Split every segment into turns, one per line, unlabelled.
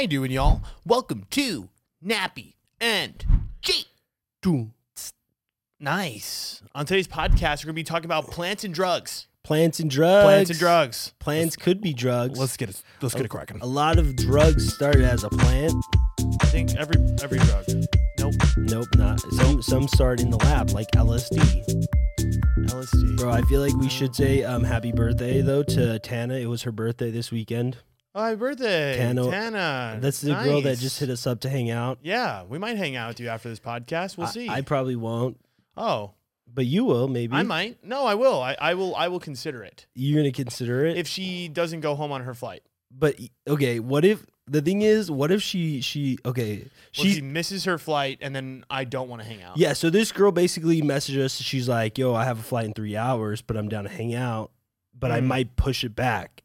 you doing, y'all? Welcome to Nappy and Jake. Doo. Nice. On today's podcast, we're gonna be talking about plants and drugs.
Plants and drugs.
Plants and drugs.
Plants could be drugs.
Let's get it. Let's get it cracking.
a lot of drugs started as a plant.
I think every every drug. Nope.
Nope, not some. Some start in the lab, like LSD.
LSD.
Bro, I feel like we should say um, happy birthday though to Tana. It was her birthday this weekend.
Oh, happy birthday, Tana.
Tano-
Uh,
That's the girl that just hit us up to hang out.
Yeah, we might hang out with you after this podcast. We'll
I-
see.
I, probably won't,
oh,
but you will maybe.
I might. No, I will. I, I will. I will consider it
You're gonna consider it.
if she doesn't go home on her flight.
but okay, what if the thing is? What if she she okay
What if she misses her flight, and then I don't want to hang out.
Yeah, so this girl basically messaged us. She's like, "Yo, I have a flight in three hours, but I'm down to hang out, but I
Mm.
might push it back."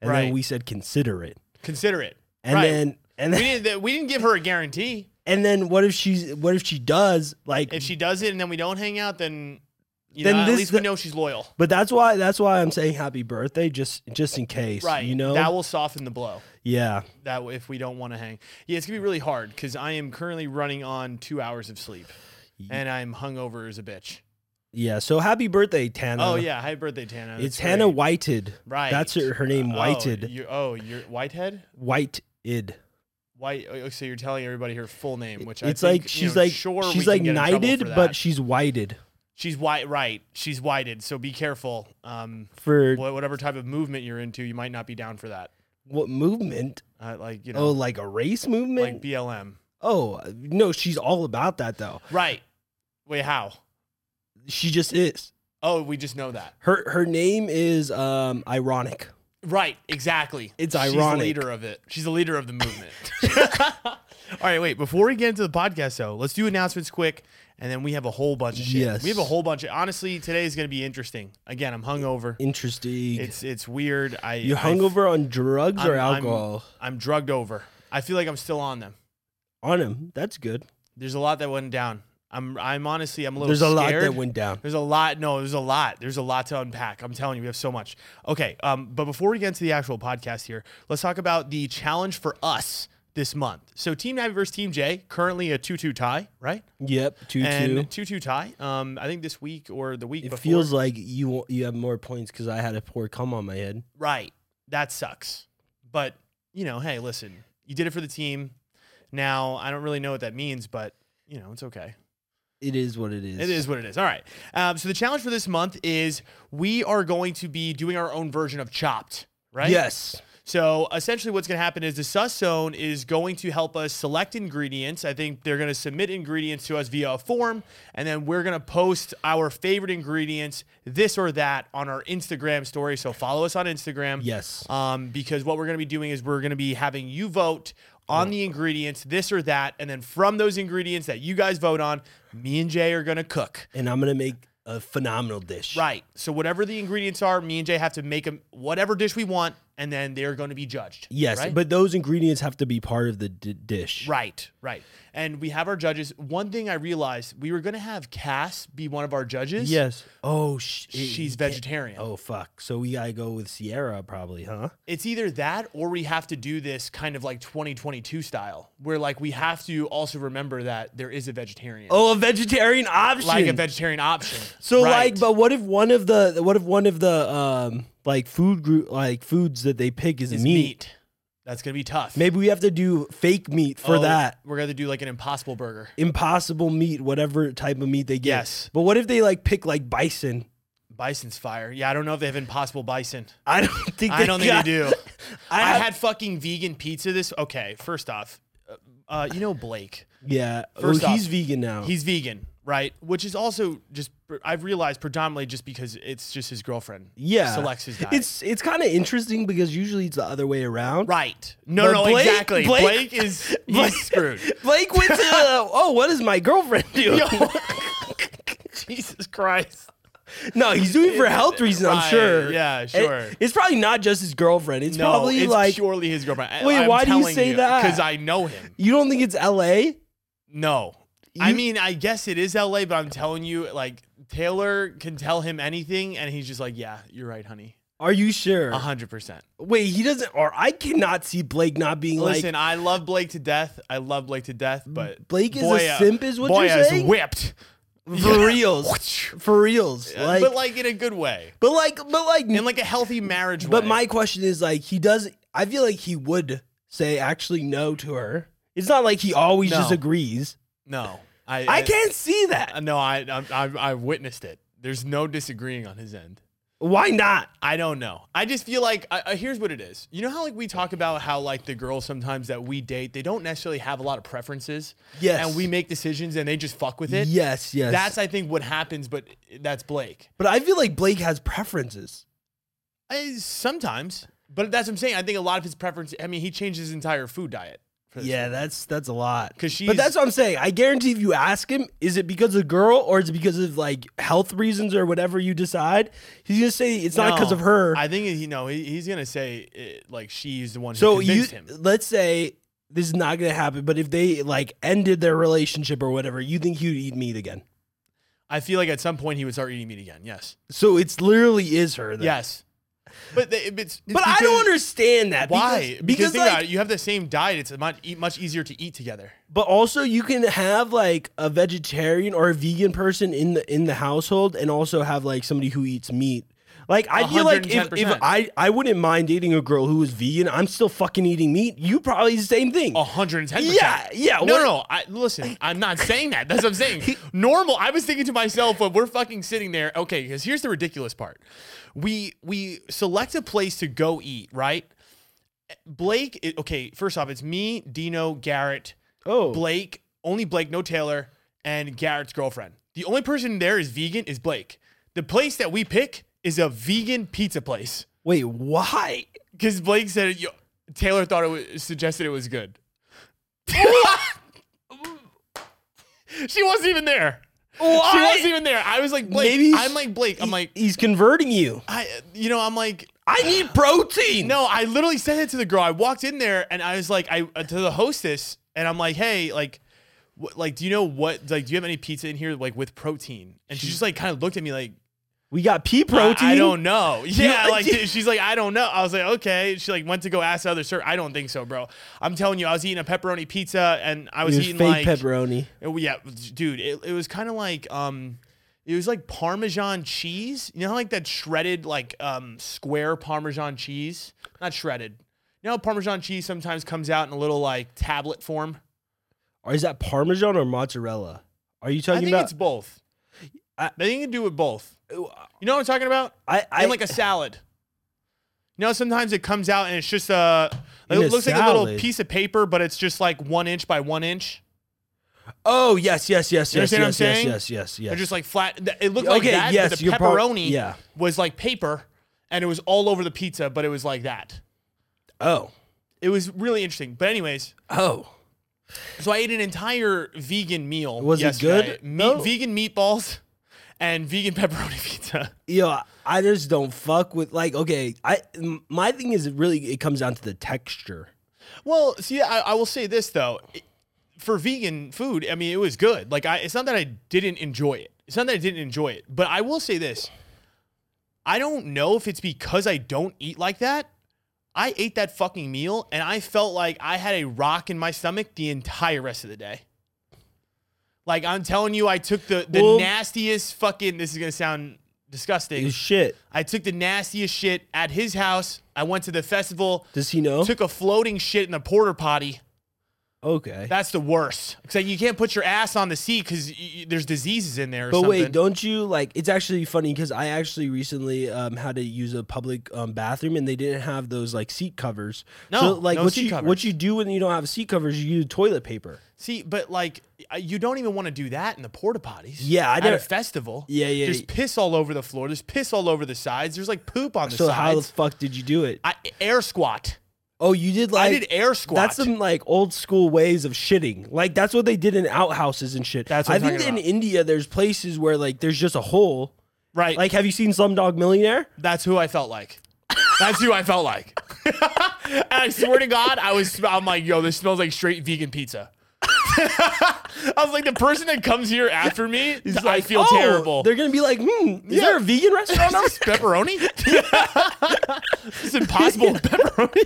And
Right.
then we said, "Consider it."
Consider it.
And
Right.
then, and
We
then,
didn't. We didn't give her a guarantee.
and then, what if she's? What if she does? Like,
If she does it, and then we don't hang out, then you
Then
know, at
this-
least we know she's loyal.
but that's why. That's why I'm saying happy birthday, just just in case.
Right.
You know.
that will soften the blow.
yeah.
That w- if we don't want to hang, yeah, it's gonna be really hard because I am currently running on two hours of sleep,
Ye-
and I'm hungover as a bitch.
Yeah. So happy birthday, Tana.
Oh yeah, happy birthday, Tana.
It's
That's
Hannah
great.
Whited.
Right.
That's her, her name.
Oh,
Whited.
you- Oh, you're Whitehead.
Whited.
White. oh, So you're telling everybody her full name, which I
It's
think,
like
you
she's
know,
like
sure we
she's
can
like
get in trouble
knighted,
for
but
that.
she's whited
she's white. Right. She's whited. So be careful. Um,
for
wha- whatever type of movement you're into, you might not be down for that.
what movement?
Uh, like you
oh,
know,
like a race
like
movement?
BLM.
oh, no, she's all about that though.
Right. Wait, how?
She just is.
Oh, we just know that.
Her her name is um ironic.
Right. Exactly.
It's
She's
ironic.
the leader of it. She's the leader of the movement. All right. Wait. Before we get into the podcast, though, let's do announcements quick, and then we have a whole bunch of shit.
Yes.
We have a whole bunch of. Honestly, today is going to be interesting. Again, I'm hungover.
Interesting.
It's it's weird. I
you
I-
hungover on drugs or
I'm- I'm-
alcohol?
I'm drugged over. I feel like I'm still on them.
on him. That's good.
There's a lot that went down. I'm I'm honestly I'm a little.
There's a lot
scared.
that went down.
There's a lot. No, there's a lot. There's a lot to unpack. I'm telling you, we have so much. Okay, um, but before we get into the actual podcast here, let's talk about the challenge for us this month. So Team Navi versus Team J, currently a two-two tie, right?
Yep, two two.
And two-two tie. Um, I think this week or the week
It
before.
feels like you wa- you have more points because I had a poor cum on my head.
right. That sucks. But you know, hey, listen, you did it for the team. Now I don't really know what that means, but you know, it's okay.
It is what it is.
It is what it is. All right. Um, so the challenge for this month is we are going to be doing our own version of Chopped, right?
Yes.
So essentially, what's going to happen is the sus zone is going to help us select ingredients. I think they're going to submit ingredients to us via a form, and then we're going to post our favorite ingredients, this or that, on our Instagram story. So follow us on Instagram.
Yes.
Um, because what we're going to be doing is we're going to be having you vote on the ingredients, this or that, and then from those ingredients that you guys vote on, me and Jay are going to cook.
And I'm gonna make a phenomenal dish.
Right. So whatever the ingredients are, me and Jay have to make them whatever dish we want, and then they're going to be judged.
Yes,
right?
but those ingredients have to be part of the d- dish.
Right, right. And we have our judges. One thing I realized we were going to have Cass be one of our judges.
Yes. Oh, sh-
She's
it- it-
vegetarian.
Oh fuck. So we gotta go with Sierra probably, huh?
It's either that or we have to do this kind of like 2022 style where like we have to also remember that there is a vegetarian.
Oh, a vegetarian option.
Like a vegetarian option.
so
Right.
like, but what if one of the what if one of the um like food group like foods that they pick is,
It's
meat?
meat. That's going to be tough.
Maybe we have to do fake meat for
Oh,
that.
We're going to do like an impossible burger.
Impossible meat, whatever type of meat they get.
Yes.
But what if they like pick like bison?
Bison's fire. Yeah, I don't know if they have impossible bison.
I don't think
I don't think
got-
they do. I
I, have-
had fucking vegan pizza this. Okay, first off, uh, uh, you know Blake.
yeah.
First
oh,
off,
he's vegan now.
He's vegan, right? Which is also just I've realized predominantly just because it's just his girlfriend.
yeah.
selects his diet.
It's it's kind of interesting because usually it's the other way around.
right. No,
But
no,
Blake-
exactly. Blake,
Blake-
is he's
Blake-
screwed.
Blake went to the, oh, what does my girlfriend do?
Yo. Jesus Christ.
No, he's doing it for health reasons,
Right,
I'm sure.
yeah,
It-
sure.
it's probably not just his girlfriend. It's
No,
probably
it's
like
purely his girlfriend. I-
Wait,
I'm
why do you
telling
say that?
Because I know him.
you don't think it's L.A.
No. I
You-
mean, I guess it is LA, but I'm telling you, like Taylor can tell him anything, and he's just like, "Yeah, you're right, honey.
Are you sure?
A hundred percent.
Wait, he doesn't. Or I cannot see Blake not being
Listen,
like
I love Blake to death. I love Blake to death, but
Blake is a
Boya-
simp is what you're
Boya's
saying?
whipped,
for reals, for reals. Like,
but like in a good way,
but like, but like,
in like a healthy marriage.
but
way.
my question is like, he does. I feel like he would say actually no to her. It's not like he always
No.
just agrees.
no, I
I can't see that.
I- No, I I I- I witnessed it. There's no disagreeing on his end.
Why not?
I don't know. I just feel like I, I, here's what it is. You know how like we talk about how like the girls sometimes that we date they don't necessarily have a lot of preferences.
Yes.
And we make decisions and they just fuck with it.
Yes, yes.
That's I think what happens, but that's Blake.
but I feel like Blake has preferences.
I, sometimes, but that's what I'm saying. I think a lot of his preference. I mean, he changed his entire food diet. for this.
Yeah, that's that's a lot.
'Cause she's-
but that's what I'm saying. I guarantee if you ask him, is it because of the girl or is it because of like health reasons or whatever you decide, he's gonna say it's not because
No,
of her.
I think you know he, he's gonna say it, like she's the one who
so you
convinced him.
let's say this is not gonna happen, but if they like ended their relationship or whatever, you think he'd eat meat again.
I feel like at some point he would start eating meat again. Yes.
So it's literally is her. Then.
Yes. But they, it's, it's
but I
because-
don't understand that.
Why?
Because, because,
think
like,
about it, you have the same diet. It's much e- much easier to eat together.
but also you can have like a vegetarian or a vegan person in the in the household and also have like somebody who eats meat like i feel like if, if
110%.
i i wouldn't mind dating a girl who was vegan i'm still fucking eating meat you probably the same thing
hundred and ten.
yeah yeah
No, no, no. I, listen, I'm not saying that. That's what I'm saying. Normal. I was thinking to myself when we're fucking sitting there. Okay, because here's the ridiculous part. We we select a place to go eat. Right. Blake. i- okay. First off, it's me, Dino, Garrett,
oh
Blake. Only Blake, no Taylor, and Garrett's girlfriend. The only person there is vegan is Blake. The place that we pick is a vegan pizza place.
wait why
Because Blake said it, yo, Taylor thought it was suggested it was good. she wasn't even there. She wasn't even there. I was like Blake.
Maybe he's-
I'm like Blake. I'm like
he's converting you
I. You know I'm like
i need protein
no. I literally said it to the girl. I walked in there and I was like I uh, to the hostess and I'm like hey like. What, like, do you know what? Like, do you have any pizza in here, like with protein? And she just like kind of looked at me like,
we got pea
I-
protein
I, don't know. Yeah,
You-
like she's like, I don't know. I was like, okay. She like went to go ask the other sir. I don't think so, bro. I'm telling you, I was eating a pepperoni pizza and I was
It was
eating
fake
like
pepperoni
Oh, yeah, dude. It, it was kind of like um, it was like Parmesan cheese. You know, how, like that shredded like um square Parmesan cheese, not shredded. You know, how Parmesan cheese sometimes comes out in a little like tablet form.
or is that parmesan or mozzarella are you
I
talking
think
about
it's both.
I-
I think you can do it with both. You know what I'm talking about?
i i
and like a salad. You know, sometimes it comes out and it's just a.
In a
it looks like a little
salad?
piece of paper, but it's just like one inch by one inch.
Oh yes, yes, yes,
You
yes,
understand what I'm
yes, yes,
saying?
yes, yes, yes.
They're just like flat. th- It looked like
Okay,
that,
yes,
but the
you're pro-
pepperoni
yeah.
was like paper, and it was all over the pizza, but it was like that.
oh,
It was really interesting. But anyways,
oh.
so I ate an entire vegan meal.
Was it
yesterday.
good?
Meat,
No.
Vegan meatballs and vegan pepperoni pizza.
Yo, I just don't fuck with like. Okay, I m- my thing is really it comes down to the texture.
Well, see, I, I will say this though, It- for vegan food, I mean, it was good. Like, I, it's not that I didn't enjoy it. It's not that I didn't enjoy it, but I will say this: I don't know if it's because I don't eat like that. I ate that fucking meal, and I felt like I had a rock in my stomach the entire rest of the day. Like I'm telling you, I took the the
Well-
nastiest fucking. This is gonna sound disgusting.
Is shit.
I took the nastiest shit at his house. I went to the festival
Does he know?
took a floating shit in the porter potty.
Okay,
That's the worst. It's like you can't put your ass on the seat because y- y- there's diseases in there. Or
but
something.
wait, don't you like? It's actually funny because I actually recently um, had to use a public um, bathroom and they didn't have those like seat covers.
No,
so, like
no
what
seat
you
covers.
what you do when you don't have seat covers, you use toilet paper.
see. But like, uh, you don't even want to do that in the porta potties.
Yeah, I
at
never-
a festival.
Yeah, yeah,
There's
yeah.
piss all over the floor. There's piss all over the sides. There's like poop on the
So how the
sides.
fuck did you do it?
I air squat.
Oh, you did like
I did air squat.
That's some like old school ways of shitting. Like that's what they did in outhouses and shit.
That's what
I
I'm
think
talking
in
about.
India there's places where like there's just a hole.
right.
Like have you seen Slumdog Millionaire?
That's who I felt like. That's who I felt like. and I swear to God, I was. I'm like, yo, this smells like straight vegan pizza. I was like, the person that comes here after me,
He's
I
like,
feel
"Oh,"
terrible.
They're gonna be like, hmm, is
Yeah.
there a vegan restaurant? out
Is this pepperoni? it's impossible with pepperoni.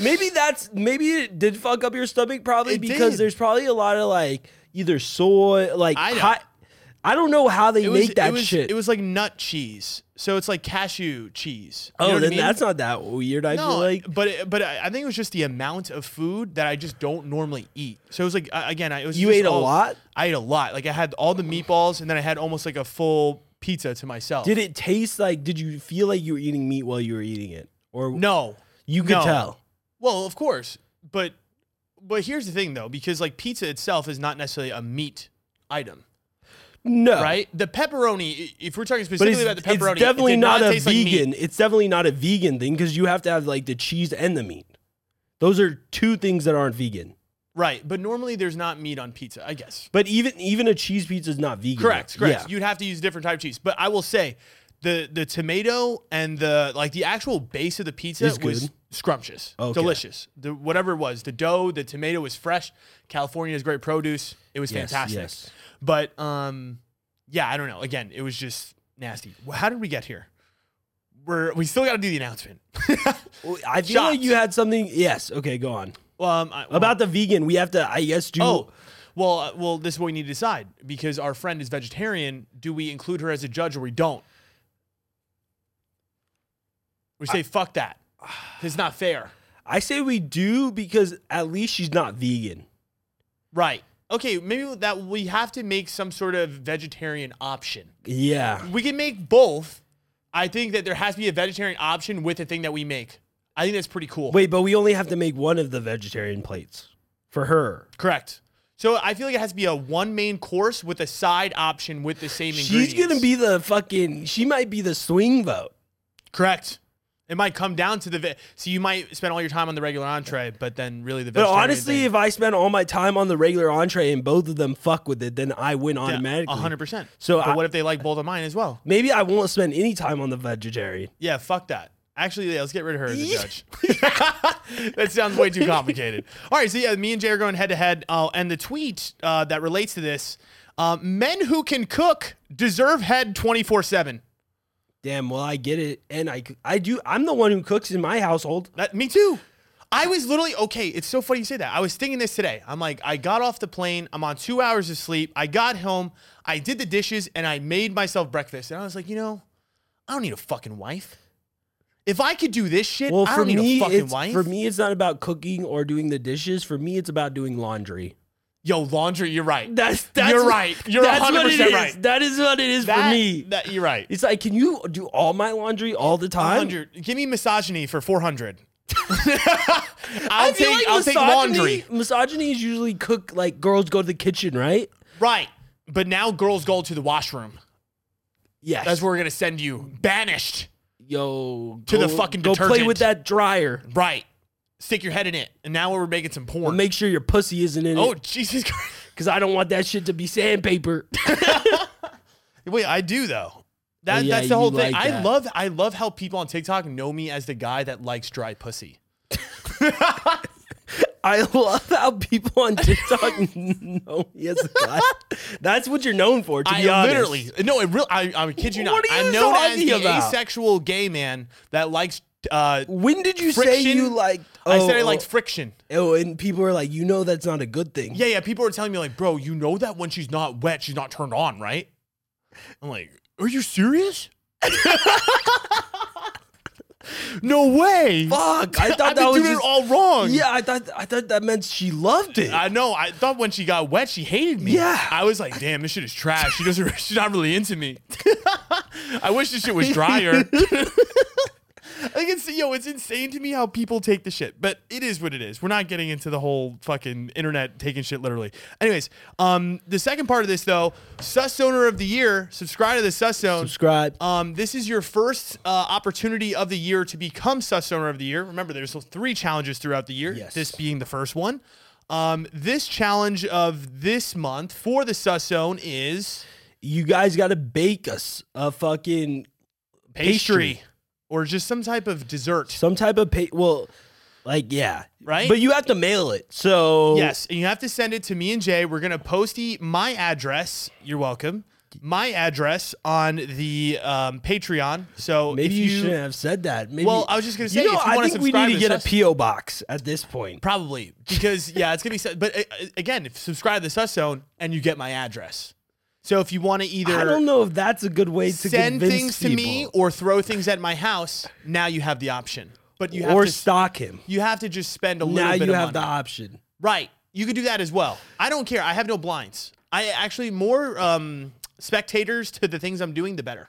maybe that's maybe it did fuck up your stomach probably
It
because
did.
there's probably a lot of like either soy like
I
I,
know.
I don't know how they
It was,
make that
it was,
shit.
It was like nut cheese, so it's like cashew cheese. You
oh,
know what I
then
mean?
that's not that weird. I
no,
feel like
but it, but I I think it was just the amount of food that I just don't normally eat. So it was like uh, again, I it was
You
just
ate a
all-
lot?
I ate a lot. Like I had all the meatballs, and then I had almost like a full pizza to myself.
did it taste like? Did you feel like you were eating meat while you were eating it, or
No,
you could
no.
tell?
Well, of course, but but here's the thing though, because like pizza itself is not necessarily a meat item,
No,
right? The pepperoni, i- if we're talking
Oh. But it's,
specifically about the
it's
pepperoni, it
definitely
did
not, a
taste like meat.
vegan. it's definitely not a vegan thing because you have to have like the cheese and the meat. Those are two things that aren't vegan.
right? But normally there's not meat on pizza, I guess.
But even even a cheese pizza is not vegan.
Correct,
yet.
correct.
Yeah.
You'd have to use different type of cheese, but I will say the the tomato and the like the actual base of the pizza
It's
was
good.
scrumptious,
Okay.
delicious. The whatever it was, the dough, the tomato was fresh. California has great produce. It was
Yes,
fantastic.
yes.
But um, yeah, I don't know. Again, it was just nasty. Well, How did we get here? We're we still got to do the announcement.
Well, I feel
Shots.
like you had something. Yes. Okay, go on.
well, um, I,
About the vegan, we have to, I guess, do.
Oh, well, uh, well, this is what we need to decide because our friend is vegetarian. Do we include her as a judge or we don't? We say fuck that. It's not fair.
I say we do because at least she's not vegan.
Right. Okay, maybe that we have to make some sort of vegetarian option.
Yeah.
We can make both. I think that there has to be a vegetarian option with the thing that we make. I think that's pretty cool.
Wait, but we only have to make one of the vegetarian plates for her.
Correct. So I feel like it has to be a one main course with a side option with the same ingredients.
She's gonna be the fucking. She might be the swing vote.
Correct. It might come down to the ve- so you might spend all your time on the regular entree, but then really the
But
vegetarian
honestly,
thing-
if I spend all my time on the regular entree and both of them fuck with it, then I win
Yeah,
automatically.
a hundred percent.
So
but
I-
what if they like both of mine as well?
Maybe I won't spend any time on the vegetarian.
Yeah, fuck that. Actually, yeah, let's get rid of her as a
Yeah.
judge. that sounds way too complicated. All right, so yeah, me and Jay are going head to head, and the tweet uh, that relates to this: um, men who can cook deserve head twenty four seven.
Damn. Well, I get it, and I c- I do. I'm the one who cooks in my household.
That me too. I was literally okay. It's so funny you say that. I was thinking this today. I'm like, I got off the plane. I'm on two hours of sleep. I got home. I did the dishes and I made myself breakfast. And I was like, you know, I don't need a fucking wife. If I could do this shit,
Well,
I
for
don't need
me,
a fucking
it's,
wife.
for me, it's not about cooking or doing the dishes. For me, it's about doing laundry.
Yo, laundry. You're right.
That's,
You're right. You're 100%
it is.
right.
That is what it is
That-
for me.
that- you're right.
it's like, can you do all my laundry all the time?
100. Give me misogyny for 400. I'll
I
take.
feel like
I'll take
misogyny,
laundry.
Misogyny is usually cook like girls go to the kitchen, right?
Right. But now girls go to the washroom.
Yes.
That's where we're gonna send you. Banished.
Yo,
To the
go-
fucking
go play
detergent.
with that dryer.
Right. Stick your head in it. And now we're making some porn.
Make sure your pussy isn't in
oh,
it,
Jesus Christ.
because I don't want that shit to be sandpaper.
Wait, I do though. That,
Oh, yeah,
that's the whole
you
thing.
like
I
that.
love I love how people on TikTok know me as the guy that likes dry pussy.
I love how people on TikTok know me as a guy. That's what you're known for, to
I
be honest.
literally no, it real I, I kid you not.
What are you
I'm known as
talking
the
about?
asexual gay man that likes uh
When did you say
Friction?
you like?
I said I
oh,
liked friction.
Oh, and people were like, you know, that's not a good thing.
Yeah, yeah. People are telling me like, bro, you know that when she's not wet, she's not turned on, right? I'm like, are you serious? no way.
Fuck, I thought
I've been
that was
doing it
just-
all wrong.
Yeah, I thought I thought that meant she loved it.
I know. I thought when she got wet, she hated me.
Yeah.
I was like, damn, this shit is trash. She doesn't. She's not really into me. I wish this shit was drier. like it's yo, it's insane to me how people take the shit, but it is what it is. We're not getting into the whole fucking internet taking shit literally. Anyways, um, the second part of this though, Sus Owner of the Year, subscribe to the Sus Zone.
Subscribe.
Um, this is your first uh, opportunity of the year to become Sus Owner of the Year. Remember, there's three challenges throughout the year.
Yes.
This being the first one. Um, this challenge of this month for the Sus Zone is
you guys got to bake us a fucking
pastry,
Pastry.
or just some type of dessert.
some type of pa- well, Like, yeah.
Right?
But you have to mail it. So
Yes, and you have to send it to me and Jay. We're gonna post the, my address. You're welcome. My address on the um, Patreon. So
maybe
if
you, shouldn't have said that. Maybe,
Well, I was just gonna say,
you know,
if you
I
wanna
think we
subscribe
need to
to
get
Sus-
a PO box at this point.
probably because yeah, it's gonna be. su- But uh, uh, again, if subscribe to the Sus Zone and you get my address. So if you want to either
I don't know if that's a good way to
send
convince
things to me
people.
or throw things at my house, now you have the option. But you have
or
to
stalk him.
you have to just spend a little
Now
bit
you
of
have the
money.
option.
Right. You could do that as well. I don't care. I have no blinds. I actually more um, spectators to the things I'm doing, the better.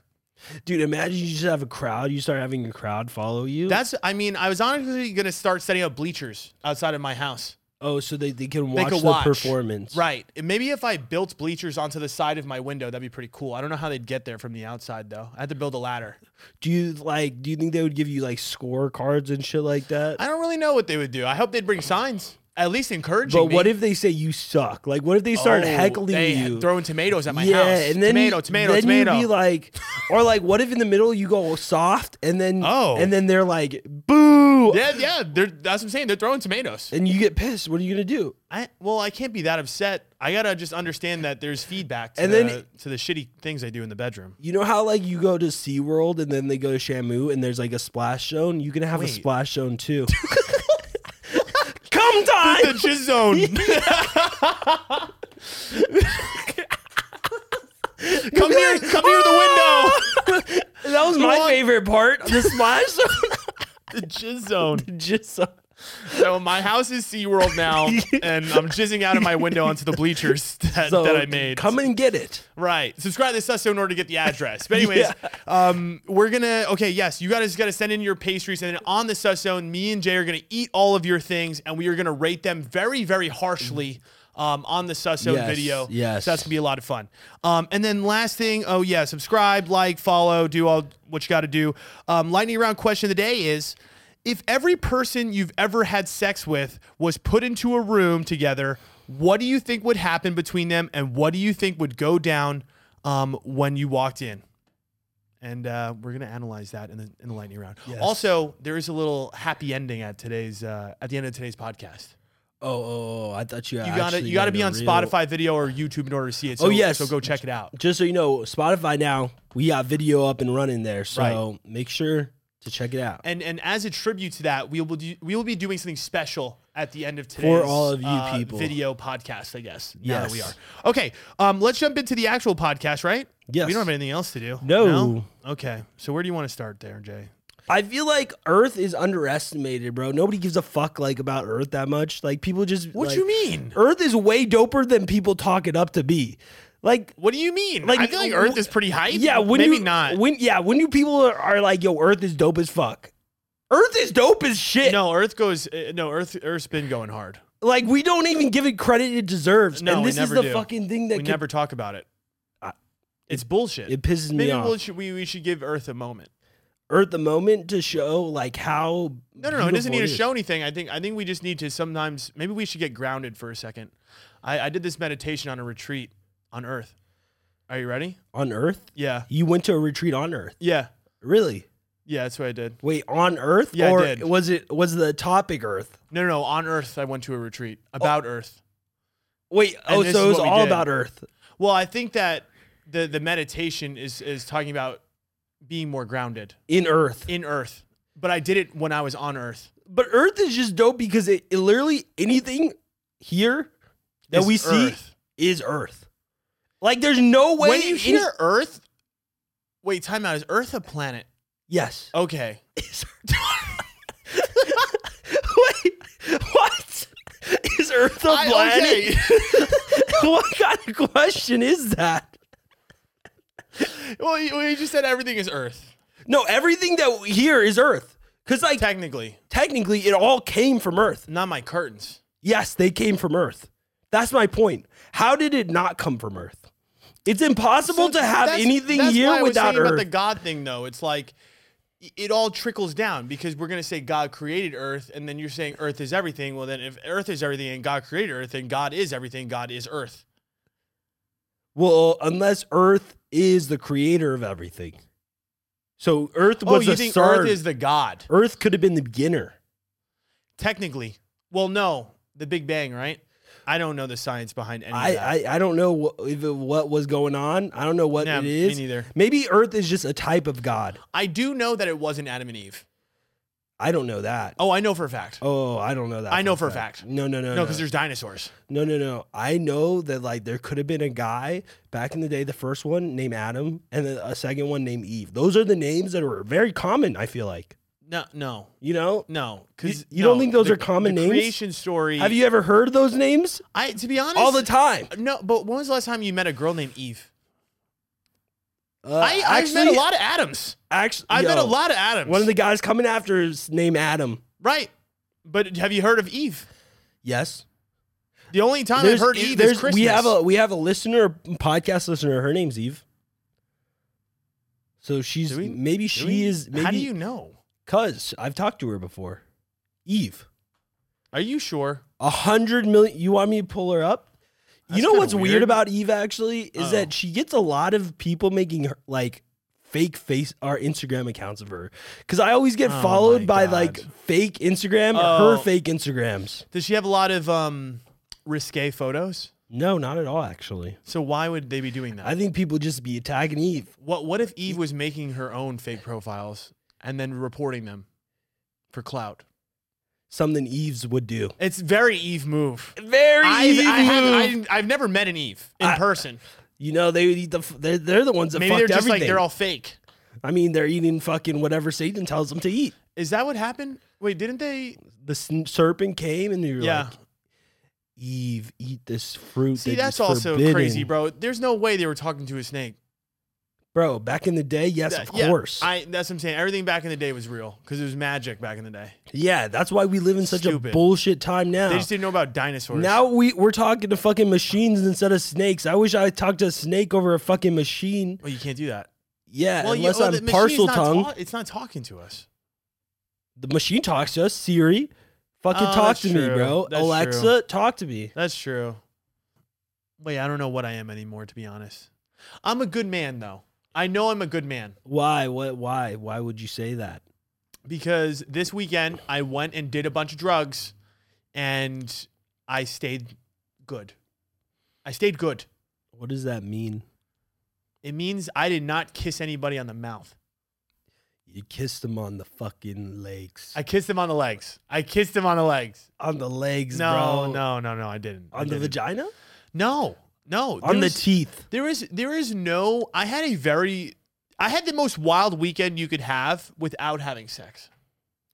Dude, imagine you just have a crowd. You start having a crowd follow you.
That's. I mean, I was honestly gonna start setting up bleachers outside of my house.
oh, so they, they can watch
could
the
watch.
performance.
Right. And maybe if I built bleachers onto the side of my window, that'd be pretty cool. I don't know how they'd get there from the outside though. I had to build a ladder.
Do you like? Do you think they would give you like scorecards and shit like that?
I don't really know what they would do. I hope they'd bring signs, at least encouraging.
But
me.
what if they say you suck? Like, what if they start
Oh,
heckling
they
you?
throwing tomatoes at my
yeah,
house?
and then
tomato,
you,
tomato,
then
tomato.
you'd be like, or like, what if in the middle you go soft and then
Oh.
and then they're like, boo,
yeah, yeah. They're, that's what I'm saying. They're throwing tomatoes.
and you get pissed. What are you gonna do?
I well, I can't be that upset. I gotta just understand that there's feedback to
And
the,
then-
to the shitty things I do in the bedroom.
You know how like you go to SeaWorld and then they go to Shamu and there's like a splash zone. You can have
Wait.
a splash zone too. Come time.
The jizz zone. come here, come near the
That was my favorite part. The splash zone.
window. The jizz zone.
Just so-
So my house is SeaWorld now, and I'm jizzing out of my window onto the bleachers that,
so
that I made.
Come and get it.
Right. Subscribe to Susso in order to get the address. But anyways,
Yeah.
um, we're gonna okay, yes, you guys gotta send in your pastries and then on the Susso, me and Jay are gonna eat all of your things and we are gonna rate them very, very harshly. Um, on the Susso
Yes,
video.
yes.
So that's gonna be a lot of fun. Um, and then last thing, oh yeah, subscribe, like, follow, do all what you gotta do. Um, lightning round question of the day is if every person you've ever had sex with was put into a room together, what do you think would happen between them, and what do you think would go down um, when you walked in? And uh, we're gonna analyze that in the in the lightning round. Also, there is a little happy ending at today's uh, at the end of today's podcast.
Oh, oh, oh, I thought you.
You gotta you gotta be on Spotify video or YouTube in order to see it. So,
Oh, yes.
so go check it out.
Just so you know, Spotify now we got video up and running there, so
Right.
make sure to check it out.
And and as a tribute to that, we will do, we will be doing something special at the end of today's
For all of you
uh,
people.
video podcast. I guess. Yeah, that we are.
Yes.
Okay, um, let's jump into the actual podcast, right?
Yes.
We don't have anything else to do.
No.
Okay, so where do you want to start, there, Jay?
I feel like Earth is underestimated, bro. Nobody gives a fuck like about Earth that much. Like people just.
What
like,
you mean?
Earth is way doper than people talk it up to be. Like
What do you mean? Like
Like,
I feel like
w-
Earth is pretty hype.
Yeah, when
maybe
you,
not.
When yeah, when you people are, are like, "Yo, Earth is dope as fuck." Earth is dope as shit.
no, Earth goes. Uh, no, Earth. Earth's been going hard.
Like we don't even give it credit it deserves.
No,
and
we
this
never
is the
do.
fucking thing
We
that could-
never talk about it.
I-
it's bullshit.
it pisses me
maybe
off.
we'll, should, we we should give Earth a moment.
Earth the moment to show like how
No, no, no. It doesn't
beautiful
need to
is.
show anything. I think I think we just need to sometimes. Maybe we should get grounded for a second. I, I did this meditation on a retreat on Earth. Are you ready?
on Earth.
Yeah,
You went to a retreat on Earth,
yeah,
really?
yeah. That's what I did.
Wait, on Earth?
Yeah, I
or
did.
was it was the topic Earth?
No, no, no. On Earth, I went to a retreat about Earth.
Wait,
And
oh,
this
so
is
it was
what we
all
did.
about Earth.
Well, I think that the the meditation is is talking about being more grounded
In Earth,
in Earth. But I did it when I was on Earth.
but Earth is just dope because it, it literally anything here that
It's
we see
Earth.
is Earth. Like, there's no way.
when you
any-
hear Earth, wait, time out. Is Earth a planet?
yes,
Okay.
is Earth. Wait, what is Earth a
I-
planet?
okay.
what kind of question is that?
well, you, well, you just said everything is Earth.
No, everything that we hear is Earth. Cause like
Technically,
technically, it all came from Earth.
not my curtains.
Yes, they came from Earth. That's my point. How did it not come from Earth? It's impossible to have
That's-
anything
that's why I
here
was
without
saying
Earth.
About the God thing, though, it's like i- it all trickles down because we're gonna say God created Earth, and then you're saying Earth is everything. Well, then if Earth is everything and God created Earth, then God is everything. God is Earth.
Well, unless Earth is the creator of everything. So Earth was
oh, you
a
think
start.
Earth is the God?
Earth could have been the beginner.
Technically, well, no, the Big Bang, right? I don't know the science behind any of
I,
that.
I, I don't know what, if it, what was going on. I don't know what
Nah,
it
me
is.
neither.
Maybe Earth is just a type of God.
I do know that it wasn't Adam and Eve.
I don't know that.
Oh, I know for a fact.
Oh, I don't know that.
I know for a fact.
No, no, no,
no,
no.
because there's dinosaurs.
no, no, no. I know that like there could have been a guy back in the day, the first one named Adam, and then a second one named Eve. Those are the names that were very common. I feel like
No, no,
you know.
no. Because
you don't think those are common names?
Creation story.
Have you ever heard those names?
I to be honest,
All the time.
No, but when was the last time you met a girl named Eve?
Uh,
I, I've met a lot of Adams.
Actually,
I've met a
yo,
lot of Adams.
One of the guys coming after is named Adam.
right. But have you heard of Eve?
Yes.
The only time I've heard Eve is Christmas.
e, we have a we have a listener podcast listener. Her name's Eve. So she's
Do we-
maybe
Do
she
we?
is maybe
How do you know?
cuz I've talked to her before. Eve,
Are you sure?
a hundred million. You want me to pull her up?
That's
you know
kinda
what's weird.
weird.
about Eve actually is
Oh.
that she gets a lot of people making her like fake face our Instagram accounts of her because I always get
Oh
followed
my
by
God.
like fake Instagram
Oh.
her fake Instagrams.
Does she have a lot of um, risque photos?
No, not at all. Actually,
So why would they be doing that?
I think people just be attacking Eve.
What what if Eve was making her own fake profiles and then reporting them for clout?
something Eves would do.
It's very Eve move.
Very
I've, I have, I, I've never met an Eve in
I-
person.
you know they would eat the. f- They're, they're the ones that
Maybe
fucked
they're just
everything.
like they're all fake.
I mean, they're eating fucking whatever Satan tells them to eat.
Is that what happened? Wait, didn't they?
The s- serpent came and you're
yeah.
like, Eve, eat this fruit.
See,
that
that's
is
also
forbidden."
crazy, bro. There's no way they were talking to a snake.
Bro, back in the day, yes,
That-
of
yeah,
course.
I that's what I'm saying. Everything back in the day was real because it was magic back in the day.
yeah, that's why we live in such
Stupid.
a bullshit time
They
now.
just didn't know about dinosaurs.
Now we we're talking to fucking machines instead of snakes. I wish I talked to a snake over a fucking machine.
well, you can't do that.
Yeah,
Well,
unless
you, well, the
I'm
machine's
parcel
not
tongue.
ta- it's not talking to us.
The machine talks to us. Siri, fucking
Oh,
talk
that's
to me,
true.
bro.
That's
Alexa,
true.
talk to me.
That's true. Wait, I don't know what I am anymore, to be honest. I'm a good man, though. I know I'm a good man
Why? What? Why? Why would you say that?
because this weekend I went and did a bunch of drugs and I stayed good. I stayed good.
What does that mean?
It means I did not kiss anybody on the mouth.
You kissed them on the fucking legs.
I kissed them on the legs. I kissed them on the legs.
on the legs,
No,
bro.
no, no, no, I didn't. I
On the
didn't.
vagina?
No, no.
On the
there's-
teeth.
There is there is no I had a very I had the most wild weekend you could have without having sex.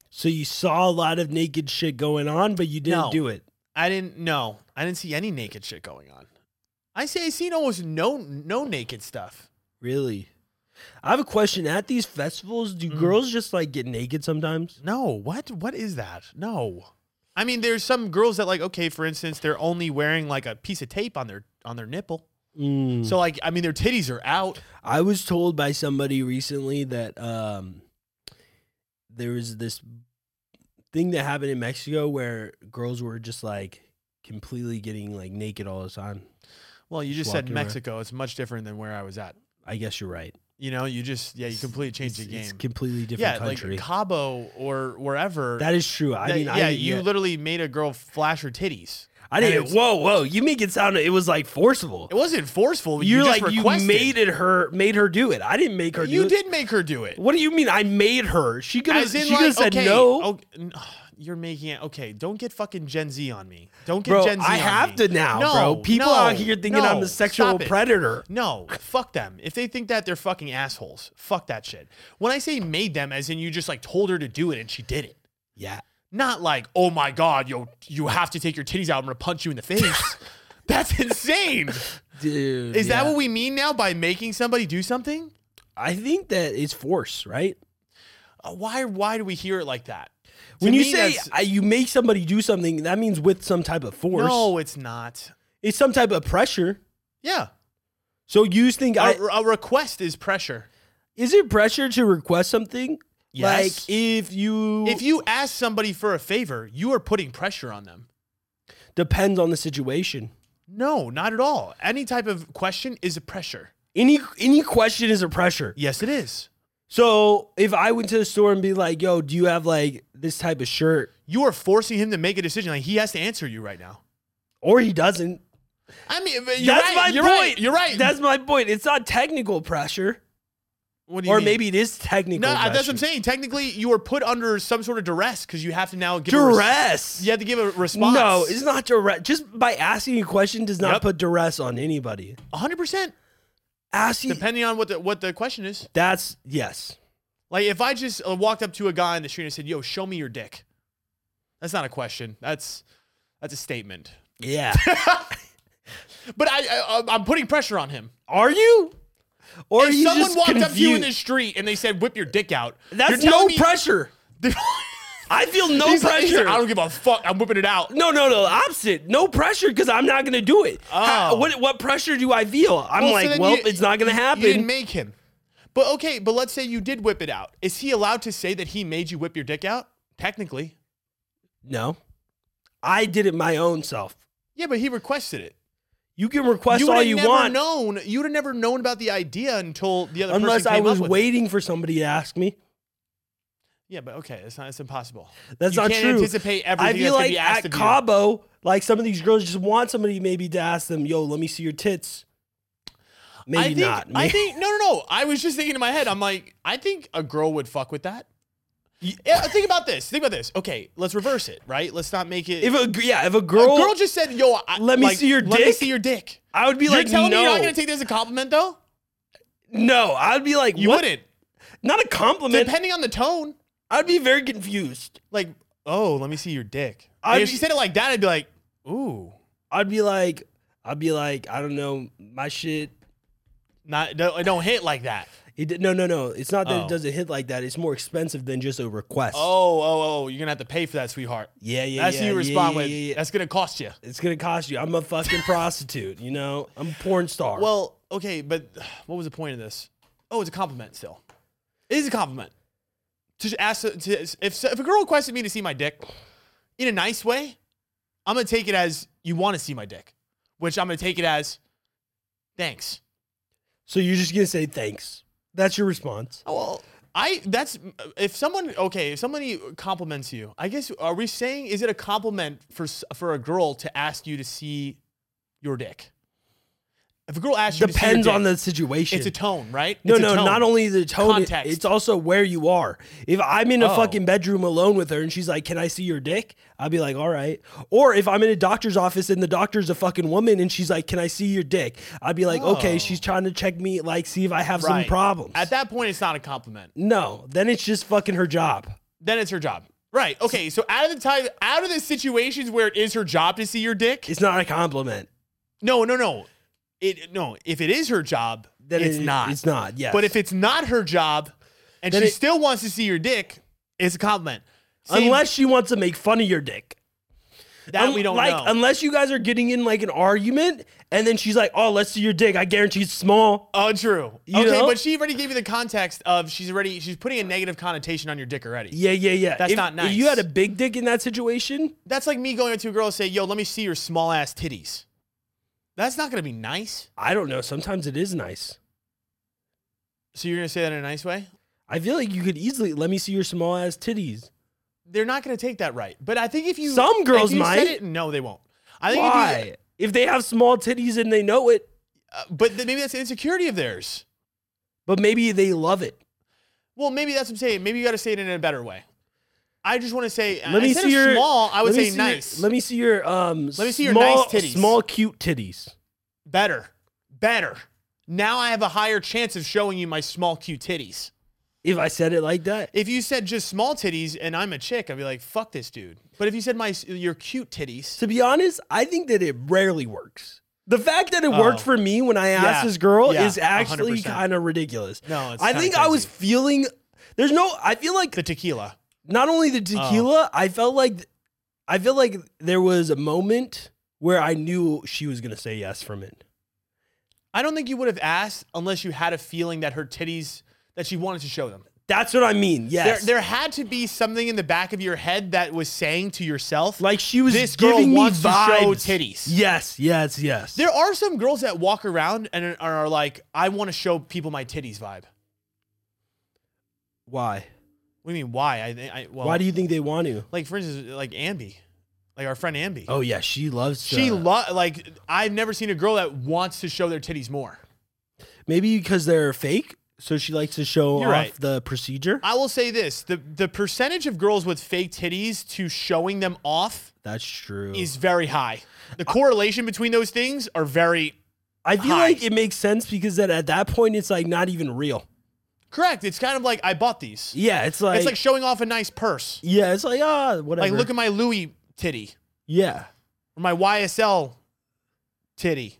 So you saw a lot of naked shit going on, but you didn't
No.
do it.
I didn't know. I didn't see any naked shit going on. I say I seen almost no no naked stuff.
Really? I have a question. At these festivals, do
Mhm.
girls just like get naked sometimes?
No, what what is that? No. I mean there's some girls that like okay, for instance, they're only wearing like a piece of tape on their on their nipple.
Mm.
So like I mean their titties are out.
I was told by somebody recently that um, there was this thing that happened in Mexico where girls were just like completely getting like naked all the time.
Well, you just
Just
said
walking around.
Mexico. It's much different than where I was at.
I guess you're right.
You know, you just yeah, you
It's-
completely changed
it's,
the game.
It's completely different
yeah,
country.
like Cabo or wherever.
that is true. I
that-
mean,
yeah,
I didn't,
you
yeah.
literally made a girl flash her titties.
I didn't.
it's-
Whoa, whoa! You make it sound it was like forcible.
It wasn't forceful.
You're
you just
like
requested.
you made it her made her do it. I didn't make her.
You
do
did make her do it.
It. What do you mean? I made her. She could have.
As
She
in,
could
like,
have said
okay,
no.
oh, n- you're making it okay. Don't get fucking Gen Z on me. Don't get
Bro,
Gen Z.
I
on
have
me.
to now,
No,
bro. People
no,
out here thinking
no,
I'm a sexual
stop it.
predator.
No, fuck them. If they think that, they're fucking assholes. Fuck that shit. When I say made them, as in you just like told her to do it and she did it.
Yeah.
Not like, oh my god, yo, you have to take your titties out. I'm gonna punch you in the face. That's insane.
Dude.
Is that what we mean now by making somebody do something?
I think that it's force, right?
Uh, Why why do we hear it like that? To
When you
me,
say
that's-
I, you make somebody do something, that means with some type of force.
no, it's not.
It's some type of pressure.
Yeah,
So you think
a
I
a request is pressure.
is it pressure to request something?
Yes.
Like if you
If you ask somebody for a favor, you are putting pressure on them.
depends on the situation.
No, not at all. Any type of question is a pressure.
Any any question is a pressure.
Yes, it is.
So if I went to the store and be like, "Yo, do you have like this type of shirt,
You are forcing him to make a decision. Like he has to answer you right now.
or he doesn't.
I mean, but you're
That's
right.
my
you're
point.
right. You're right.
That's my point. It's not technical pressure,
what do you
or
mean?
maybe it is technical.
no.
pressure.
That's what I'm saying. Technically, you are put under some sort of duress because you have to now give A res-
Duress.
you have to give a response.
No, it's not duress. Just by asking a question does not
Yep.
put duress on anybody.
100 percent
Asking
depending on what the what the question is.
that's yes.
Like if I just uh, walked up to a guy in the street and said, "Yo, show me your dick," that's not a question. That's that's a statement.
Yeah.
But I, I I'm putting pressure on him.
Are you? Or
If
you
someone
just
walked
confused.
up to you in the street and they said, "Whip your dick out,"
That's
you're
no
telling me-
pressure. I feel no
He's like- he's
pressure.
like, I don't give a fuck. I'm whipping it out.
no, no, no. Opposite. No pressure because I'm not gonna do it. How-
Oh.
what what pressure do I feel? I'm
Well, so
like,
then
well,
you-
it's not gonna happen.
You didn't make him. But okay, but let's say you did whip it out. Is he allowed to say that he made you whip your dick out? Technically.
no. I did it my own self.
Yeah, but he requested it.
You can request
you
all
would've
you
never
want
known. You'd have never known about the idea until the other
unless
person
I
came up
was
with it.
waiting for somebody to ask me.
Yeah, but okay, it's not. It's impossible.
That's
you
not
can't
true.
Anticipate everything
I feel
that's gonna
like
be asked
at
of you.
Cabo, like some of these girls just want somebody maybe to ask them, "Yo, let me see your tits." Maybe
I think,
not.
I
Maybe-
think no, no, no. I was just thinking in my head. I'm like, I think a girl would fuck with that. Yeah, think about this. Think about this. Okay, let's reverse it. Right? Let's not make it.
if a g- yeah, if a
a
girl,
girl just said, "Yo, I,
Let me
like,
see your
let me
dick?
see your dick,"
I would be
you're
like,
telling
no,
me you're not gonna take this as a compliment, though.
no, I'd be like,
You
what?
wouldn't.
Not a compliment.
Depending on the tone,
I'd be very confused.
like, "Oh, let me see your dick."
I'd
Like, if
be-
she said it like that, I'd be like, "Ooh,
I'd be like, I'd be like, I don't know, my shit.
not don't, don't hit like that."
It, did- no, no, no. It's not that
Oh.
it doesn't hit like that. It's more expensive than just a request.
Oh, oh, oh! You're gonna have to pay for that, sweetheart.
yeah, yeah.
That's
yeah,
who you
yeah,
respond
yeah,
with.
yeah, yeah.
That's gonna cost you.
It's gonna cost you. I'm a fucking prostitute. You know, I'm a porn star.
Well, okay, but what was the point of this? Oh, it's a compliment still. It is a compliment. To just ask to, if if a girl requested me to see my dick in a nice way, I'm gonna take it as you want to see my dick, which I'm gonna take it as thanks.
So you're just gonna say thanks. That's your response.
Oh, well, I that's if someone okay if somebody compliments you, I guess are we saying is it a compliment for s- for a girl to ask you to see your dick? If a girl asks you to
Depends
see your
on
dick,
the situation.
it's a tone, right?
no,
It's a
no,
tone.
not only the tone, it-
Context.
it's also where you are. If I'm in a
Oh.
fucking bedroom alone with her and she's like, Can I see your dick? I'd be like, All right. Or if I'm in a doctor's office and the doctor's a fucking woman and she's like, Can I see your dick? I'd be like,
Oh.
Okay, she's trying to check me, like, see if I have some
Right.
problems.
At that point, it's not a compliment.
no, then it's just fucking her job.
Then it's her job. Right. Okay. So out of the time, out of the situations where it is her job to see your dick,
It's not a compliment.
no, no, no. It no. If it is her job,
Then
it's
it-
not.
It's not, yes.
But if it's not her job, and
Then
she
it-
still wants to see your dick, it's a compliment. Same-
Unless she wants to make fun of your dick.
that
Un-
we don't
like,
know.
Unless you guys are getting in like an argument, and then she's like, "Oh, let's see your dick. I guarantee it's small."
oh, true.
You
okay,
know?
but she already gave you the context of she's already she's putting a negative connotation on your dick already.
Yeah, yeah, yeah.
That's
If-
not nice.
If you had a big dick in that situation,
That's like me going up to a girl and say, "Yo, let me see your small ass titties." That's not gonna be nice.
I don't know. Sometimes it is nice.
So you're gonna say that in a nice way?
I feel like you could easily let me see your small ass titties.
they're not going to take that right. But I think if you
Some
if
girls
you said
might.
it- no, they won't. I think if you-
Why? If they have small titties and they know it,
uh, but then maybe that's an insecurity of theirs.
but maybe they love it.
Well, maybe that's what I'm saying. Maybe you got to say it in a better way. I just want to say
Let me
Uh, instead
see
of
your
small. I would
let me
say
see your-
nice,
let me see your um. Let
me see your nice titties.
Small cute titties.
better, better. Now I have a higher chance of showing you my small cute titties.
If I said it like that,
If you said just small titties and I'm a chick, I'd be like, fuck this dude. But if you said my s- your cute titties,
To be honest, I think that it rarely works. The fact that it
Oh.
worked for me when I asked
Yeah.
this girl
Yeah,
is actually
100%.
kind of ridiculous.
No, it's
I
kinda
think I was
crazy.
feeling. There's no. I feel like
the tequila.
not only the
Oh.
tequila. I felt like, I feel like there was a moment where I knew she was gonna say yes from it.
I don't think you would have asked unless you had a feeling that her titties that she wanted to show them.
That's what I mean.
There,
Yes.
there had to be something in the back of your head that was saying to yourself,
like she was
this girl
giving
wants
me
to
vibes.
show titties.
Yes. Yes. Yes.
There are some girls that walk around and are- are like, I want to show people my titties vibe.
Why?
What do you mean? Why? I, think- I well,
Why do you think they want to?
like for instance, like Ambi, like our friend Ambi.
Oh yeah, she loves.
she
uh,
lo- like I've never seen a girl that wants to show their titties more.
maybe because they're fake, so she likes to show
You're
off
right.
the procedure.
I will say this: the the percentage of girls with fake titties to showing them off
That's true.
is very high. The correlation between those things are very
I feel
high.
like it makes sense because then at that point it's like not even real.
correct. It's kind of like I bought these.
Yeah, it's like,
it's like showing off a nice purse.
yeah, it's like ah whatever.
Like look at my Louis titty
yeah,
or my YSL titty.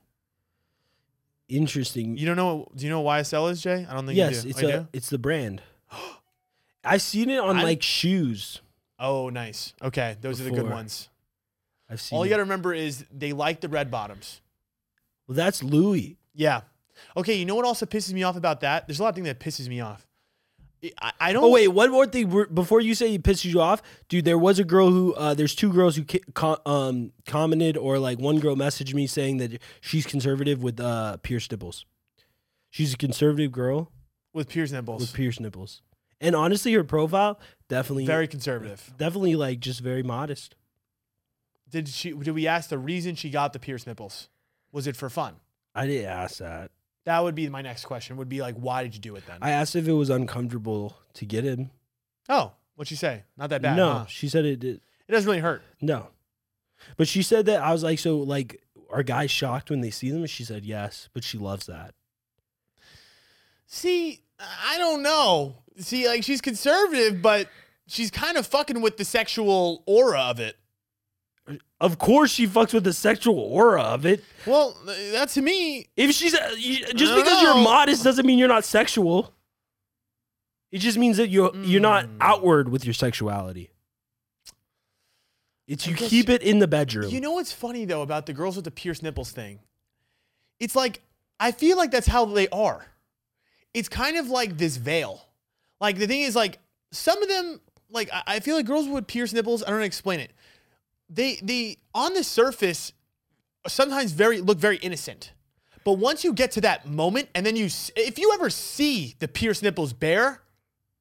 interesting.
You don't know? Do you know what YSL is, Jay? I don't think
yes,
you do.
it's
Oh, you
a
do?
it's the brand. I've seen it on
I-
like shoes.
Oh, nice. Okay, those are the good
Before.
ones.
I've seen.
All you
it.
got to remember is they like the red bottoms.
well, that's Louis.
Yeah. Okay. You know what also pisses me off about that? There's a lot of things that pisses me off. I, I don't.
Oh wait, one more thing we're- before you say it pisses you off, dude. There was a girl who, uh, there's two girls who ca- co- um, commented, or like one girl messaged me saying that she's conservative with uh, pierced nipples. She's a conservative girl
with Pierce nipples.
with pierced nipples, and honestly, her profile definitely
Very conservative.
definitely like just very modest.
Did she? Did we ask the reason she got the Pierce nipples? Was it for fun?
I didn't ask that.
That would be my next question. Would be like, why did you do it then?
I asked if it was uncomfortable to get him.
oh, what'd she say? Not that bad.
no,
huh?
she said it did.
it doesn't really hurt.
No, but she said that I was like, so like, are guys shocked when they see them? She said yes, but she loves that.
See, I don't know. See, like she's conservative, but she's kind of fucking with the sexual aura of it.
Of course, she fucks with the sexual aura of it.
Well, uh, that to me,
If she's uh, you- just
I
because
don't
you're
know.
modest doesn't mean you're not sexual. It just means that you're you're not
Mm.
outward with your sexuality. It's
I
you
guess-
keep it in the bedroom.
you know what's funny though about the girls with the pierced nipples thing? It's like I feel like that's how they are. It's kind of like this veil. Like the thing is, like some of them, like I, I feel like girls with pierced nipples. I don't know how to explain it. They they on the surface sometimes very look very innocent, but once you get to that moment and then you s- if you ever see the pierced nipples bare,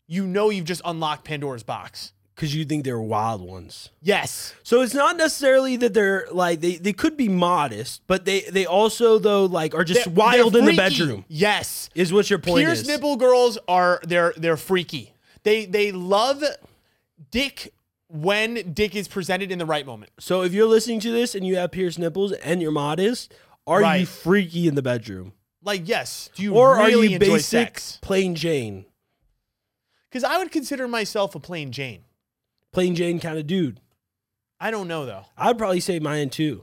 you know you've just unlocked Pandora's box.
because you think they're wild ones.
Yes.
So it's not necessarily that they're like they, they could be modest, but they they also though like are just
They're-
wild
they're
in the
freaky.
bedroom.
Yes.
Is what your point
Pierce
is?
nipple girls are they're they're freaky. They they love dick when dick is presented in the right moment.
So if you're listening to this and you have pierced nipples and you're modest, are you
Right.
freaky in the bedroom?
Like yes, do you
or
really
are you
enjoy
basic
sex?
plain Jane?
Because I would consider myself a plain Jane.
Plain Jane kind of dude.
I don't know though.
I'd probably say mine too.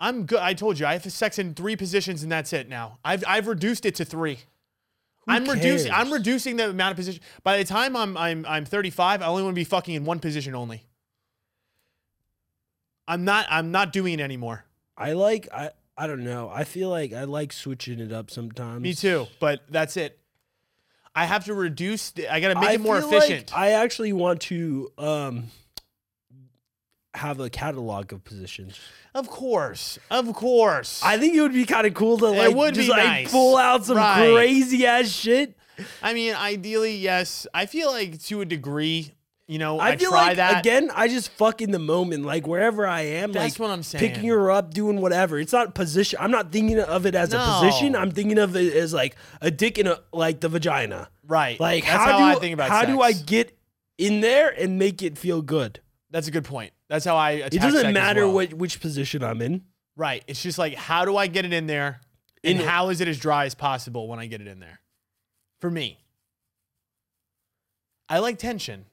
I'm good. I told you I have sex in three positions and that's it. Now I've I've reduced it to three.
Who
I'm reducing.
cares?
I'm reducing the amount of position. By the time I'm I'm I'm 35, I only want to be fucking in one position only. I'm not. I'm not doing it anymore.
I like I I don't know. I feel like I like switching it up sometimes.
Me too, but that's it. I have to reduce. The, I got to make
I
it more
feel like
efficient.
I actually want to um have a catalog of positions.
of course, of course. I,
I think it would be kind of cool to like
would
just
be
like
nice.
pull out some
Right.
crazy ass shit.
mean, ideally, yes. I feel like to a degree, you know, I,
I, feel
try
like
that.
again, I just fuck in the moment, like wherever I am,
That's
like
what I'm saying.
picking her up, doing whatever. It's not position. I'm not thinking of it as a position.
No.
I'm thinking of it as like a dick in a like the vagina.
right.
Like
that's
how,
how,
do
I think about.
how do I
sex.
get in there and make it feel good?
That's a good point. That's how I. Attack
It
sex
doesn't
as
matter
well.
what which position I'm in.
Right. It's just like how do I get it in there, and
In-
how is it as dry as possible when I get it in there? For me, I like tension.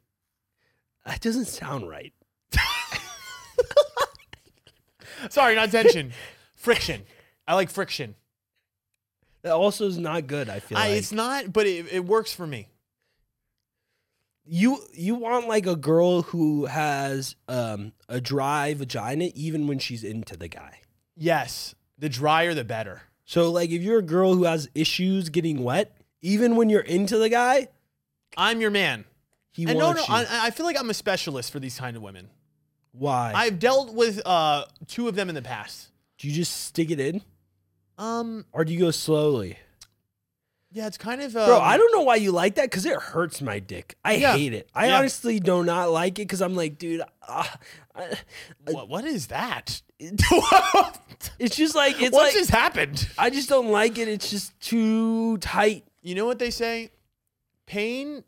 That doesn't sound right.
Sorry, not tension. friction. I like friction.
That also is not good. I feel
I,
like
it's not, but it, it works for me.
you you want like a girl who has um a dry vagina even when she's into the guy.
Yes, the drier the better.
So like if you're a girl who has issues getting wet, even when you're into the guy,
I'm your man.
he
and no, no,
wants you.
I, I feel like I'm a specialist for these kind of women.
Why?
I've dealt with uh, two of them in the past.
do you just stick it in
Um,
or do you go slowly?
Yeah, it's kind of.
Bro,
um,
I don't know why you like that because it hurts my dick. I
Yeah.
hate it. I
Yeah.
honestly do not like it because I'm like, dude, ah, I-
What, what is that?
it's just like it's
What's
like
just happened?
I just don't like it. It's just too tight.
You know what they say? Pain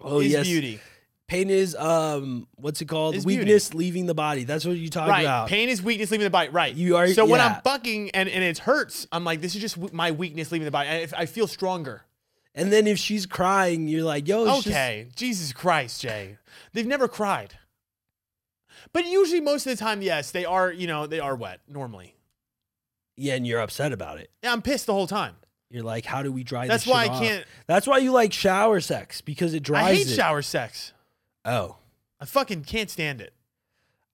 Oh
is
yes,
beauty.
pain is um, what's it called?
Is beauty.
Weakness leaving the body. That's what you talk
Right.
about.
Pain is weakness leaving the body. Right.
You are-
So when
yeah.
I'm bucking and, and it hurts, I'm like, this is just w- my weakness leaving the body. I, I feel stronger.
And then if she's crying, you're like, yo, Oh, it's just-
okay. Jesus Christ, Jay. They've never cried. But usually, most of the time, yes, they are. You know, they are wet normally.
yeah, and you're upset about it.
Yeah, I'm pissed the whole time.
You're like, how do we dry?
That's
this shit
why I
off?
can't-
That's why you like shower sex because it dries.
I hate
it.
shower sex.
Oh,
I fucking can't stand it.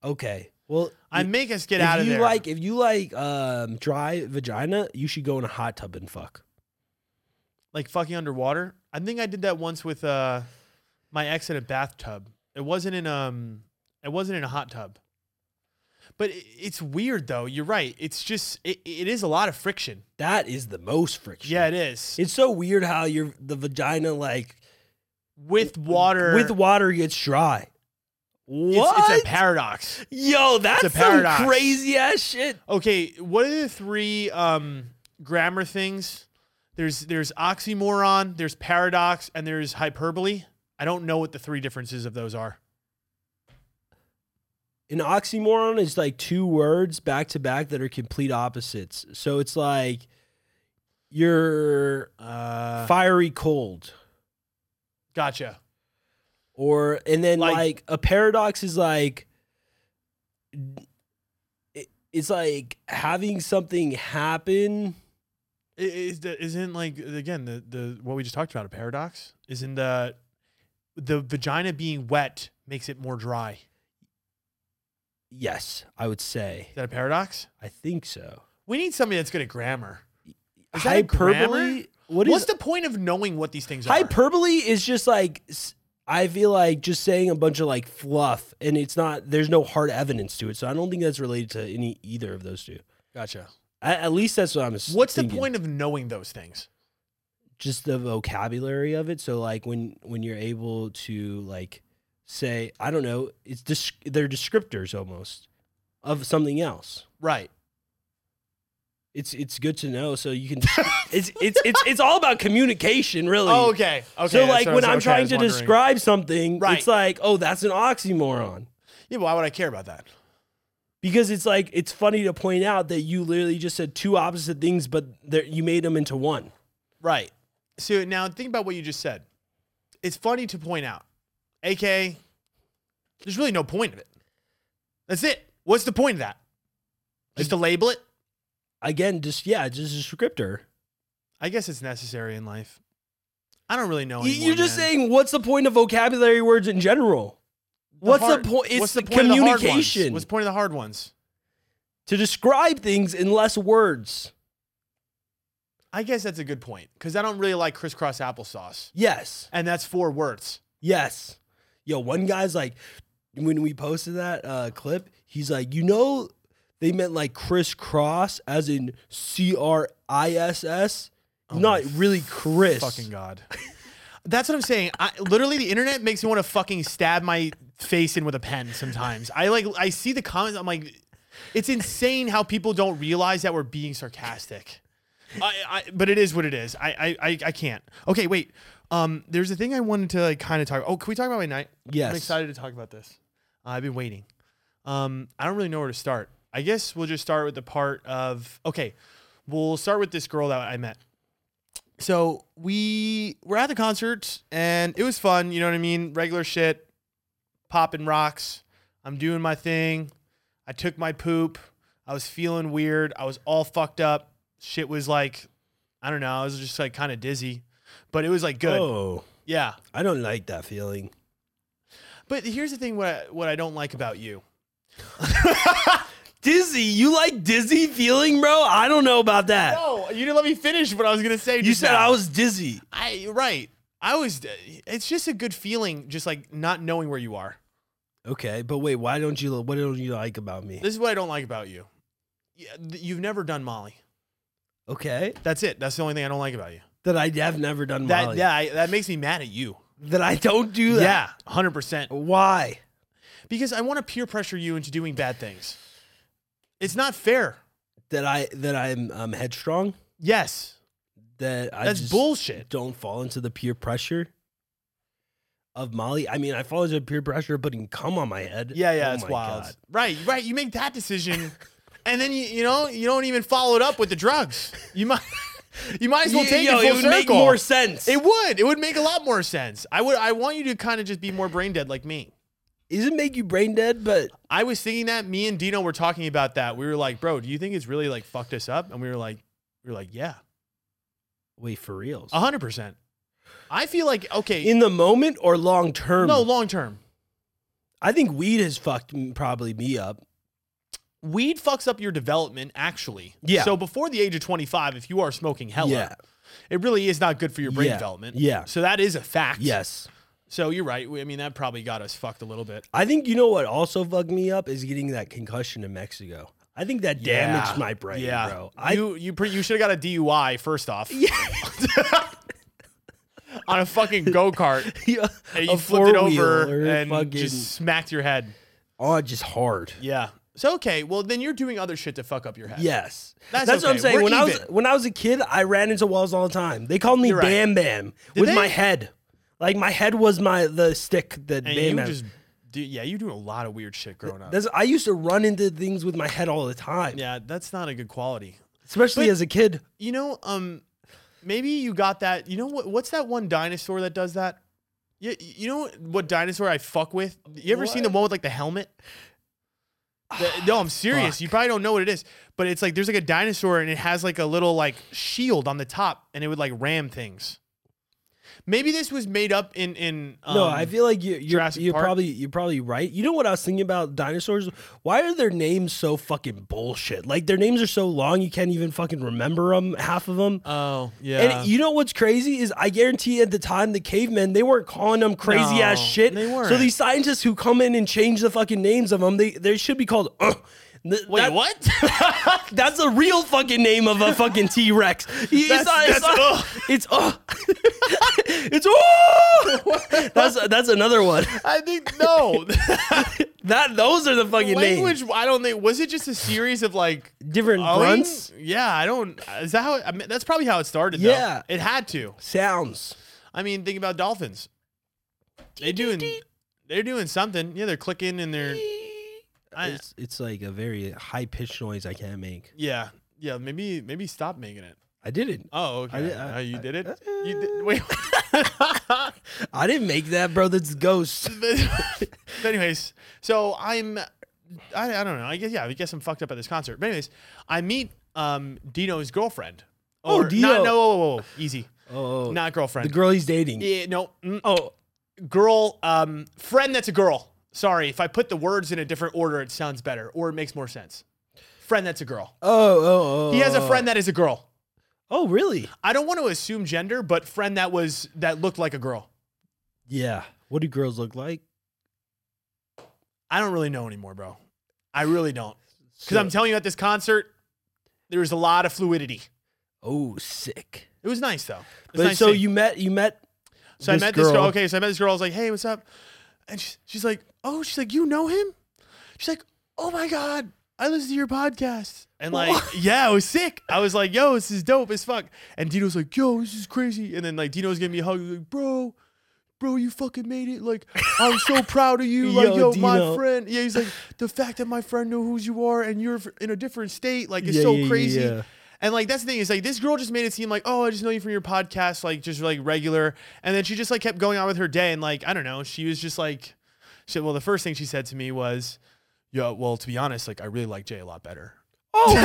okay. Well,
I make us get
if
out of
you
there.
like if you like um dry vagina, you should go in a hot tub and fuck.
like fucking underwater. I think I did that once with uh my ex in a bathtub. It wasn't in um it wasn't in a hot tub. But it, it's weird though. You're right. It's just it, it is a lot of friction.
That is the most friction.
Yeah, it is.
It's so weird how your the vagina like
with water
with water gets dry. What?
it's, it's a paradox.
Yo, that's
a
some
paradox.
crazy ass shit.
Okay, what are the three um grammar things? There's there's oxymoron, there's paradox, and there's hyperbole. I don't know what the three differences of those are.
An oxymoron is like two words back to back that are complete opposites. So it's like you're
Uh
fiery cold.
gotcha.
or and then like,
Like-
a paradox is like it- it's like having something happen
I- is the, isn't like again the, the what we just talked about a paradox isn't the the vagina being wet makes it more dry is
yes i would say
that a paradox
i think so
we need somebody that's good at grammar Is that a
hyperbole what
what's
is
the point of knowing what these things are
hyperbole is just like s- i feel like just saying a bunch of like fluff and it's not there's no hard evidence to it so i don't think that's related to any either of those two
gotcha
I, at least that's what i'm s-
what's
thinking.
the point of knowing those things
just the vocabulary of it. So like when when you're able to like say I don't know, it's dis- they're descriptors almost of something else.
right
It's it's good to know so you can. it's it's it's it's all about communication, really.
oh, okay okay
So
that's what
like
I
when
was-
I'm
okay, I
trying
was
to
wondering.
describe something,
Right.
it's like oh that's an oxymoron
yeah why would i care about that
because it's like it's funny to point out that you literally just said two opposite things, but they're- you made them into one.
Right. So now think about what you just said. It's funny to point out, AK, there's really no point of it. That's it. What's the point of that? Just to label it?
Again, just yeah, just a descriptor.
I guess it's necessary in life. I don't really know.
Y-
Anymore,
You're just
Oh, man.
saying, what's the point of vocabulary words in general? what's
hard-
the point? It's
what's
the,
of the hard ones?
communication
what's the point of the hard ones?
to describe things in less words.
I guess that's a good point because I don't really like crisscross applesauce,
Yes,
and that's four words.
yes. Yo, one guy's like, when we posted that uh, clip, he's like, you know, they meant like crisscross, as in C R I S S,
Oh
not
my
really Chris.
Fucking god. That's what I'm saying. I, literally, the internet makes me want to fucking stab my face in with a pen. Sometimes I like I see the comments. I'm like, it's insane how people don't realize that we're being sarcastic. I, I, but it is what it is. I, I, I, I can't. Okay, wait. Um, there's a thing I wanted to like kind of talk. Oh, can we talk about my night?
Yes.
I'm excited to talk about this. Uh, I've been waiting. Um, I don't really know where to start. I guess we'll just start with the part of okay. We'll start with this girl that I met so we were at the concert and it was fun. You know what I mean? Regular shit, popping rocks. I'm doing my thing. I took my poop. I was feeling weird. I was all fucked up. Shit was like, I don't know. I was just like kind of dizzy, but it was like good.
Oh,
Yeah.
I don't like that feeling.
But here's the thing: what I, what I don't like about you.
Dizzy, you like dizzy feeling, bro? I don't know about that.
No, you didn't let me finish what I was gonna say.
you said I was dizzy.
I you're right. I was. It's just a good feeling, just like not knowing where you are.
Okay, but wait, why don't you? What don't you like about me?
This is what I don't like about you. Yeah, th- You've never done Molly.
Okay,
That's it. That's the only thing I don't like about you.
that I have never done
That
Molly.
yeah, I, that makes me mad at you.
That I don't do that.
Yeah, hundred percent.
Why?
Because I want to peer pressure you into doing bad things. It's not fair.
That I that I'm um, headstrong.
Yes,
That I
that's
just
bullshit.
don't fall into the peer pressure of Molly. I mean, I fall into peer pressure of putting cum on my head.
Yeah, yeah,
Oh
it's
my
wild.
God.
Right, right. You make that decision, and then you you know you don't even follow it up with the drugs. You might you might as well
Y-
take
yo,
it full
would
circle.
make more sense.
it would. It would make a lot more sense. I would. I want you to kind of just be more brain dead like me.
doesn't make you brain dead, but
I was thinking that me and Dino were talking about that. We were like, "Bro, do you think it's really like fucked us up?" And we were like, "We were like, yeah,
wait for reals.
hundred percent." I feel like okay,
In the moment or long term?
no, long term,
I think weed has fucked m- probably me up.
weed fucks up your development. Actually,
Yeah.
So before the age of twenty five, if you are smoking hella,
yeah.
it really is not good for your brain
Yeah.
development.
Yeah.
So that is a fact.
Yes.
So you're right. We- I mean, that probably got us fucked a little bit.
I think you know what also fucked me up is getting that concussion in Mexico. I think that damaged
Yeah.
my brain,
yeah.
bro. I
you you pre- you should have got a DUI first off.
Yeah.
On a fucking go kart, and you
a
flipped it
four-wheel
over
or a
and
fucking,
just smacked your head.
oh, just hard.
Yeah. So okay, well then you're doing other shit to fuck up your head.
Yes.
That's
That's, what I'm
okay.
saying.
We're
when I was
even.
when I was a kid, I ran into walls all the time. They called me
You're right.
Bam Bam with
they?
my head. Like my head was my the stick that
And
Bam
you
Bam.
just do, yeah, you do a lot of weird shit growing up.
That's, I used to run into things with my head all the time,
yeah, that's not a good quality.
especially
But-
as a kid.
You know, um, maybe you got that. You know what? What's that one dinosaur that does that? You, you know what dinosaur I fuck with? You ever seen the
What?
one with like the helmet? The- no, I'm serious. You probably don't know what it is, but it's like there's like a dinosaur and it has like a little like shield on the top and it would like ram things. Maybe this was made up in in um,
no, I feel like you, you're,
Jurassic
you're
Park?
probably you're probably right. You know what I was thinking about dinosaurs? Why are their names so fucking bullshit? Like their names are so long you can't even fucking remember them. Half of them.
oh yeah
And you know what's crazy is I guarantee at the time the cavemen they weren't calling them crazy ass
No,
shit.
they
So
weren't.
these scientists who come in and change the fucking names of them, they they should be called. Uh, Th-
wait
that-
what?
That's a real fucking name of a fucking T Rex. It's
That's-
not-
that's
it's
oh.
not-
Ugh.
it's uh, it's oh. That's that's another one.
I think no
That those are the fucking
language. I don't think was it just a series of like
names. Different
Owing?
grunts,
Yeah, I don't. Is that how? I mean, that's probably how it started.
Yeah.
though. it had to.
sounds.
I mean, think about dolphins. They doing, they're doing something. Yeah, they're clicking and they're. I,
It's it's like a very high pitched noise I can't make.
yeah, yeah. Maybe, maybe stop making it.
I didn't.
Oh, okay.
I did- I- uh,
oh, you did it.
I-
you did, wait.
I didn't make that, bro. That's ghost.
But anyways, so I'm, I, I don't know. I guess yeah. I guess I'm fucked up at this concert. But anyways, I meet um Dino's girlfriend.
Oh,
Or-
Dino.
Not, no, whoa, whoa, whoa, easy.
Oh,
Not girlfriend.
the girl he's dating.
Yeah, no. mm,
Oh,
Girl, um, friend that's a girl. Sorry, if I put the words in a different order, it sounds better or it makes more sense. Friend that's a girl.
oh, oh, oh.
He has a friend that is a girl.
Oh, really?
I don't want to assume gender, but friend that was that looked like a girl.
Yeah. What do girls look like?
I don't really know anymore, bro. I really don't. Because
So-
I'm telling you, at this concert, there was a lot of fluidity.
oh, sick.
It was nice though. It was
But
nice
so
seeing-
you met you met.
So
this
I met this girl.
girl.
Okay, so I met this girl. I was like, "Hey, what's up?" And she's, she's like, "Oh, she's like, you know him?" She's like, "Oh my god, I listen to your podcast." And like,
What?
yeah, I was sick. I was like, "Yo, this is dope as fuck." And Dino's like, "Yo, this is crazy." And then like Dino's giving me a hug. He's like, "Bro, bro, you fucking made it. Like, I'm so proud of you. Like,
Yo,
yo, my
Dino.
friend. Yeah, he's like, the fact that my friend knew who you are and you're in a different state, like, it's
Yeah,
so
yeah, yeah,
crazy."
yeah.
And like that's the thing is like this girl just made it seem like oh I just know you from your podcast like just like regular and then she just like kept going on with her day and like I don't know she was just like she, well the first thing she said to me was yeah well to be honest like I really like Jay a lot better
Oh,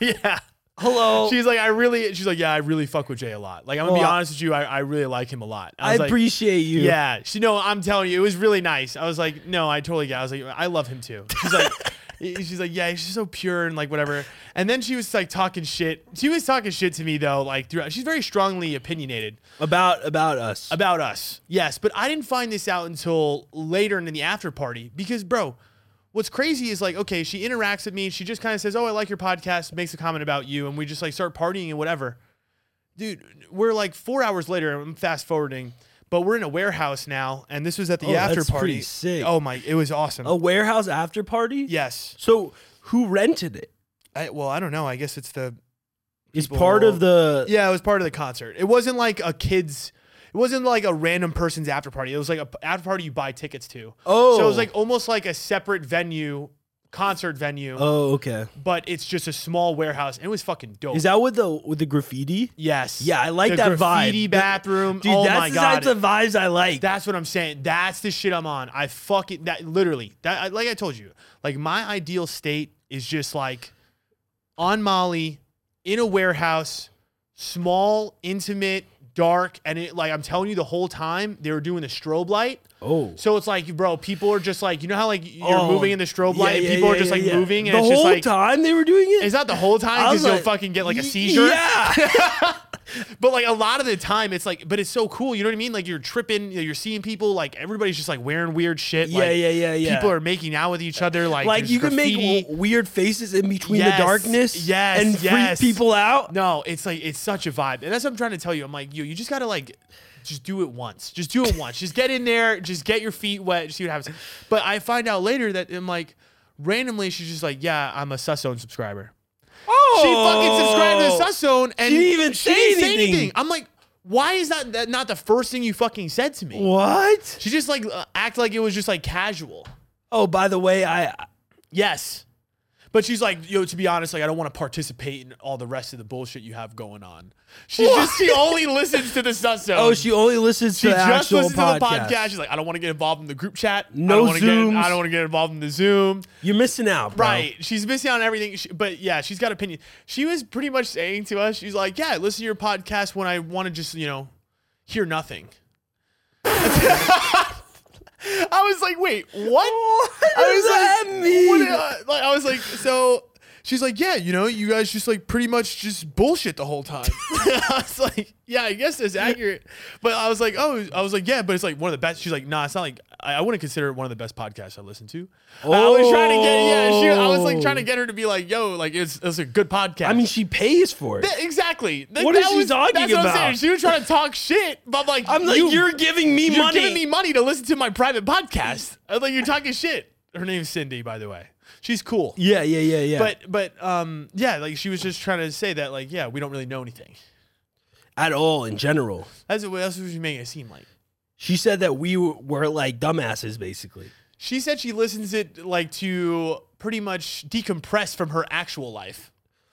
really?
yeah
Hello.
she's like I really she's like yeah I really fuck with Jay a lot like I'm gonna be
Well, I-
honest with you I, I really like him a lot
I,
was like,
appreciate you.
yeah she no I'm telling you it was really nice I was like no I totally get it. I was like I love him too she's like she's like yeah she's so pure and like whatever and then she was like talking shit she was talking shit to me though like throughout she's very strongly opinionated
About about us.
about us. Yes, but I didn't find this out until later in the after party because, bro, what's crazy is like, okay, she interacts with me. She just kind of says, "Oh, I like your podcast," makes a comment about you, and we just like start partying and whatever. dude, we're like four hours later. I'm fast forwarding, but we're in a warehouse now, and this was at the
Oh,
after
that's
party.
pretty sick.
Oh my, it was awesome.
A warehouse after party?
yes.
So who rented it?
I, well, I don't know. I guess it's the
It's
People-
part of the
yeah. It was part of the concert. It wasn't like a kids. It wasn't like a random person's after party. It was like a p- after party you buy tickets to.
Oh.
So it was like almost like a separate venue, concert venue,
Oh, okay.
but it's just a small warehouse. And it was fucking dope.
Is that with the with the graffiti?
yes.
Yeah, I like
the
that vibe.
graffiti bathroom.
Dude,
oh
that's
my
the
god.
types of vibes I like.
That's what I'm saying. That's the shit I'm on. I fucking that literally. That I, like I told you. Like my ideal state is just like on Molly in a warehouse, small, intimate, dark, and it like I'm telling you the whole time they were doing the strobe light.
oh.
So it's like, bro, people are just like, you know how like you're
Oh.
moving in the strobe
Yeah,
light and
yeah,
people are
yeah,
just
yeah,
like
yeah.
moving and
the
it's
whole
just like
time they were doing it?
it's not the whole time
I was
because you'll
like,
fucking get like a
"Ye-
seizure.
Yeah.
But like a lot of the time, it's like, but it's so cool. You know what I mean? Like you're tripping, you're seeing people. Like everybody's just like wearing weird shit.
yeah,
like,
yeah, yeah, yeah.
People are making out with each other. Like
like
there's
you can make
graffiti.
w- weird faces in between
Yes,
the darkness
yes,
and freak
yes.
people out.
No, it's like it's such a vibe, and that's what I'm trying to tell you. I'm like, yo, you just gotta like, just do it once. Just do it once. Just get in there. Just get your feet wet. and See what happens. But I find out later that I'm like, randomly, she's just like, yeah, I'm a Suszone subscriber.
Oh.
She fucking subscribed to Sus Zone and
She didn't even say anything.
I'm like, why is that, that not the first thing you fucking said to me?
What?
She just like uh, act like it was just like casual.
Oh, by the way, I
Yes. But she's like, yo, to be honest, like I don't want to participate in all the rest of the bullshit you have going on. She's just she only listens to the Sus Zone.
Oh, she only listens
She
to the
just
actual
listens
podcast.
to the podcast. She's like, I don't want to get involved in the group chat.
No
I don't wanna get-
Zooms.
I don't want to get involved in the Zoom.
You're missing out, bro.
Right. She's missing out on everything. She, but yeah, she's got opinion. She was pretty much saying to us, she's like, yeah, I listen to your podcast when I want to just, you know, hear nothing. I was like, wait, what?
Oh,
I
does
was
that
like,
mean?
what did I- like, I was like, so she's like, yeah, you know, you guys just like pretty much just bullshit the whole time. I was like, yeah, I guess that's accurate. But I was like, oh, I was like, yeah, but it's like one of the best. She's like, nah, it's not like I, I wouldn't consider it one of the best podcasts I listen to. And I was trying to get, yeah, she, I was like
Oh.
trying to get her to be like, yo, like it's, it's a good podcast.
I mean, she pays for it.
Th- exactly. Th-
What
that
is she
was-
talking
that's what I'm
about?
saying. She was trying to talk shit, but I'm like,
I'm like,
you-
you, are giving me
you're
money.
giving me money to listen to my private podcast. I was like, you're talking shit. Her name's Cindy, by the way. She's cool.
yeah, yeah, yeah, yeah.
But but um yeah, like she was just trying to say that like yeah, we don't really know anything.
at all in general,
That's what else was she making it seem like.
she said that we were, were like dumbasses, basically.
She said she listens it like to pretty much decompress from her actual life.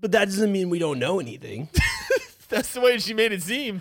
But that doesn't mean we don't know anything.
That's the way she made it seem.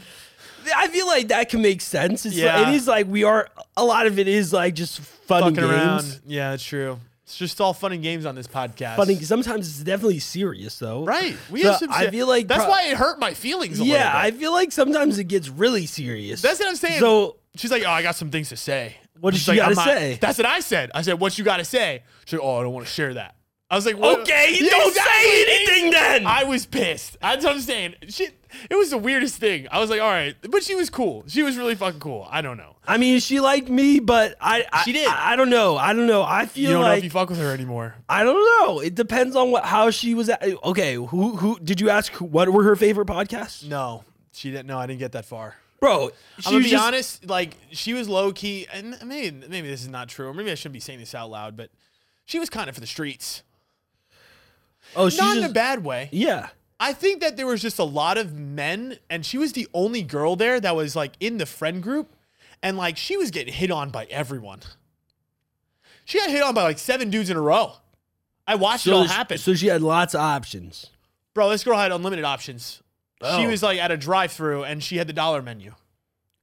I feel like that can make sense. It's
Yeah.
like, it is like we are. A lot of it is like just fun and
Fucking
games.
around. Yeah, that's true. It's just all fun and games on this podcast.
Funny. Sometimes it's definitely serious though.
Right. We
So
have some
I
se-
feel like
That's
pro-
why it hurt my feelings a
Yeah,
little bit.
I feel like sometimes it gets really serious.
That's what I'm saying.
So
She's like, oh, I got some things to say.
What
She's
did you
like, I'm
gotta
not-
say?
That's what I said. I said, what you got to say? She's like, oh, I don't want to share that. I was like, what?
okay,
Yeah,
don't
exactly.
say anything then.
I was pissed. That's what I'm saying. She, it was the weirdest thing. I was like, all right. But she was cool. She was really fucking cool. I don't know.
I mean, she liked me, but I, I
She did.
I, I don't know. I don't know. I feel
You don't know
like
if you fuck with her anymore.
I don't know. It depends on what how she was. At, okay, who who did you ask? Who, what were her favorite podcasts,
No, she didn't. No, I didn't get that far.
bro?
I'm
She
gonna
was
be
just-
honest. Like she was low key, and maybe maybe this is not true, or maybe I shouldn't be saying this out loud, but she was kind of for the streets,
Oh, she's
not in
just-
a bad way.
yeah.
I think that there was just a lot of men, and she was the only girl there that was like in the friend group, and like she was getting hit on by everyone. She got hit on by like seven dudes in a row. I watched it all happen,
so she had lots of options.
bro. This girl had unlimited options. She
Oh.
was like at a drive-through, and she had the dollar menu.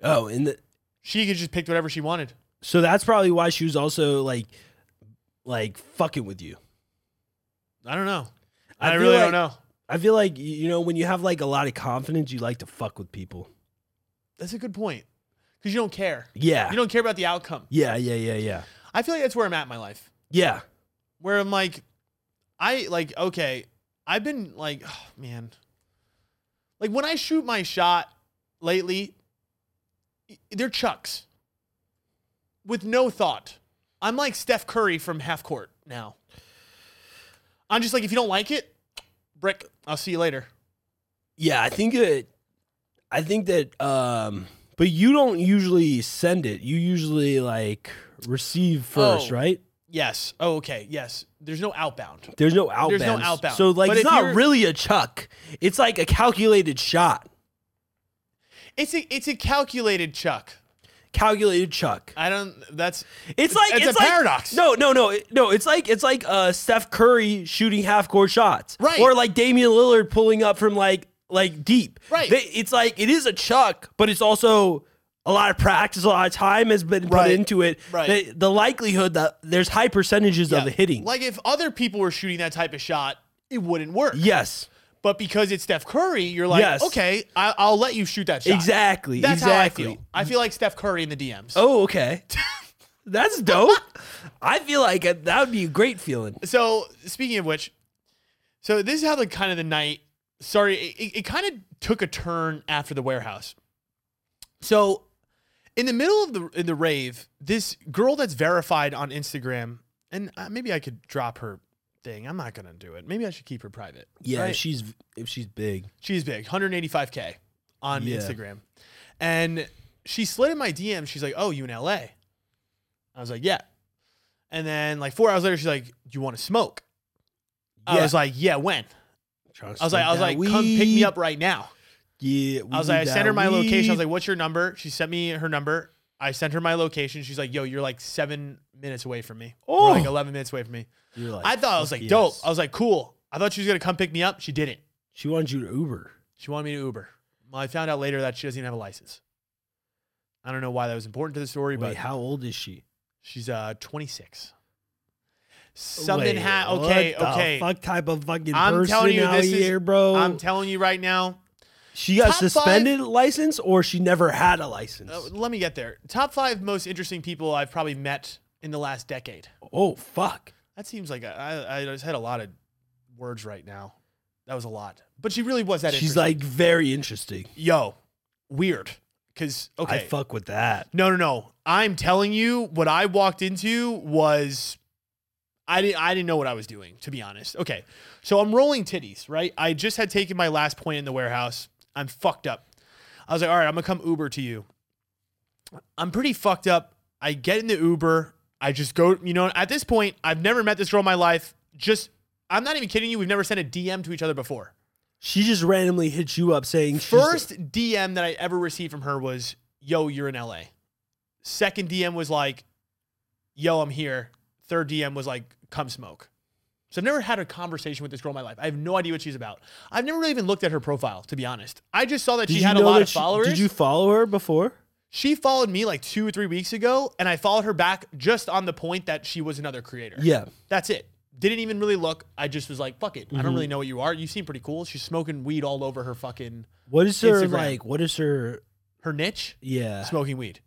Oh, and the,
She could just pick whatever she wanted.
so that's probably why she was also like, like fucking with you.
I don't know.
I
I,
feel
really don't
like-
know.
I feel like y- you know when you have like a lot of confidence, you like to fuck with people.
That's a good point because you don't care.
Yeah.
You don't care about the outcome.
yeah. Yeah. Yeah. Yeah.
I feel like that's where I'm at in my life.
Yeah.
where I'm like, I like, okay, I've been like, oh, man, like when I shoot my shot lately, i- they're chucks with no thought. I'm like Steph Curry from half court now. I'm just like, if you don't like it, brick, I'll see you later.
Yeah. I think it. I think that um but you don't usually send it. You usually like receive first,
Oh.
right?
Yes. Oh, okay. Yes. There's no outbound.
There's no outbound.
There's no outbound.
So like
But
it's
if
not
you're-
really a chuck. It's like a calculated shot.
It's a it's a calculated chuck.
Calculated chuck.
I don't. That's
It's like
It's
it's,
a
like-
paradox.
No, no, no, it- no. It's like it's like uh, Steph Curry shooting half court shots,
Right.
Or like Damian Lillard pulling up from like like deep,
Right.
They, it's like it is a chuck, but it's also a lot of practice, a lot of time has been put
Right.
into it.
Right.
The, the likelihood that there's high percentages
yeah.
of the hitting.
Like if other people were shooting that type of shot, it wouldn't work.
yes,
But because it's Steph Curry, you're like,
Yes.
okay, I, I'll let you shoot that shot.
exactly.
That's
exactly.
how I feel. I feel like Steph Curry in the DMs.
Oh, okay. That's dope. I feel like it- that would be a great feeling.
So speaking of which, so this is how the kind of the night. Sorry, it, it, it kind of took a turn after the warehouse. So, in the middle of the in the rave, this girl that's verified on Instagram, and uh, maybe I could drop her thing. I'm not gonna do it. Maybe I should keep her private.
Yeah,
right?
if she's if she's big.
She's big, 185k on
Yeah.
Instagram. And she slid in my DM. She's like, "Oh, you in LA?" I was like, "Yeah." And then like 4 hours later she's like, "Do you want to smoke?" I
Yeah.
was like, "Yeah, when?"
Trying to
I was like,
sneak
I was
that
like, "Come pick me
weed.
up right now."
Yeah,
I was like, I sent her my location. I was like, "What's your number?" She sent me her number. I sent her my location. She's like, "Yo, you're like 7 minutes away from me." Or
Oh.
like 11 minutes away from me.
You're like
I thought I was
fuck
like, "Dope."
yes.
I was like, "Cool." I thought she was going to come pick me up. She didn't.
she wanted you to Uber.
She wanted me to Uber. Well, I found out later that she doesn't even have a license. I don't know why that was important to the story,
Wait,
but
how old is she?
she's uh 26. Something
Wait,
ha
what
okay,
the
okay.
fuck type of fucking
I'm
person
telling you,
out
this is-
here, bro.
I'm telling you right now.
she got
Top five-
suspended license or she never had a license.
uh, let me get there. Top five most interesting people I've probably met in the last decade.
oh fuck.
That seems like a- I, I just had a lot of words right now. That was a lot, but she really was that.
She's
interesting.
like very interesting.
yo, weird. Because okay,
I fuck with that.
No, no, no. I'm telling you, what I walked into was I didn't I didn't know what I was doing, to be honest. Okay. So I'm rolling titties, right? I just had taken my last point in the warehouse. I'm fucked up. I was like, all right, I'm gonna come Uber to you. I'm pretty fucked up. I get in the Uber. I just go, you know, at this point, I've never met this girl in my life. Just I'm not even kidding you, we've never sent a DM to each other before.
She just randomly hits you up saying she's-
First DM that I ever received from her was, "Yo, you're in LA." Second DM was like, "Yo, I'm here." Third DM was like, "Come smoke." So I've never had a conversation with this girl in my life. I have no idea what she's about. I've never really even looked at her profile, to be honest. I just saw that
Did
she
you
had a
know
lot
that
of
she-
followers.
Did you follow her before?
she followed me like two or three weeks ago, and I followed her back just on the point that she was another creator.
Yeah.
That's it. Didn't even really look. I just was like, fuck it. I
Mm-hmm.
don't really know what you are. You seem pretty cool. She's smoking weed all over her fucking
What is her
Instagram.
like? What is her?
her niche.
Yeah.
Smoking weed.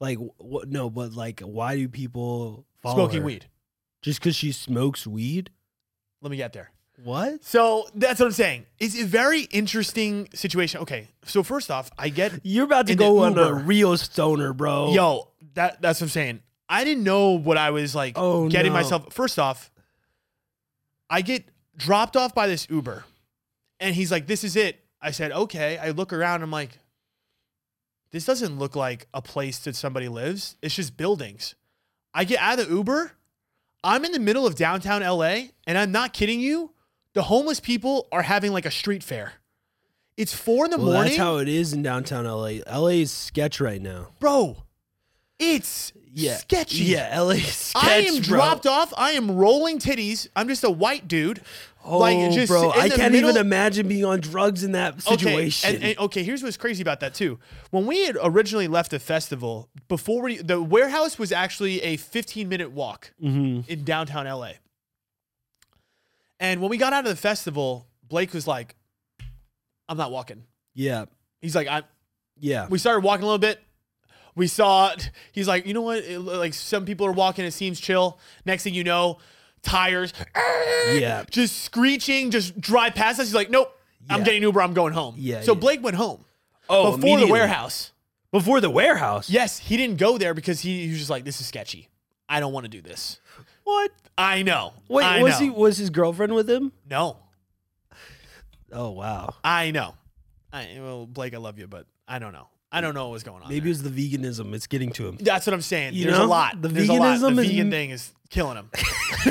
Like what? No, but like, why do people follow
smoking
her?
weed.
just because she smokes weed?
Let me get there.
What?
So that's what I'm saying. It's a very interesting situation. Okay, so first off, I get
You're about to
In the
go on a
Uber.
real stoner, bro.
yo. That that's what I'm saying. I didn't know what I was like
Oh,
getting
no.
myself. First off, I get dropped off by this Uber, and he's like, "This is it." I said, "Okay." I look around. I'm like, "This doesn't look like a place that somebody lives. It's just buildings." I get out of the Uber. I'm in the middle of downtown LA, and I'm not kidding you. The homeless people are having like a street fair. It's four in the
Well,
morning,
that's how it is in downtown LA. LA is sketch right now.
bro. It's
Yeah.
sketchy.
Yeah, LA is sketch.
I am
bro.
dropped off. I am rolling titties. I'm just a white dude.
Oh,
like, just
bro,
in
I
the
can't
middle-
even imagine being on drugs in that situation.
Okay, and, and- okay, here's what's crazy about that too. When we had originally left the festival, before we the warehouse was actually a 15 minute walk
Mm-hmm.
in downtown LA. And when we got out of the festival, Blake was like, "I'm not walking."
yeah,
He's like, "I'm."
yeah.
We started walking a little bit. We saw. He's like, "You know what? It- like some people are walking. It seems chill." Next thing you know, tires.
Yeah.
just screeching, just drive past us. He's like, nope, I'm
Yeah.
getting Uber, I'm going home.
Yeah,
So
yeah.
Blake went home
Oh,
before the
immediately.
warehouse.
Before the warehouse.
Yes, he didn't go there because he, he was just like, this is sketchy. I don't want to do this.
What?
I know.
Wait,
I
was
know.
he was his girlfriend with him?
No,
Oh wow.
I know. I, well, Blake, I love you, but I don't know. I don't know what was going on. there.
Maybe it's the veganism. It's getting to him.
that's what I'm saying.
You
There's a
know,
lot.
the
There's a lot. The
veganism is-
vegan thing is killing him.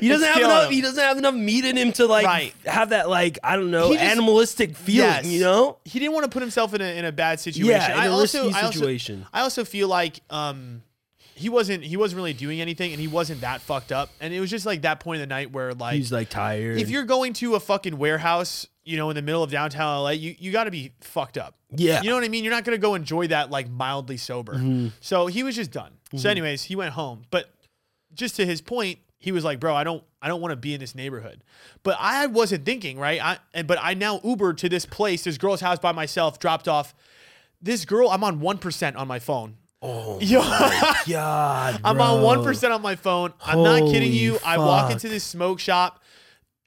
He doesn't have
killing
enough.
him.
He doesn't have enough meat in him to like
Right.
have that like I don't know
He just-
animalistic feeling.
Yes.
You know?
he didn't want to put himself in a in a bad situation.
Yeah,
I
in a
also,
risky
I also-
situation.
I also feel like um, he wasn't he wasn't really doing anything, and he wasn't that fucked up. And it was just like that point in the night where like
He's like tired.
if you're going to a fucking warehouse, you know, in the middle of downtown LA, you, you got to be fucked up.
yeah, Mm-hmm.
You know what I mean? You're not going to go enjoy that like mildly sober. So he was just done. So anyways, he went home. But just to his point, he was like, "Bro, I don't I don't want to be in this neighborhood." But I wasn't thinking, right? I and but I now Ubered to this place, this girl's house by myself, dropped off this girl, I'm on 1% on my phone.
oh
Yo.
God,
I'm on
bro.
one percent on my phone. I'm not kidding
Holy
you. I walk
fuck.
into this smoke shop.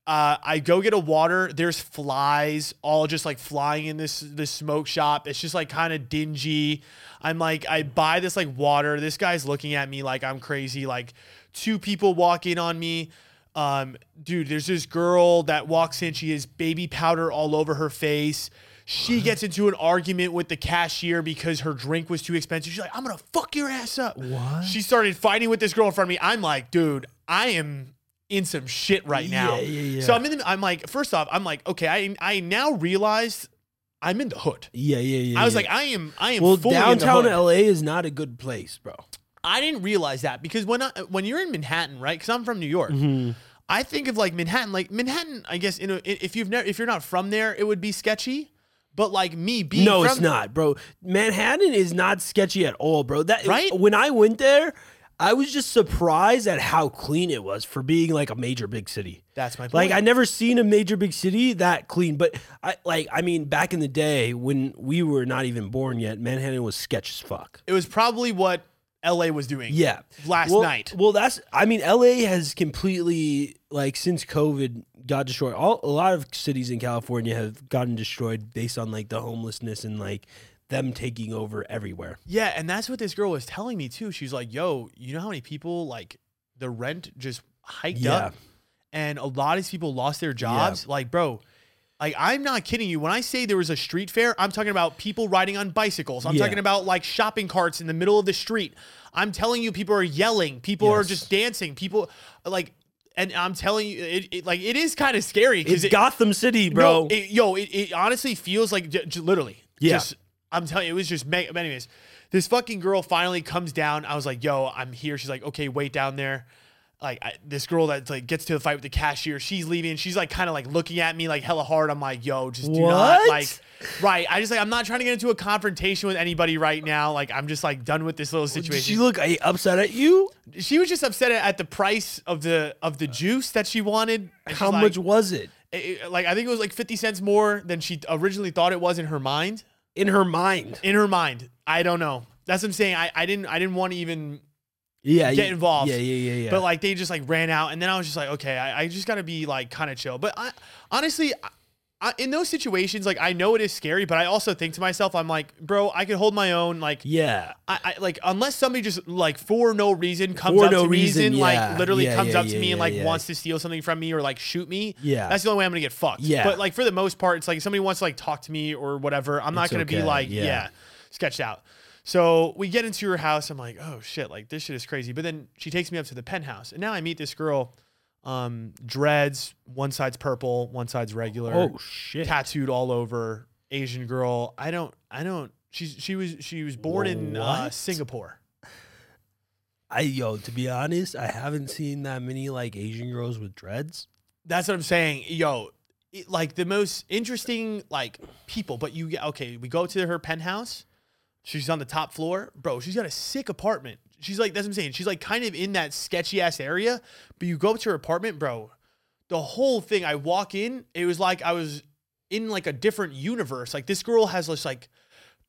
Uh, I go get a water. There's flies all just like flying in this this smoke shop. It's just like kind of dingy. I'm like I buy this like water. This guy's looking at me like I'm crazy. Like two people walk in on me. Um, dude, there's this girl that walks in. She has baby powder all over her face. She gets into an argument with the cashier because her drink was too expensive. She's like, "I'm gonna fuck your ass up."
What?
She started fighting with this girl in front of me. I'm like, dude, I am in some shit right now.
Yeah, yeah, yeah.
So I'm in the, I'm like, first off, I'm like, okay, I I now realized I'm in the hood.
Yeah, yeah, yeah.
I was
yeah.
like, I am I am
well,
fully in the hood.
downtown LA is not a good place, bro.
I didn't realize that because when I, when you're in Manhattan, right? Because I'm from New York.
Mm-hmm.
I think of like Manhattan, like Manhattan. I guess you know if you've never if you're not from there, it would be sketchy. But like me being
No,
from,
it's not, bro. Manhattan is not sketchy at all, bro. That
Right?
when I went there, I was just surprised at how clean it was for being like a major big city.
That's my point.
Like I never seen a major big city that clean, but I like I mean back in the day when we were not even born yet, Manhattan was sketch as fuck.
it was probably what L.A. was doing.
Yeah.
last
well,
night.
Well, that's I mean LA has completely like since COVID got destroyed. All, a lot of cities in California have gotten destroyed based on like the homelessness and like them taking over everywhere.
Yeah, and that's what this girl was telling me too. She's like, "Yo, you know how many people like the rent just hiked up, and a lot of these people lost their jobs. Like, bro, like I'm not kidding you. When I say there was a street fair, I'm talking about people riding on bicycles. I'm
Yeah.
talking about like shopping carts in the middle of the street. I'm telling you, people are yelling, people are
Yes.
just dancing, people like, and I'm telling you, it, it like it is kind of scary
It's
because it,
Gotham City,
no,
bro.
it- yo, it, it honestly feels like j- j- literally.
Yeah.
Just, I'm telling you, it was just. Me- but anyways, this fucking girl finally comes down. I was like, yo, I'm here. She's like, okay, wait down there. Like I, this girl that like gets to the fight with the cashier, she's leaving. She's like kind of like looking at me like hella hard. I'm like, yo, just do not
What?
like, right? I just like I'm not trying to get into a confrontation with anybody right now. Like I'm just like done with this little
Did
situation
she look eh, upset at you?
she was just upset at the price of the of the juice that she wanted. And she's
How
like-
much was it
it- it- like I think it was like 50 cents more than she originally thought it was in her mind.
in her mind?
In her mind, I don't know. That's what I'm saying. I, I didn't I didn't want to even
Yeah,
Get
yeah,
involved.
Yeah, yeah, yeah, yeah.
but like they just like ran out and then I was just like okay, I, I just got to be like kind of chill. But I honestly I, I, in those situations like I know it is scary, but I also think to myself I'm like, bro, I can hold my own like
yeah,
I, I like unless somebody just like for no reason comes
For
up
no
to reason,
reason,
like
yeah.
literally
Yeah,
comes
yeah,
up to
yeah,
me and
yeah,
like
yeah.
wants to steal something from me or like shoot me.
Yeah.
that's the only way I'm gonna get fucked.
Yeah.
but like for the most part, it's like if somebody wants to like talk to me or whatever. I'm not
It's
gonna be
okay,
like yeah.
yeah.
sketched out. So we get into her house. I'm like, oh shit, like this shit is crazy. But then she takes me up to the penthouse, and now I meet this girl, um, dreads. One side's purple, one side's regular
oh shit.
tattooed all over asian girl i don't i don't she's she was she was born in uh,
What?
singapore
I yo, to be honest, I haven't seen that many like Asian girls with dreads.
that's what i'm saying yo it- like the most interesting like people but you okay we go to her penthouse she's on the top floor bro she's got a sick apartment she's like that's what i'm saying she's like kind of in that sketchy ass area but you go up to her apartment bro the whole thing i walk in it was like i was in like a different universe like this girl has this like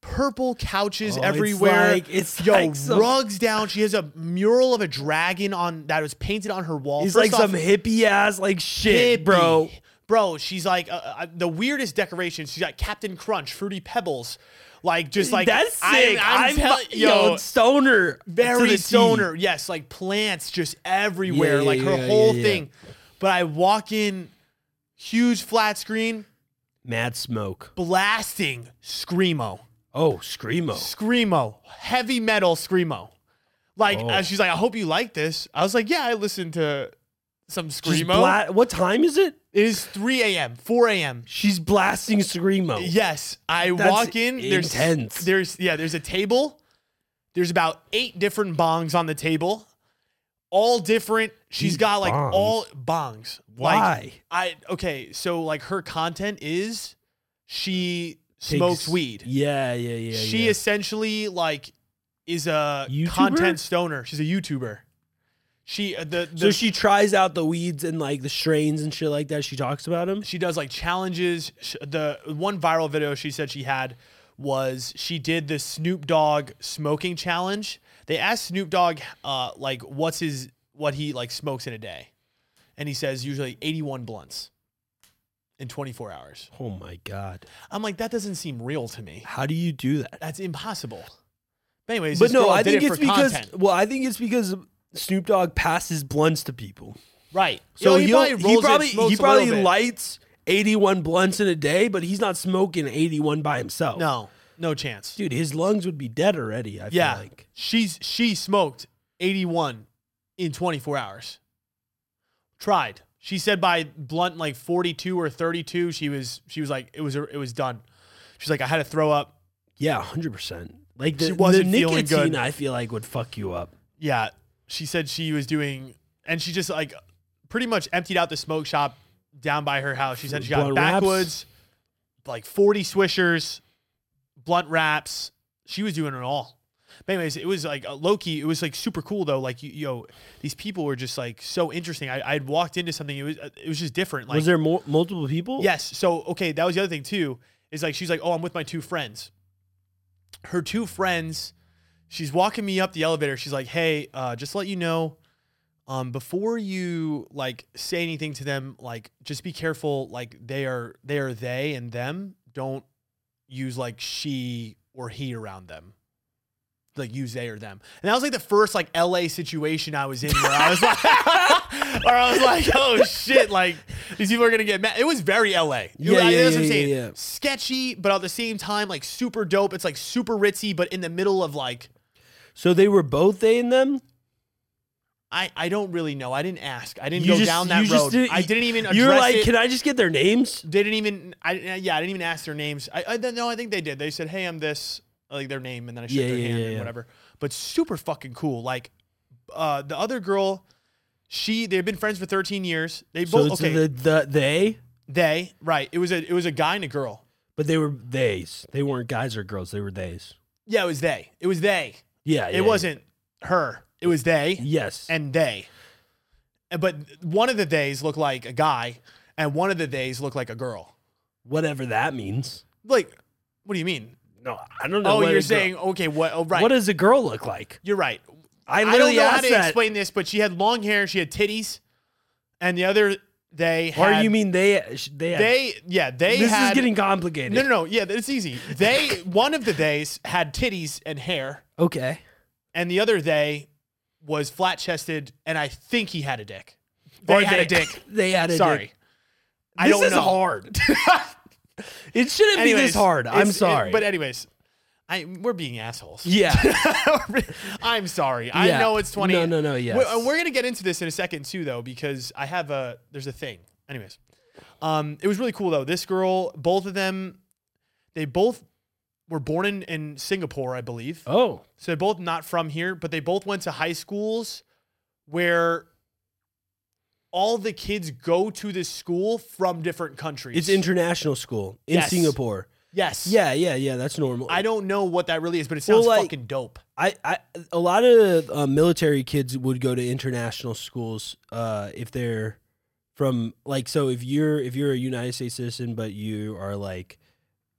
purple couches
Oh, it's
everywhere
like- it's
yo
like some-
rugs down she has a mural of a dragon on that was painted on her wall
He's
First
like
off,
some hippie ass like shit,
hippie.
bro.
Bro, she's like uh, uh, the weirdest decorations. She's got Captain Crunch, Fruity Pebbles, like just like
That's sick.
I'm,
I'm,
tell-
fu- yo, stoner, to the
very
T.
stoner. Yes, like plants just everywhere,
yeah,
like her
yeah,
whole
yeah, yeah.
thing. But I walk in, huge flat screen,
Mad Smoke.
blasting screamo,
Oh, Screamo.
screamo, heavy metal screamo. Like
Oh.
uh, she's like, I hope you like this. I was like, Yeah, I listened to some
She's
screamo.
bla- what time is it?
it is 3 a.m., 4 a.m.
She's blasting Screamo.
Yes, I
Oh. That's
walk in. There's
intense.
There's yeah. There's a table. There's about eight different bongs on the table, all different. She's
These
got like
bongs?
all bongs. Like,
Why?
I okay. So like her content is she smokes
Takes-
weed.
Yeah, yeah, yeah.
she
yeah.
essentially like is a
YouTuber?
content stoner. She's a YouTuber. She uh, the, the
So she tries out the weeds and like the strains and shit like that. She talks about them.
she does like challenges. Sh- The one viral video she said she had was she did the Snoop Dogg smoking challenge. They asked Snoop Dogg uh, like what's his what he like smokes in a day, and he says usually 81 blunts in 24 hours.
Oh my god!
I'm like that doesn't seem real to me.
How do you do that?
That's impossible. But anyways,
but
this
no,
girl
I
did
think
it
it's
for
because
content.
well, I think it's because Snoop Dogg passes blunts to people.
right.
So
You know,
he'll- he
rolls it,
probably
smokes
he
a
probably
little bit.
lights eighty one blunts in a day, but he's not smoking eighty one by himself.
no no chance.
dude, his lungs would be dead already. I
Yeah.
feel like
She's she smoked 81 in 24 hours. Tried. She said by blunt like 42 or 32, she was she was like it was it was done. She's like I had to throw up.
yeah, hundred percent. Like the,
She
the
wasn't feeling
nicotine,
good.
I feel like would fuck you up.
Yeah. She said she was doing and she just like pretty much emptied out the smoke shop down by her house. She said she got
Blunt wraps?
backwoods, like 40 swishers, blunt wraps. She was doing it all. But anyways, it was like Loki. It was like super cool though. Like you, yo, these people were just like so interesting. I I had walked into something. It was uh, it was just different. Like
was there mo- multiple people?
Yes. So okay, that was the other thing too. Is like she's like, oh, I'm with my two friends. Her two friends, she's walking me up the elevator. She's like, hey, uh, just to let you know, um, before you like say anything to them, like just be careful. Like they are they are they and them. Don't use like she or he around them. Like use they or them, and that was like the first like LA situation I was in where I was like, or I was like, oh shit, like these people are gonna get mad. It was very LA. It
Yeah,
was- I-
yeah,
that's what I'm
yeah,
saying.
yeah, yeah.
Sketchy, but at the same time like super dope. It's like super ritzy, but in the middle of like
So they were both they and them.
I I don't really know. I didn't ask. I didn't
You
go
just-
down
you
that
just
road.
didn't-
I didn't even.
You're
address
like,
it.
can I just get their names?
They didn't even. I yeah. I didn't even ask their names. I, I no. I think they did. They said, "Hey, I'm this." Like their name, and then I shook
Yeah,
their
yeah,
hand
yeah,
and
yeah.
whatever. But super fucking cool. Like uh, the other girl, she they've been friends for 13 years. They
So
both
it's
okay.
the, the they,
they right. It was a it was a guy and a girl.
but they were theys. They weren't guys or girls. They were theys.
Yeah, it was they. It was they.
Yeah, yeah,
It wasn't her. It was they
Yes.
and they. And- But one of the theys looked like a guy, and one of the theys looked like a girl.
whatever that means.
Like, what do you mean?
No, I don't know.
Oh,
what a
you're
girl-
saying okay? What? Oh, right.
what does a girl look like?
You're right. I
I
don't
literally
know how
asked
to
that.
explain this, but she had long hair, she had titties, and the other they
or
had.
you mean they? They. had-
they? Yeah, they.
this
had,
is getting complicated.
No, no, no. Yeah, it's easy. They one of the theys had titties and hair,
Okay.
and the other they was flat chested, and I think he had a dick. They
Or
had a dick.
they had a
Sorry,
dick.
I
This
don't
is
know.
hard. it shouldn't be
Anyways,
this hard. I'm
it's- it-
sorry.
but anyways, I we're being assholes.
yeah.
I'm sorry. I
Yeah.
know it's 20.
No, no, no,
We're-
yes.
We're, gonna get into this in a second too, though, because I have a there's a thing. Anyways, um, it was really cool though. This girl, both of them, they both were born in in Singapore, I believe.
oh.
So they're both not from here, but they both went to high schools where all the kids go to this school from different countries.
It's international school in
Yes.
Singapore.
yes.
Yeah, yeah, yeah. That's normal.
I don't know what that really is, but it
Well,
sounds
like-
fucking dope.
I, I a lot of uh, military kids would go to international schools uh, if they're from like so if you're if you're a United States citizen but you are like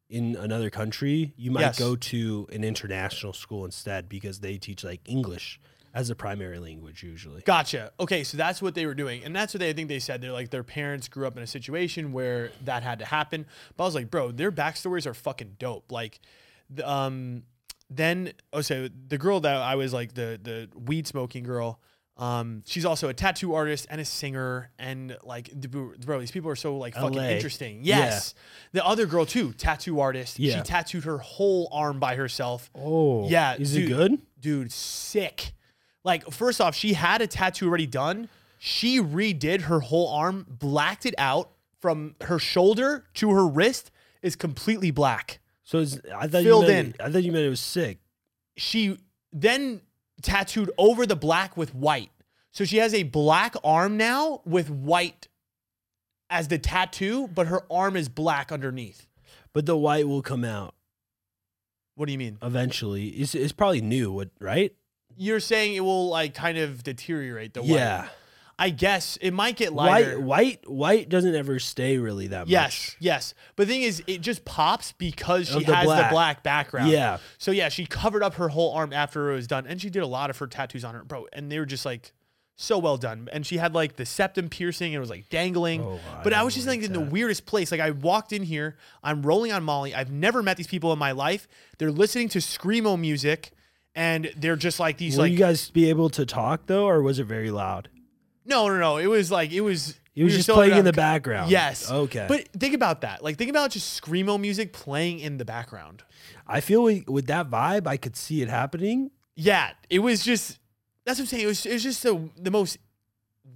in another country you might
Yes.
go to an international school instead because they teach like English as a primary language usually.
Gotcha. Okay, so that's what they were doing, and that's what they I think they said. They're like their parents grew up in a situation where that had to happen. But I was like, bro, their backstories are fucking dope. Like, the, um, then oh, so the girl that I was like the the weed smoking girl, Um, she's also a tattoo artist and a singer, and like, d- bro, these people are so like fucking
LA.
interesting. Yes, the other girl too, tattoo artist.
Yeah.
She tattooed her whole arm by herself
Oh,
Yeah,
Is
dude.
it good?
dude, sick. Like, first off, she had a tattoo already done. She redid her whole arm, blacked it out from her shoulder to her wrist is completely black.
So it's, I thought
Filled
you meant, I thought you meant it was sick.
She then tattooed over the black with white. So she has a black arm now with white as the tattoo, but her arm is black underneath.
But the white will come out
What do you mean?
eventually. It's, it's probably new, what, right?
You're saying it will like kind of deteriorate the white.
yeah.
I guess it might get lighter.
White, white, white doesn't ever stay really that
Yes, yes. But the thing is, it just pops because she
Of the
has the
black.
black
much.
background.
Yeah.
So yeah, she covered up her whole arm after it was done, and she did a lot of her tattoos on her, bro. And they were just like so well done. And she had like the septum piercing, and it was like dangling.
Oh, I
but I
don't
was just
like
like in the
that.
weirdest place. Like I walked in here, I'm rolling on Molly. I've never met these people in my life. They're listening to screamo music, and they're just like these
Will
like
you guys be able to talk though, or was it very loud?
no, no, no. It was like it was.
It was
we were
just
still
playing in
around-
the background.
Yes.
Okay.
But think about that. Like think about just screamo music playing in the background.
I feel with, with that vibe, I could see it happening.
Yeah, it was just that's what I'm saying. It was it was just the the most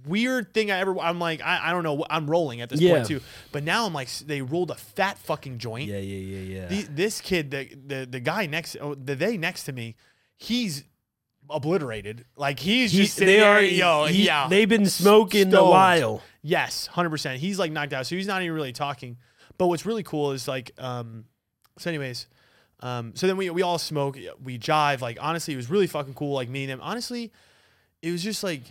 weird thing I ever. I'm like I, I don't know. I'm rolling at this
Yeah.
point too. But now I'm like s- they rolled a fat fucking joint.
Yeah, yeah, yeah, yeah.
The, this kid, the the the guy next, oh, the they next to me, he's obliterated. Like he's
He-
just sitting there. yo,
he-
yeah.
They've been smoking a
stoned.
while.
Yes, hundred percent. He's like knocked out, so he's not even really talking. But what's really cool is like, um, so anyways, um, so then we we all smoke, we jive. Like honestly, it was really fucking cool. Like meeting them. Honestly, it was just like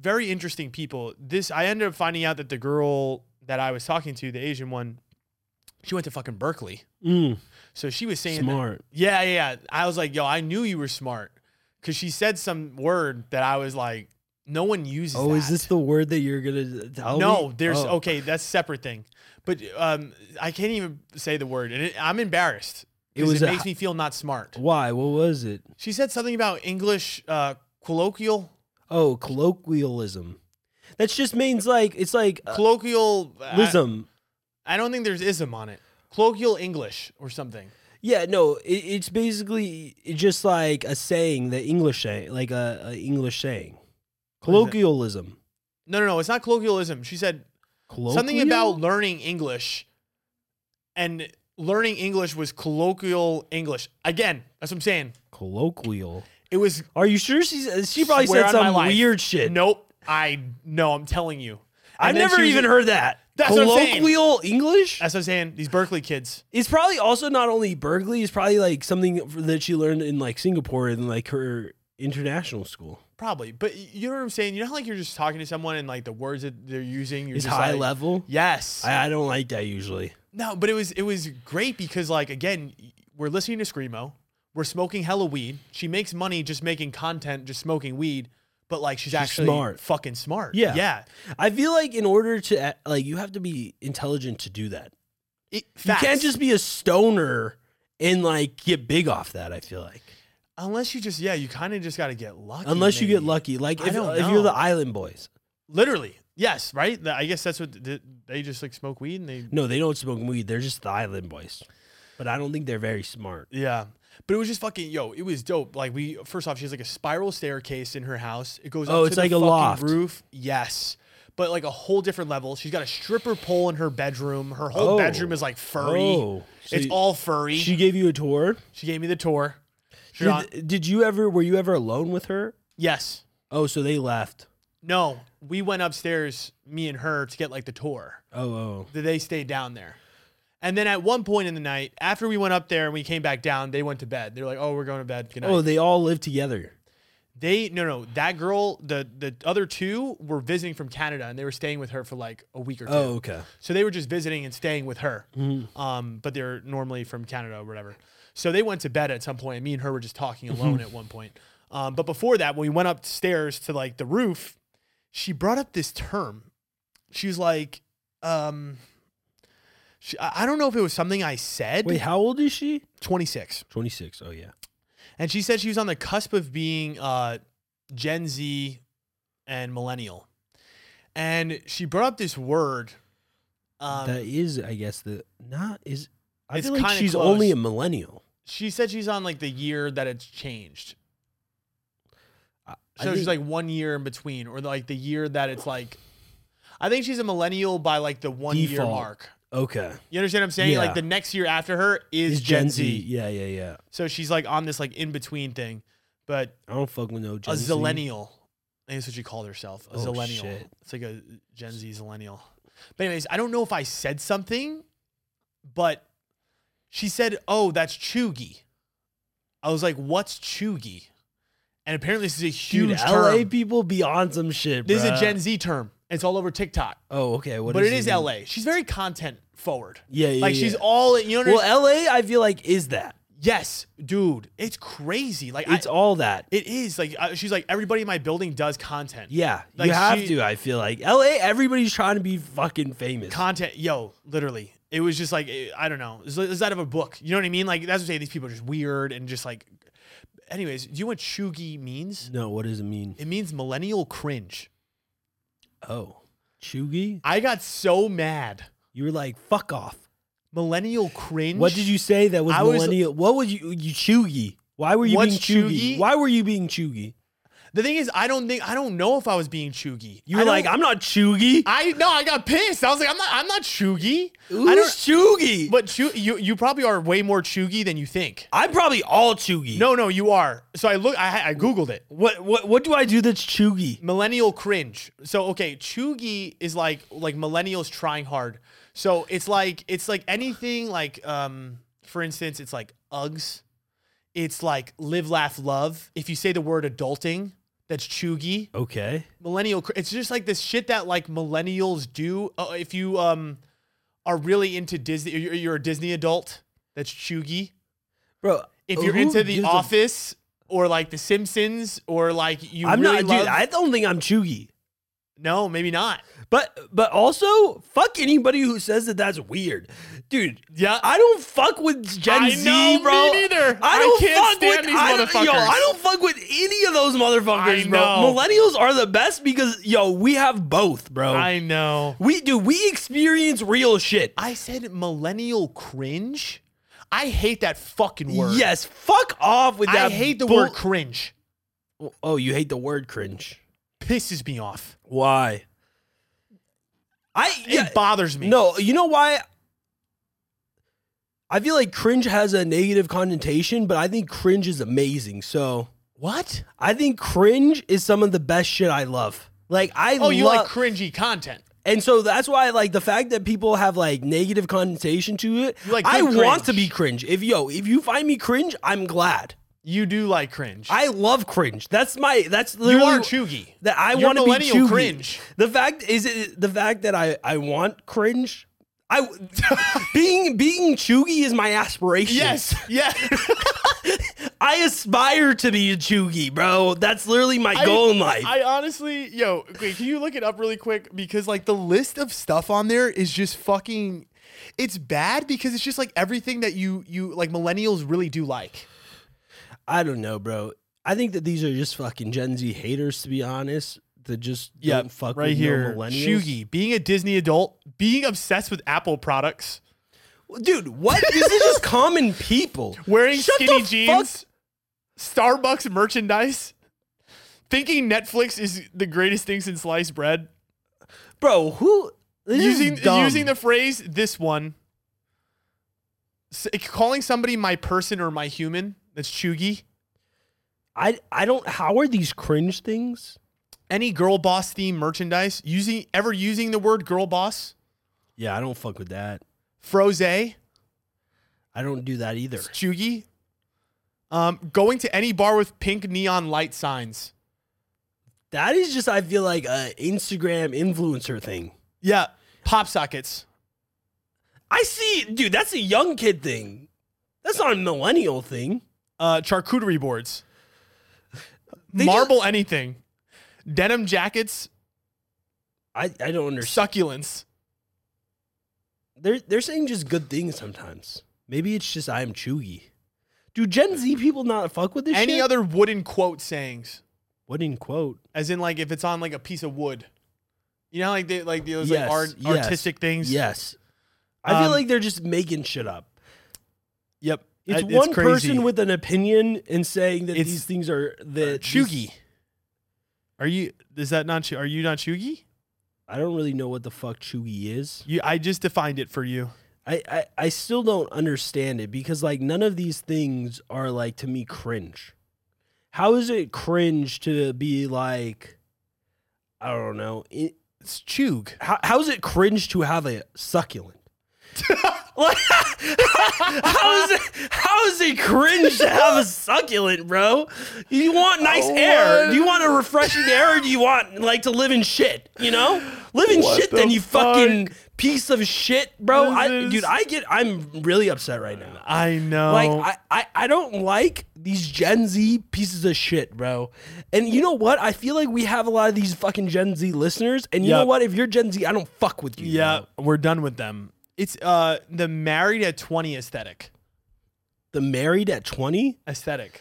very interesting people. This I ended up finding out that the girl that I was talking to, the Asian one, she went to fucking Berkeley.
Mm,
So she was saying, that-
smart.
yeah, yeah, yeah. I was like, yo, I knew you were smart because she said some word that I was like, no one uses.
Oh, is
that.
this the word that you're gonna tell me?
No, there's
Oh.
okay. That's a separate thing. But um, I can't even say the word, and it, I'm embarrassed.
It
It
was
It
a
makes
hi-
me feel not smart.
Why? What was it?
She said something about English uh, colloquial,
Oh, colloquialism. That just means like it's like uh,
colloquial. I-
lism.
I, don't think there's ism on it. Colloquial English or something.
Yeah, no, it, it's basically it's just like a saying, the English saying, like a, a English saying, colloquialism.
No, no, no. It's not colloquialism. She said something about learning English, and learning English was colloquial English. Again, that's what I'm saying.
colloquial.
It was
Are you sure she's uh, she probably
Swear
said
on my
some
life.
weird shit?
nope. I no. I'm telling you.
I've
And then
never
she was-
even heard that.
That's what I'm saying.
colloquial English.
That's what I'm saying. These Berkeley kids.
It's probably also not only Berkeley. It's probably like something that she learned in like Singapore and like her international school.
Probably, but y- you know what I'm saying. You know how like you're just talking to someone and like the words that they're using. You're
It's
just
high
like,
level.
Yes.
I, I don't like that usually.
no, but it was it was great because like again, y- we're listening to screamo. We're smoking hella weed. She makes money just making content, just smoking weed. But like she's, actually
smart.
fucking smart.
Yeah.
yeah.
I feel like in order to like you have to be intelligent to do that.
It,
You can't
facts.
just be a stoner and like get big off that. I feel like
unless you just yeah, you kind of just got to get lucky.
unless you get
maybe.
lucky, like
I
if,
don't
if
know.
you're the Island Boys,
literally. Yes, right. Th- I guess that's what th- they just like smoke weed and they
no, they don't smoke weed. They're just the Island Boys, but I don't think they're very smart.
Yeah. But it was just fucking yo, it was dope. Like we first off, she has like a spiral staircase in her house. It goes up
Oh,
to
it's
the
like a
fucking
loft.
roof. Yes. But like a whole different level. She's got a stripper pole in her bedroom. Her whole
Oh.
bedroom is like furry.
Oh, so
it's
you-
all furry.
She
She,
gave you a tour.
gave me the tour. She
Did,
on-
did you ever? Were you ever alone with her?
yes.
Oh, so they left.
No. We went upstairs, me and her, to get like the tour.
Oh, oh,
That they stayed down there. And then at one point in the night, after we went up there and we came back down, they went to bed. They're like, "Oh, we're going to bed. Good night."
oh! They all live together.
They no no that girl the the other two were visiting from Canada and they were staying with her for like a week or two.
Oh, Mm-hmm. okay.
So they were just visiting and staying with her. Um, but they're normally from Canada or whatever. So they went to bed at some point, and me and her were just talking
Mm-hmm.
alone at one point. Um, but before that, when we went upstairs to like the roof, she brought up this term. She was like, um, she, I I don't know if it was something I said.
Wait, how old is she?
26.
Twenty six. Oh yeah.
And she said she was on the cusp of being uh, Gen Z and millennial. And she brought up this word. Um,
that is, I guess, the not is. I
It's
feel like
kinda
she's
close.
only a millennial.
she said she's on like the year that it's changed.
I- I
So she's
think-
like one year in between, or like the year that it's like. I think she's a millennial by like the one year
Default.
mark.
okay,
You understand what I'm saying?
Yeah.
Like the next year after her is,
is
Gen, Z.
Yeah, yeah, yeah.
So she's like on this like in between thing, but
I don't fuck with no Gen
a
Z.
zillennial. I think that's what she called herself. A
Oh,
zillennial.
shit.
It's like a Gen Z zillennial. But anyways, I don't know if I said something, but she said, "Oh, that's chuggy." I was like, "What's chuggy?" And apparently, this is a huge
Dude,
term.
LA people be on some shit.
this is a
bruh.
Gen Z term. It's all over TikTok,
Oh, okay. What
but
is
it is
even-
LA. She's very content forward.
Yeah, yeah.
Like
yeah.
she's all you know.
well, LA. I feel like is that.
yes, dude, it's crazy. Like
It's
I,
all that.
it is. Like I, she's like everybody in my building does content.
Yeah,
Like,
you have
she-
to. I feel like LA. Everybody's trying to be fucking famous.
content yo literally it was just like eh, i don't know it's, it's out of a book you know what i mean like that's what i'm saying these people are just weird and just like anyways do you know what chuggy means
no, what does it mean?
it means millennial cringe
Oh, Chugi.
i got so mad
You were like, fuck off.
millennial cringe
What did you say that was
Mm. I was-
millennial? what was you you chuggy? Why were you
What's
being chuggy?
chuggy?
Why were you being chuggy?
the thing is i don't think i don't know if i was being chuggy
You were
I
like,
don't-
I'm not chuggy.
i no i got pissed i was like i'm not i'm not chuggy i
Who's
don't
chuggy?
but chu- you you probably are way more chuggy than you think
I'm probably all chuggy.
no no you are so i look i, I googled it
What what what do I do that's chuggy?
millennial cringe. So okay, chuggy is like like millennials trying hard. So it's like it's like anything like um for instance, it's like Uggs. It's like live, laugh, love. If you say the word adulting, that's chuggy.
Okay.
Millennial. cr- It's just like this shit that like millennials do. Uh, if you um are really into Disney, you're, you're a Disney adult. That's chuggy
Bro, uh,
if you're
Oh, who
into The
gives a-
Office or like The Simpsons or like you
I'm
really
not
love.
dude, I don't think I'm chuggy.
no, maybe not.
But but also fuck anybody who says that that's weird. Dude,
Yeah,
I don't fuck with
I
Gen Z,
know, me
bro.
neither.
I
I
don't
can't
fuck
stand
with
these
I don't- Yo,
motherfuckers.
I don't fuck with any of those motherfuckers,
I
bro.
know.
Millennials are the best because yo, we have both, bro.
I know.
we do. We experience real shit.
I said millennial cringe. I hate that fucking word.
Yes, fuck off with
I
that.
hate the
bull-
word cringe.
Oh, you hate the word cringe.
Pisses me off.
Why? I yeah,
It bothers me.
No, you know why? I feel like cringe has a negative connotation, but I think cringe is amazing. So
What?
I think cringe is some of the best shit I love. Like I
Oh, you
love,
like cringy content.
and so that's why like the fact that people have like negative connotation to it.
You like
I
good
want
cringe.
to be cringe. If yo, if you find me cringe, I'm glad.
You do like cringe.
I love cringe. That's my that's
you
literally-
are chuggy.
that I
You're
want to be
millennial
chuggy.
cringe.
The fact is it, the fact that I I want cringe. I being being chuggy is my aspiration.
Yes. Yeah.
I aspire to be a chuggy, bro. That's literally my goal in life.
I honestly, yo, wait, can you look it up really quick? Because like the list of stuff on there is just fucking. It's bad because it's just like everything that you you like millennials really do like.
I don't know, bro. I think that these are just fucking Gen Z haters, to be honest. That just don't fuck with No millennials.
Shugi, being a Disney adult, being obsessed with Apple products,
Dude, what? this is just common people.
wearing
Shut
skinny
the fuck-
jeans, Starbucks merchandise, thinking Netflix is the greatest thing since sliced bread,
bro. Who this is
using
dumb.
using the phrase "this one," S- calling somebody my person or my human. That's Shugi.
I I don't. How are these cringe things?
Any girl boss theme merchandise, using ever using the word girl boss,
Yeah, I don't fuck with that.
froze.
I don't do that either.
Chugi. Um, going to any bar with pink neon light signs.
That is just I feel like a Instagram influencer thing.
Yeah. Pop sockets.
I see, dude. That's a young kid thing. That's not a millennial thing.
Uh, charcuterie boards.
They just-
Marble anything. Denim jackets.
I I don't understand.
Succulents.
They're they're saying just good things sometimes. Maybe it's just I'm chuggy. Do Gen Z people not fuck with this
Any
shit?
other wooden quote sayings.
What in quote?
As in, like if it's on like a piece of wood, you know, like they like those
Yes,
like art,
yes,
artistic things.
Yes. I feel
Um,
like they're just making shit up.
Yep.
It's
Uh,
one
crazy.
person with an opinion and saying that
It's-
these things are that
Chugi.
these-
Are you? Is that not? Chu- Are you not Chugi?
I don't really know what the fuck Chugi is.
You. I just defined it for you.
I, I I still don't understand it because like none of these things are like to me cringe. How is it cringe to be like I don't know. It,
It's Chug.
how, how is it cringe to have a succulent? Like, how is it how is it cringe to have a succulent, bro? You want nice
What?
air. Do you want a refreshing air or do you want like to live in shit? You know? Live in
What
shit
the
then you
fuck?
fucking piece of shit, bro.
This
I,
is- Oh.
dude, I get I'm really upset right now.
I know.
Like I, I, I don't like these Gen Z pieces of shit, bro. And you know what? I feel like we have a lot of these fucking Gen Z listeners. And you know
Yep.
what? If you're Gen Z, I don't fuck with you.
yeah,
bro.
we're done with them. It's uh the married at twenty aesthetic.
The married at 20?
Aesthetic.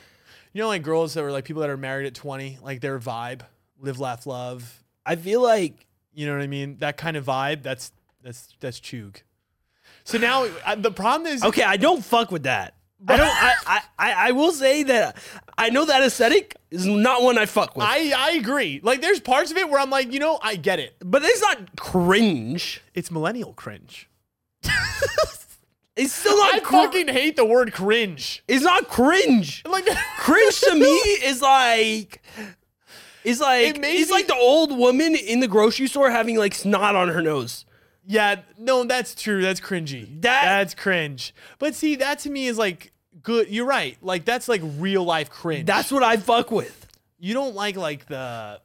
You know, like girls that were like people that are married at twenty, like their vibe, live, laugh, love.
I feel like
You know what I mean? That kind of vibe. That's that's that's Chug. So now uh, the problem is
okay, I don't fuck with that. I don't I, I, I, I will say that I know that aesthetic is not one I fuck with.
I, I agree. Like, there's parts of it where I'm like, you know, I get it.
but it's not cringe.
It's millennial cringe.
It's still not
I
cr-
fucking hate the word cringe.
it's not cringe.
Like,
cringe to me is like is like
It made
it's
me-
like the old woman in the grocery store having like snot on her nose.
yeah, no, that's true. That's cringy.
That-
that's cringe. But see, that to me is like good. You're right. Like, that's like real life cringe.
That's what I fuck with.
you don't like like the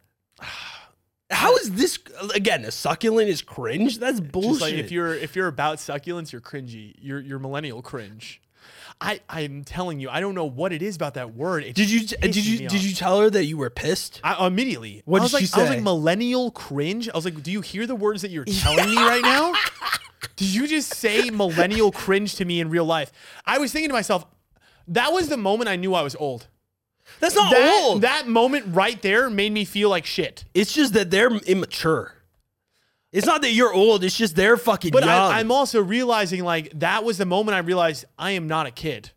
How is this again? A succulent is cringe. That's bullshit.
just like if you're if you're about succulents, you're cringy. You're you're millennial cringe. I I'm telling you, I don't know what it is about that word. It
did you
just
did
pisses
you
me
did
off.
you tell her that you were pissed?
I uh, immediately.
What
I was
did
like,
she
I was like
say?
millennial cringe. I was like, do you hear the words that you're telling me right now? Did you just say millennial cringe to me in real life? I was thinking to myself, that was the moment I knew I was old.
That's not
That,
old.
that moment right there made me feel like shit.
it's just that they're immature. It's not that you're old. It's just they're fucking
But
young.
I, I'm also realizing like that was the moment I realized I am not a kid.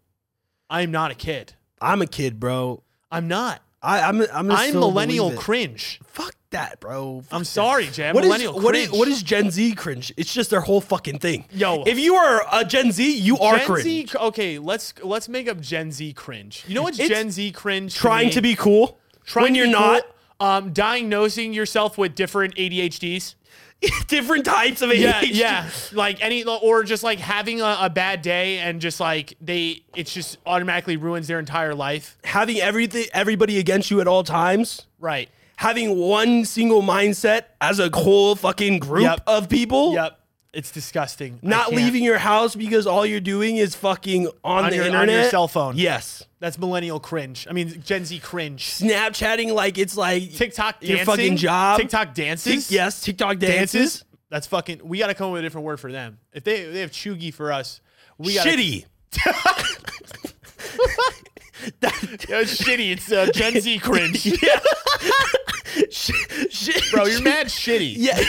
I am not a kid.
I'm a kid, bro.
I'm not.
I, I'm I'm gonna
I'm
still believe
millennial
it.
cringe.
Fuck that, bro. Fuck
I'm
that.
sorry, Jay. I'm
What is-
millennial
what
cringe.
is what is Gen Z cringe? It's just their whole fucking thing.
Yo.
if you are a Gen Z, you are
Gen
cringe.
Z, cr- okay, let's let's make up Gen Z cringe. You know what's
It's
Gen Z cringe?
trying to be cool
trying
when
to
you're
be
not.
cool, um, diagnosing yourself with different ADHDs.
Different types of ADHD.
Yeah, yeah. Like any, or just like having a, a bad day and just like they, it's just automatically ruins their entire life.
Having everything, everybody against you at all times.
Right.
Having one single mindset as a whole fucking group
Yep.
of people.
Yep. It's disgusting. I
Not
can't.
leaving your house because all you're doing is fucking on,
on
the
your,
internet.
on your cell phone.
Yes.
That's millennial cringe. I mean, Gen Z cringe.
Snapchatting like it's like
TikTok dancing.
Your fucking job.
TikTok dances.
yes, TikTok dances.
dances. That's fucking. We got to come up with a different word for them. If they they have chuggy for us, we got
Shitty. That-
Yeah, it's shitty. It's uh, Gen Z cringe,
yeah. Sh- sh-
bro. You're mad shitty.
Yeah.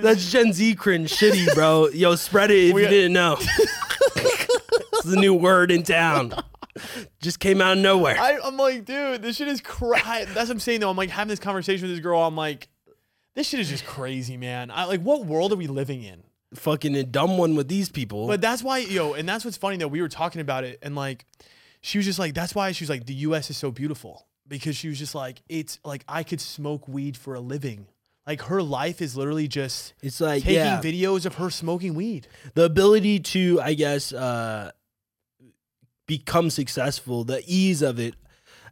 That's Gen Z cringe shitty, bro. Yo, spread it if you didn't know. it's the new word in town. Just came out of nowhere.
I, I'm like, dude, this shit is crazy. That's what I'm saying though. I'm like having this conversation with this girl. I'm like, this shit is just crazy, man. I like, what world are we living in?
Fucking a dumb one with these people.
But that's why, yo, and that's what's funny though. We were talking about it, and like, she was just like, that's why she was like, the U.S. is so beautiful because she was just like, it's like I could smoke weed for a living. Like her life is literally just
it's like
taking
yeah,
videos of her smoking weed.
the ability to, I guess, uh, become successful. The ease of it.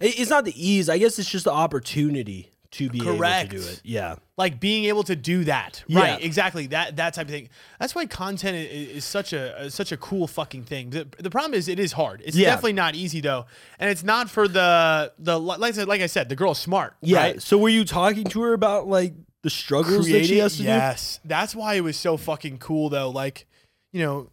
It- It's not the ease. I guess it's just the opportunity to be
Correct.
able to do it. Yeah.
like being able to do that
Yeah.
right exactly that that type of thing that's why content i- i- is, such a is such a cool fucking thing the, the problem is it is hard it's
Yeah.
definitely not easy though and it's not for the the like I said, like I said the girl's smart
Yeah.
right?
So were you talking to her about like the struggles that she
Creating-
has to do?
yes that's why it was so fucking cool though like you know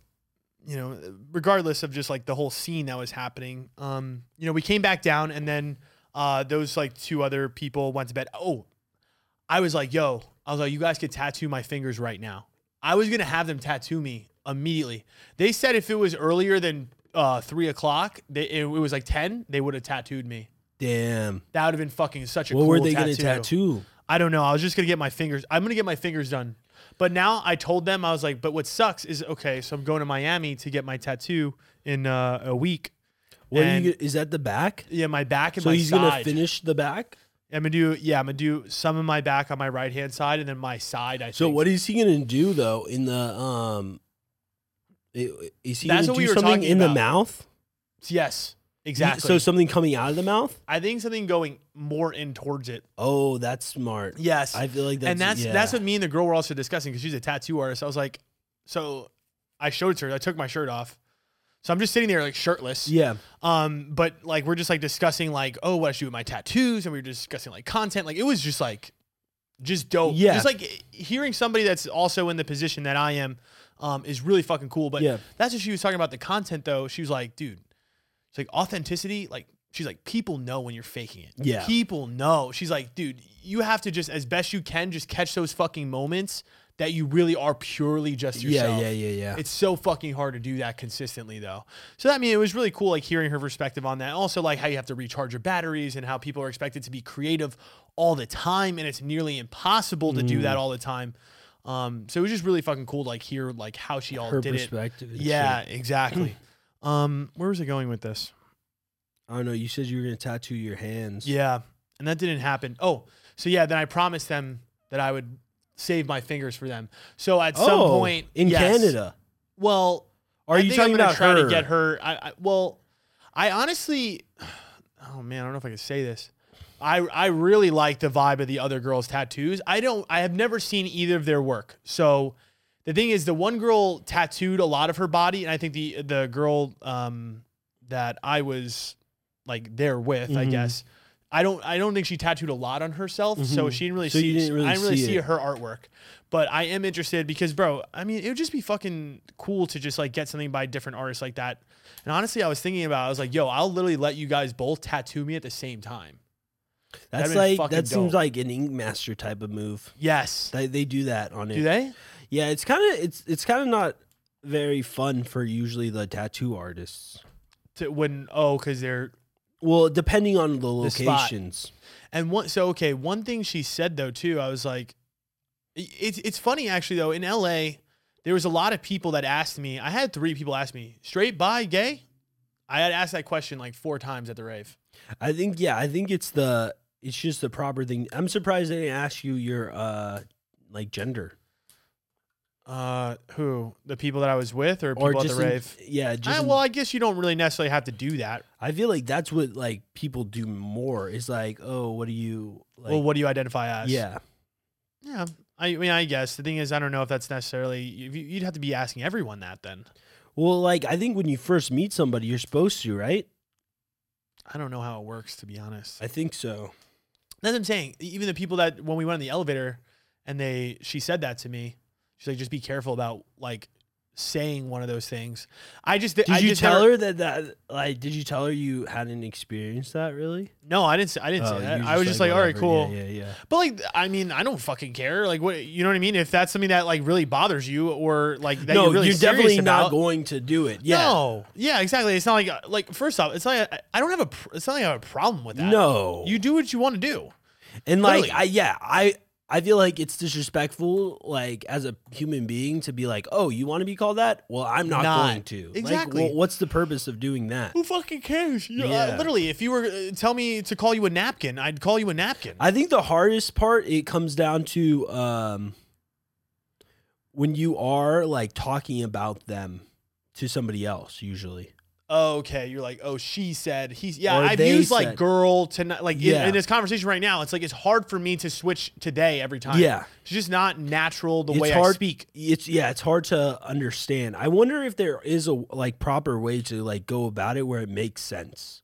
you know, regardless of just like the whole scene that was happening, um, you know, we came back down and then uh, those like two other people went to bed. Oh, I was like, yo, I was like, you guys could tattoo my fingers right now. I was gonna have them tattoo me immediately. They said if it was earlier than uh, three o'clock, they, it, was like ten, they would have tattooed me.
Damn.
That would have been fucking such a
What
cool
were they
tattoo.
gonna tattoo?
I don't know. I was just gonna get my fingers. I'm gonna get my fingers done. But now I told them I was like, but what sucks is okay. So I'm going to Miami to get my tattoo in uh, a week.
What are
And-
you? Is that the back?
Yeah, my back and
So
my
he's
side.
gonna finish the back.
I'm gonna do yeah. I'm gonna do some of my back on my right hand side and then my side. I
So
think.
what is he gonna do though? In the um, i- is he
That's
gonna
what
do
we were
something
talking
in the
about.
mouth?
Yes,
He-
exactly.
So something coming out of the mouth?
I think something going more in towards it.
Oh, that's smart.
Yes,
I feel like that's
and that's
yeah.
that's what me and the girl were also discussing because she's a tattoo artist. I was like, so I showed it to her. I took my shirt off, so I'm just sitting there like shirtless.
yeah.
Um, but like we're just like discussing like, oh, what I should do with my tattoos, and we were discussing like content. Like it was just like, just dope.
Yeah.
Just like hearing somebody that's also in the position that I am, um, is really fucking cool. But
Yeah.
that's what she was talking about the content though. She was like, dude, it's like authenticity. Like she's like, people know when you're faking it.
Yeah.
People know. She's like, dude, you have to just as best you can just catch those fucking moments that you really are purely just yourself.
Yeah, yeah, yeah, yeah.
It's so fucking hard to do that consistently though. So I mean, it was really cool like hearing her perspective on that. Also like how you have to recharge your batteries and how people are expected to be creative all the time and it's nearly impossible to do
Mm.
that all the time. Um, so it was just really fucking cool to like hear like how she all
Her
did it.
perspective. and
Yeah,
shit.
exactly. um, where was it going with this?
I don't know. You said you were gonna tattoo your hands.
Yeah, and that didn't happen. Oh, so yeah, then I promised them that I would save my fingers for them. So at some
Oh,
point
in
yes.
Canada.
Well,
Are
I
you
think
talking
I'm gonna
about
try
her?
to get her? I, I well, I honestly, oh man, I don't know if I can say this. I I really like the vibe of the other girls' tattoos. I don't. I have never seen either of their work. So the thing is, the one girl tattooed a lot of her body, and I think the the girl um, that I was like there with, I
Mhm.
guess. I don't. I don't think she tattooed a lot on herself, so
Mhm.
she didn't really
So
see.
you didn't really
I didn't really
see
see,
it.
her artwork, but I am interested because, bro. I mean, it would just be fucking cool to just like get something by different artists like that. And honestly, I was thinking about. I was like, yo, I'll literally let you guys both tattoo me at the same time.
That's
That'd been
like
fucking
that seems
dope.
like an ink master type of move.
Yes.
They they do that on it.
Do they?
Yeah, it's kind of it's it's kind of not very fun for usually the tattoo artists.
To, when oh, because they're
Well, depending on the
The spot.
locations.
And one, so okay, one thing she said though too, I was like, i- it's it's funny actually though. In L.A., there was a lot of people that asked me. I had three people ask me, straight, bi, gay. I had asked that question like four times at the rave.
I think yeah, I think it's the it's just the proper thing. I'm surprised they didn't ask you your uh like gender
Uh, who the people that I was with or people
or
at
just
the
in-
rave?
yeah, just
I,
in-
well, I guess you don't really necessarily have to do that.
I feel like that's what like people do more is like, "Oh, what do you like
well, what do you identify as?
Yeah.
yeah. I mean, I guess the thing is, I don't know if that's necessarily. you- You'd have to be asking everyone that then.
Well, like I think when you first meet somebody, you're supposed to, right?
I don't know how it works to be honest.
I think so.
That's what I'm saying. E, Even the people that when we went in the elevator and they she said that to me. She's like, just be careful about like saying one of those things. I just
Did
I
you
just
tell
never-
her that that like did you tell her you hadn't experienced that really?
No, I didn't. Say, I didn't
Oh,
say that.
you're
I was just like, all right,
whatever.
cool.
Yeah, yeah, yeah.
But like, I mean, I don't fucking care. Like, what you know what I mean? If that's something that like really bothers you or like that you're
no, you're,
really serious
definitely
about,
not going to do it. Yeah.
No, yeah, exactly. It's not like uh, like first off, it's not. Like, I don't have a. pr- It's not like I have a problem with that.
No.
you do what you want to do.
and like
Really?
I yeah, I I feel like it's disrespectful like as a human being to be like, "Oh, you want to be called that? Well, I'm not,
Not.
going to." Like,
Exactly.
well, what's the purpose of doing that?
Who fucking cares? You,
Yeah.
uh, literally, if you were uh, tell me to call you a napkin, I'd call you a napkin.
I think the hardest part it comes down to um when you are like talking about them to somebody else usually.
okay, you're like, oh, she said, he's yeah.
Or
I've
they
used like
said.
girl to not- like in-
Yeah.
in, this conversation right now. It's like it's hard for me to switch today every time.
Yeah.
it's just not natural the
It's
way I
hard-
speak.
it's yeah it's hard to understand i wonder if there is a like proper way to like go about it where it makes sense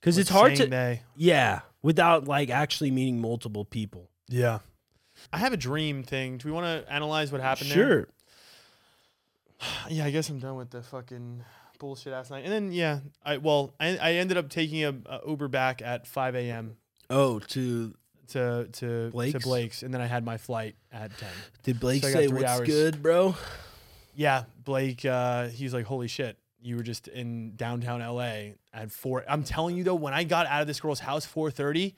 because it's hard to
Saying they.
yeah without like actually meeting multiple people
Yeah, I have a dream thing. Do we want to analyze what happened? there?
sure
yeah, I guess I'm done with the fucking bullshit ass night. And then yeah, I well, I, I ended up taking a, a Uber back at 5 a.m.
Oh, to
to to to
Blake's?
Blake's, and then I had my flight at 10.
did Blake
So I got
say
three
what's
hours.
good, bro?
Yeah, Blake, uh, he's like, holy shit. You were just in downtown LA at four. I'm telling you though, when I got out of this girl's house 4:30,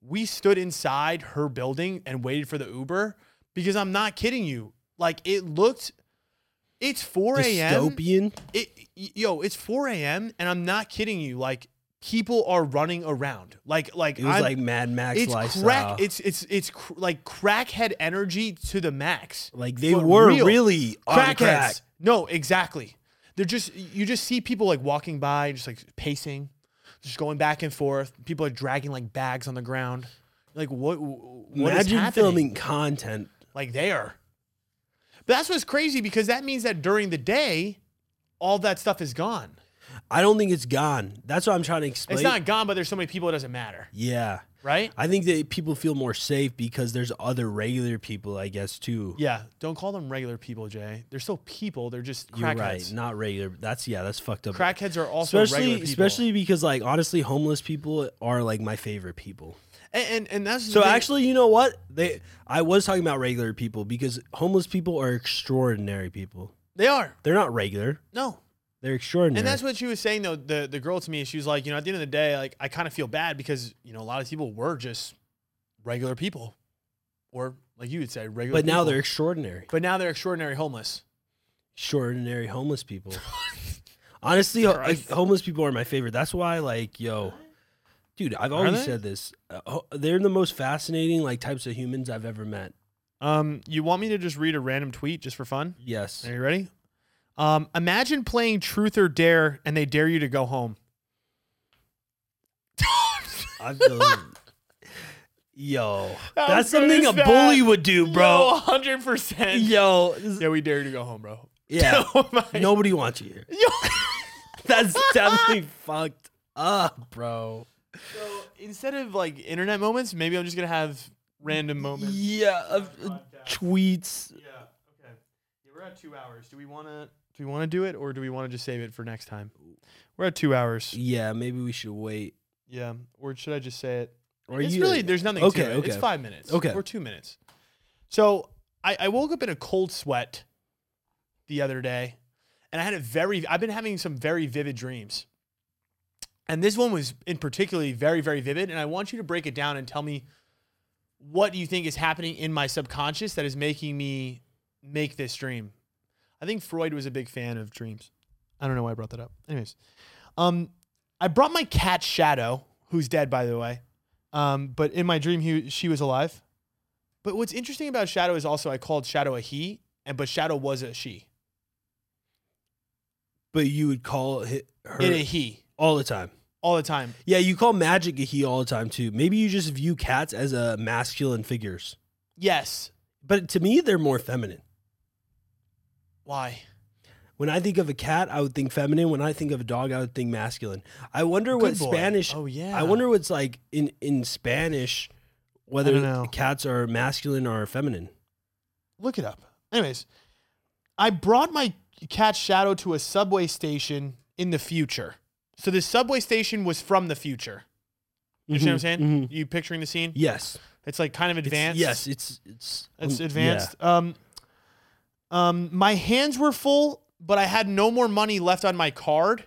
we stood inside her building and waited for the Uber because I'm not kidding you. Like it looked, it's 4 a.m.
Dystopian.
It y- yo, it's 4 a.m. and I'm not kidding you. Like people are running around. Like like
It was
I'm,
like Mad Max
it's
lifestyle.
crack. It's it's it's cr- like crackhead energy to the max.
like they
but
were
real.
really on
Crackheads.
crack.
No, exactly. They're just you just see people like walking by, just like pacing, just going back and forth. People are dragging like bags on the ground. Like what? What is
Imagine
happening?
filming content.
like there. But that's what's crazy because that means that during the day, all that stuff is gone.
I don't think it's gone. That's what I'm trying to explain.
It's not gone, but there's so many people it doesn't matter,
Yeah.
right?
I think that people feel more safe because there's other regular people, I guess, too.
Yeah, don't call them regular people, Jay. They're still people. They're just
You're
crackheads.
right. Not regular. That's yeah, that's fucked up.
Crackheads are also regular
especially
people.
especially because like honestly, homeless people are like my favorite people.
and and, and that's the
So
thing.
actually, you know what? They I was talking about regular people because homeless people are extraordinary people.
they are
They're not regular.
no.
They're extraordinary.
And that's what she was saying though. The the girl to me, she was like, you know, at the end of the day, like I kind of feel bad because you know a lot of people were just regular people, or like you would say regular.
but now
people.
they're extraordinary.
but now they're extraordinary homeless.
Extraordinary homeless people. honestly, ho-
Christ.
homeless people are my favorite. That's why like, yo, dude, I've
they?
always said this. Uh, ho- they're the most fascinating like types of humans I've ever met.
Um, you want me to just read a random tweet just for fun?
Yes.
Are you ready? Um, imagine playing Truth or Dare, and they dare you to go home.
I've done- Yo,
How
that's
good
something
is
a
that?
bully would do, bro.
hundred percent.
Yo,
Yeah, we dare you to go home, bro.
yeah.
Oh my-
Nobody wants you here. That's definitely fucked up, bro.
So instead of like internet moments, maybe I'm just gonna have random moments.
Yeah,
uh,
of- uh, tweets.
Yeah. Okay. Yeah, we're at two hours. Do we wanna do we wanna do it or do we wanna just save it for next time? We're at two hours.
Yeah, maybe we should wait.
Yeah. Or should I just say it?
Or
it's
you-
really there's nothing
Okay,
to it. It's
okay.
five minutes.
Okay.
Or two minutes. So I, I woke up in a cold sweat the other day and I had a very I've been having some very vivid dreams. And this one was in particularly very, very vivid. And I want you to break it down and tell me what you think is happening in my subconscious that is making me make this dream. I think Freud was a big fan of dreams. I don't know why I brought that up. Anyways, um, I brought my cat Shadow, who's dead by the way. Um, but in my dream, he she was alive. But what's interesting about Shadow is also I called Shadow a he, and but Shadow was a she.
But you would call hi- her
It a he
all the time.
all the time.
Yeah, you call magic a he all the time too. Maybe you just view cats as a masculine figures,
Yes.
but to me they're more feminine.
Why?
When I think of a cat, I would think feminine. When I think of a dog, I would think masculine. I wonder
Good
what
boy.
Spanish.
Oh yeah.
I wonder what's like in in Spanish,
don't
whether
know.
cats are masculine or feminine.
Look it up. Anyways, I brought my cat Shadow to a subway station in the future. So this subway station was from the future. You understand what I'm saying?
Mhm.
You picturing the scene?
Yes.
It's like kind of
It's-
advanced.
yes, it's it's
It's
um,
advanced. Um, um, my hands were full, but I had no more money left on my card,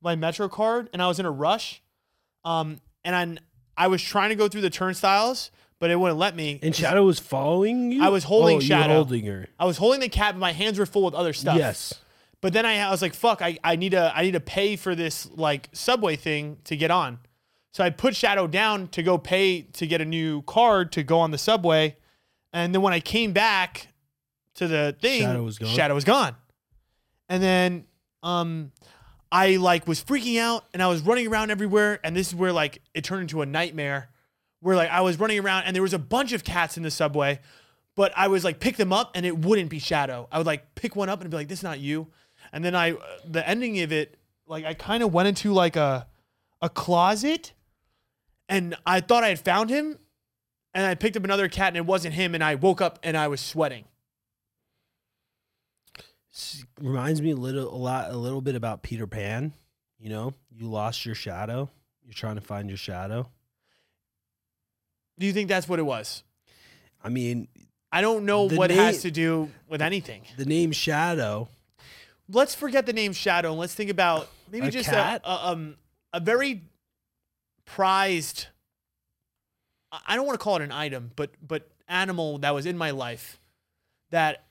my Metro card, and I was in a rush. Um, and I, I was trying to go through the turnstiles, but it wouldn't let me.
yeah. And Shadow was following you. Oh,
I was holding
you were
Shadow.
holding her.
I was holding the cap, but my hands were full with other stuff.
Yes.
But then I, I was like, fuck, I, I need to I need to pay for this like subway thing to get on. So I put Shadow down to go pay to get a new card to go on the subway. And then when I came back to the thing,
Shadow was gone.
Shadow was gone. And then um I like was freaking out and I was running around everywhere and this is where like it turned into a nightmare where like I was running around and there was a bunch of cats in the subway, but I was like pick them up and it wouldn't be Shadow. I would like pick one up and be like this is not you. And then I uh, the ending of it like I kind of went into like a a closet and I thought I had found him and I picked up another cat and it wasn't him and I woke up and I was sweating.
s- reminds me a little a lot a little bit about Peter Pan. You know, you lost your shadow. You're trying to find your shadow.
Do you think that's what it was?
I mean,
I don't know
The
what it
na-
has to do with anything.
the name Shadow.
Let's forget the name Shadow and let's think about maybe
A
just
cat?
A, a um a very prized. I- I don't want to call it an item, but but animal that was in my life that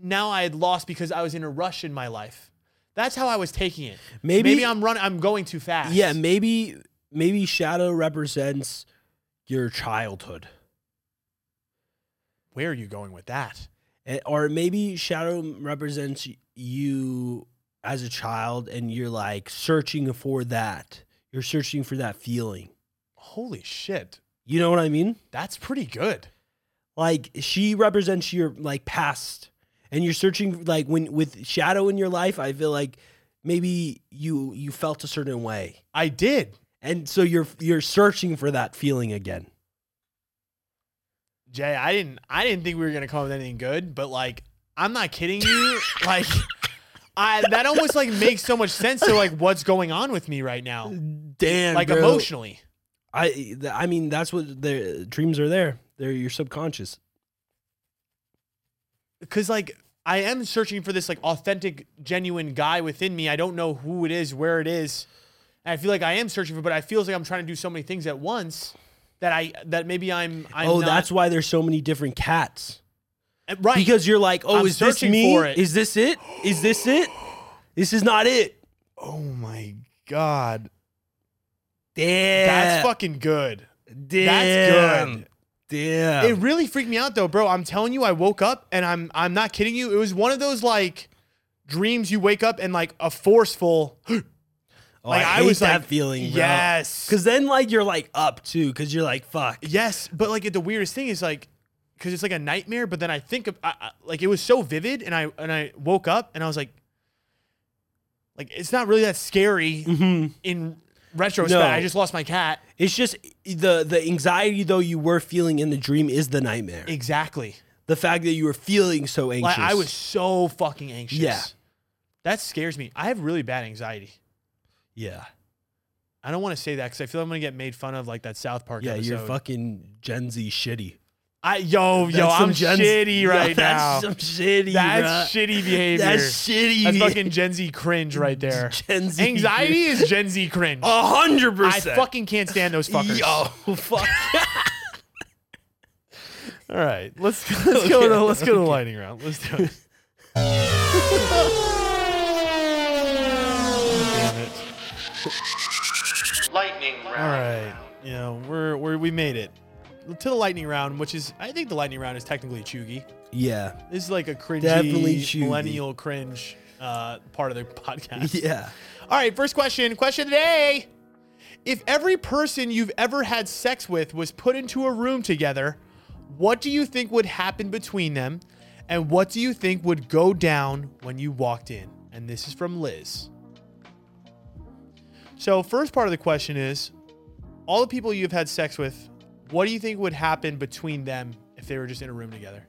now I had lost because I was in a rush in my life. That's how I was taking it.
Maybe,
maybe I'm running. I'm going too fast.
Yeah, maybe maybe Shadow represents your childhood,
Where are you going with that?
Eh, or maybe Shadow represents you as a child, and you're like searching for that. You're searching for that feeling.
Holy shit.
You know what I mean?
That's pretty good.
like she represents your like past and you're searching like when with shadow in your life i feel like maybe you you felt a certain way
I did.
and so you're you're searching for that feeling again
Jay, I didn't I didn't think we were gonna come up with anything good, but like I'm not kidding you. like I that almost like makes so much sense to like what's going on with me right now.
damn
Like
bro.
emotionally.
i th- i mean that's what the dreams are there they're your subconscious
Cause like I am searching for this like authentic, genuine guy within me. I don't know who it is, where it is. And I feel like I am searching for, but I feels like I'm trying to do so many things at once that I that maybe I'm I'm
oh
not- eh,
that's why there's so many different cats
right
because you're like oh
I'm
is this
searching
me
for it.
Is this it is this it this is not it
Oh my god.
damn
That's fucking good.
damn
good.
damn
It really freaked me out though, bro. I'm telling you, I woke up and I'm I'm not kidding you. It was one of those like dreams you wake up and like a forceful
Oh,
like I,
hate
was
that
like
feeling, bro.
Yes.
Cause then like you're like up too, cause you're like fuck.
Yes, but like the weirdest thing is like cuz it's like a nightmare, but then I think of I, I, like it was so vivid and I and I woke up and I was like like it's not really that scary in retrospect.
No.
I just lost my cat.
It's just e, the the anxiety though you were feeling in the dream is the nightmare.
Exactly.
the fact that you were feeling so
Like
anxious.
I was so fucking anxious.
Yeah.
That scares me. I have really bad anxiety.
Yeah.
I don't want to say that because I feel I'm gonna get made fun of like that South Park.
Yeah,
episode.
you're fucking Gen Z shitty.
I yo yo,
That's some
I'm
Gen Z-
shitty
Yo,
right now.
that's some shitty.
that's
bruh.
shitty behavior.
That's
That's,
shitty.
fucking Gen Z cringe right there.
Gen Z
Anxiety is Gen Z cringe.
A hundred
I
percent.
fucking can't stand those fuckers.
Yo, fuck.
All right, let's let's go to let's go to the lightning round. Let's do it. Damn it.
Lightning round.
All right, you know we're, we're we made it to the lightning round, which is I think the lightning round is technically chuggy.
yeah.
This is like a cringy
Definitely chewy.
millennial cringe uh, part of the podcast.
Yeah.
All right, first question. Question of the day. If every person you've ever had sex with was put into a room together, what do you think would happen between them? And what do you think would go down when you walked in? And this is from Liz. So, first part of the question is all the people you've had sex with, what do you think would happen between them if they were just in a room together?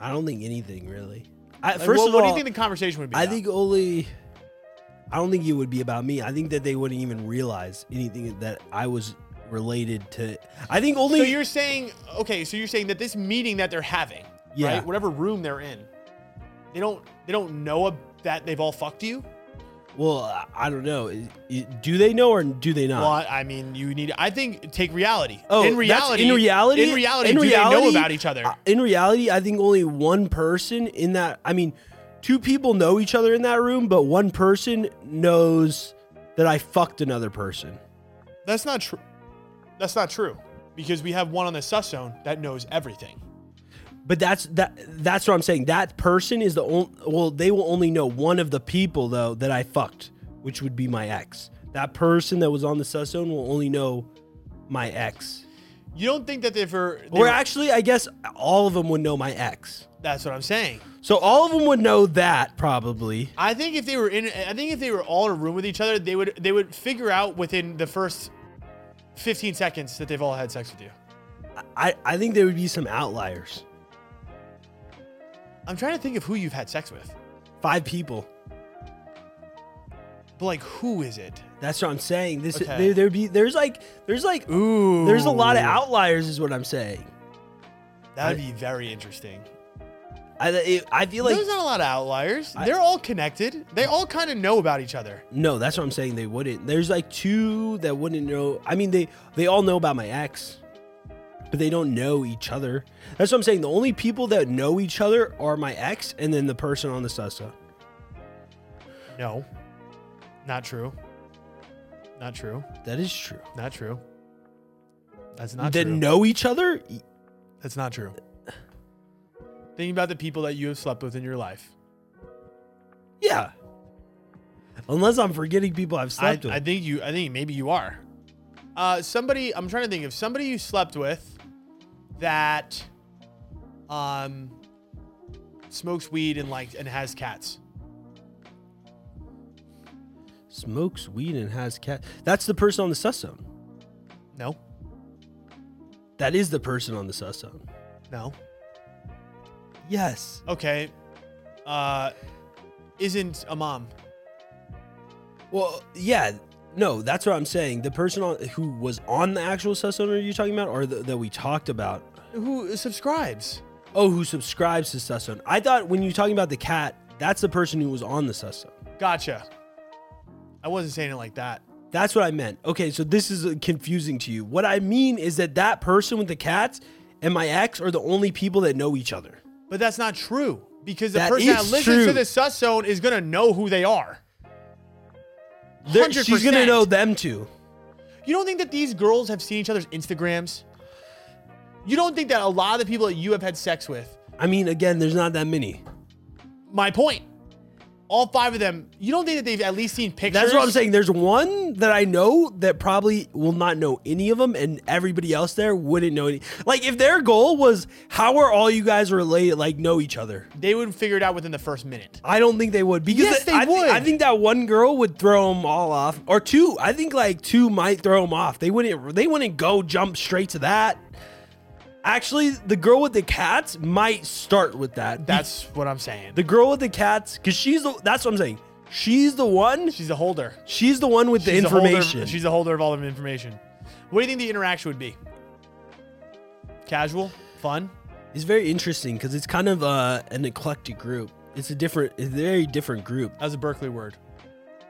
I don't think anything really. I,
Like,
first
what,
of
Uh, what
all,
do you think the conversation would be?
I
about?
think only. I don't think it would be about me. I think that they wouldn't even realize anything that I was related to. I think only.
So you're saying okay, so you're saying that this meeting that they're having,
Yeah.
right? Whatever room they're in, they don't they don't know ab- that they've all fucked you.
well, I- I don't know. I- I- Do they know or do they not?
Well, I I mean, you need I think take reality.
Oh,
in
that's-
reality,
in reality,
in reality,
in
do they know
reality, Uh,
about each other?
I- In reality, I think only one person in that. I mean, two people know each other in that room, but one person knows that I fucked another person.
that's not true. That's not true because we have one on the sus zone that knows everything.
But that's that. That's what I'm saying. That person is the only. Well, they will only know one of the people though that I fucked, which would be my ex. That person that was on the sus zone will only know my ex.
You don't think that they've er- they
Or
were,
actually, I guess all of them would know my ex.
that's what I'm saying.
So all of them would know that probably.
I think if they were in, I think if they were all in a room with each other, they would they would figure out within the first 15 seconds that they've all had sex with you.
I I think there would be some outliers.
I'm trying to think of who you've had sex with.
Five people.
But like, who is it?
That's what I'm saying. This
Okay.
there there be there's like there's like
Ooh,
there's a lot of outliers is what I'm saying.
That'd be very interesting.
I it, I feel like
There's not a lot of outliers. They're all connected. They all kind of know about each other.
no, that's what I'm saying. They wouldn't. There's like two that wouldn't know. I mean, they they all know about my ex, but they don't know each other. That's what I'm saying. The only people that know each other are my ex and then the person on the sussa.
No, not true. Not true.
That is true.
Not true. That's not
that
true.
know each other.
That's not true. Thinking about the people that you have slept with in your life.
Yeah. Unless I'm forgetting people I've
I,
slept
I
with.
think you. I think maybe you are. Uh, somebody. I'm trying to think of somebody you slept with that um smokes weed and like and has cats.
Smokes weed and has cat. That's the person on the sus zone.
No,
That is the person on the sus zone.
no.
Yes.
Okay. Uh, isn't a mom?
Well, yeah. No, that's what I'm saying. The person on, who was on the actual sus zone are you talking about, or the, that we talked about?
Who subscribes?
Oh, who subscribes to sus zone? I thought when you're talking about the cat, that's the person who was on the sus zone.
Gotcha. I wasn't saying it like that.
That's what I meant. Okay, so this is uh, confusing to you. What I mean is that that person with the cats and my ex are the only people that know each other.
But that's not true because the
That
person that
is
listens
true.
to the sus zone is gonna know who they are.
They're- She's gonna
100%.
know them too.
You don't think that these girls have seen each other's Instagrams? You don't think that a lot of the people that you have had sex with?
I mean, again, there's not that many.
My point. All five of them. You don't think that they've at least seen pictures?
That's what I'm saying. There's one that I know that probably will not know any of them, and everybody else there wouldn't know any. Like, if their goal was how are all you guys related, like know each other,
They would figure it out within the first minute.
I don't think they would because
Yes, they
I, thi-
would.
I think that one girl would throw them all off, or two. I think like two might throw them off. They wouldn't. They wouldn't go jump straight to that. Actually, the girl with the cats might start with that.
That's what I'm saying.
the girl with the cats, because she's the. That's what I'm saying. She's the one.
She's a holder.
She's the one with the
She's a holder-
information.
she's a holder of all the information. What do you think the interaction would be? Casual, fun.
It's very interesting because it's kind of uh, an eclectic group. It's a different, it's a very different group.
That was a Berkeley word.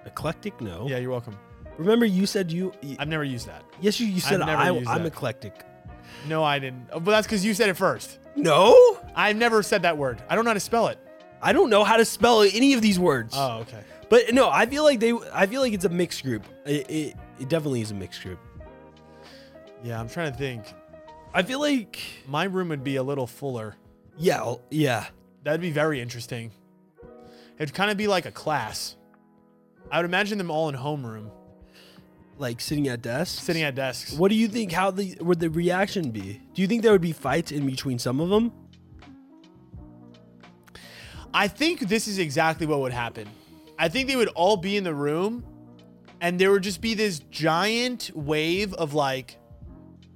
Eclectic? No.
Yeah, you're welcome.
Remember, you said you. y-
I've never used that.
yes, you, you said
never
I,
used
I'm
that.
eclectic.
No, I didn't. But that's because you said it first.
No,
I've never said that word. I don't know how to spell it.
I don't know how to spell any of these words.
Oh, okay.
But no, I feel like they. I feel like it's a mixed group. It, it, it definitely is a mixed group.
Yeah, I'm trying to think.
I feel like
My room would be a little fuller.
yeah, I'll- yeah.
That'd be very interesting. It'd kind of be like a class. I would imagine them all in homeroom,
Like sitting at desks.
sitting at desks.
What do you think? How the would the reaction be? Do you think there would be fights in between some of them?
I think this is exactly what would happen. I think they would all be in the room and there would just be this giant wave of like,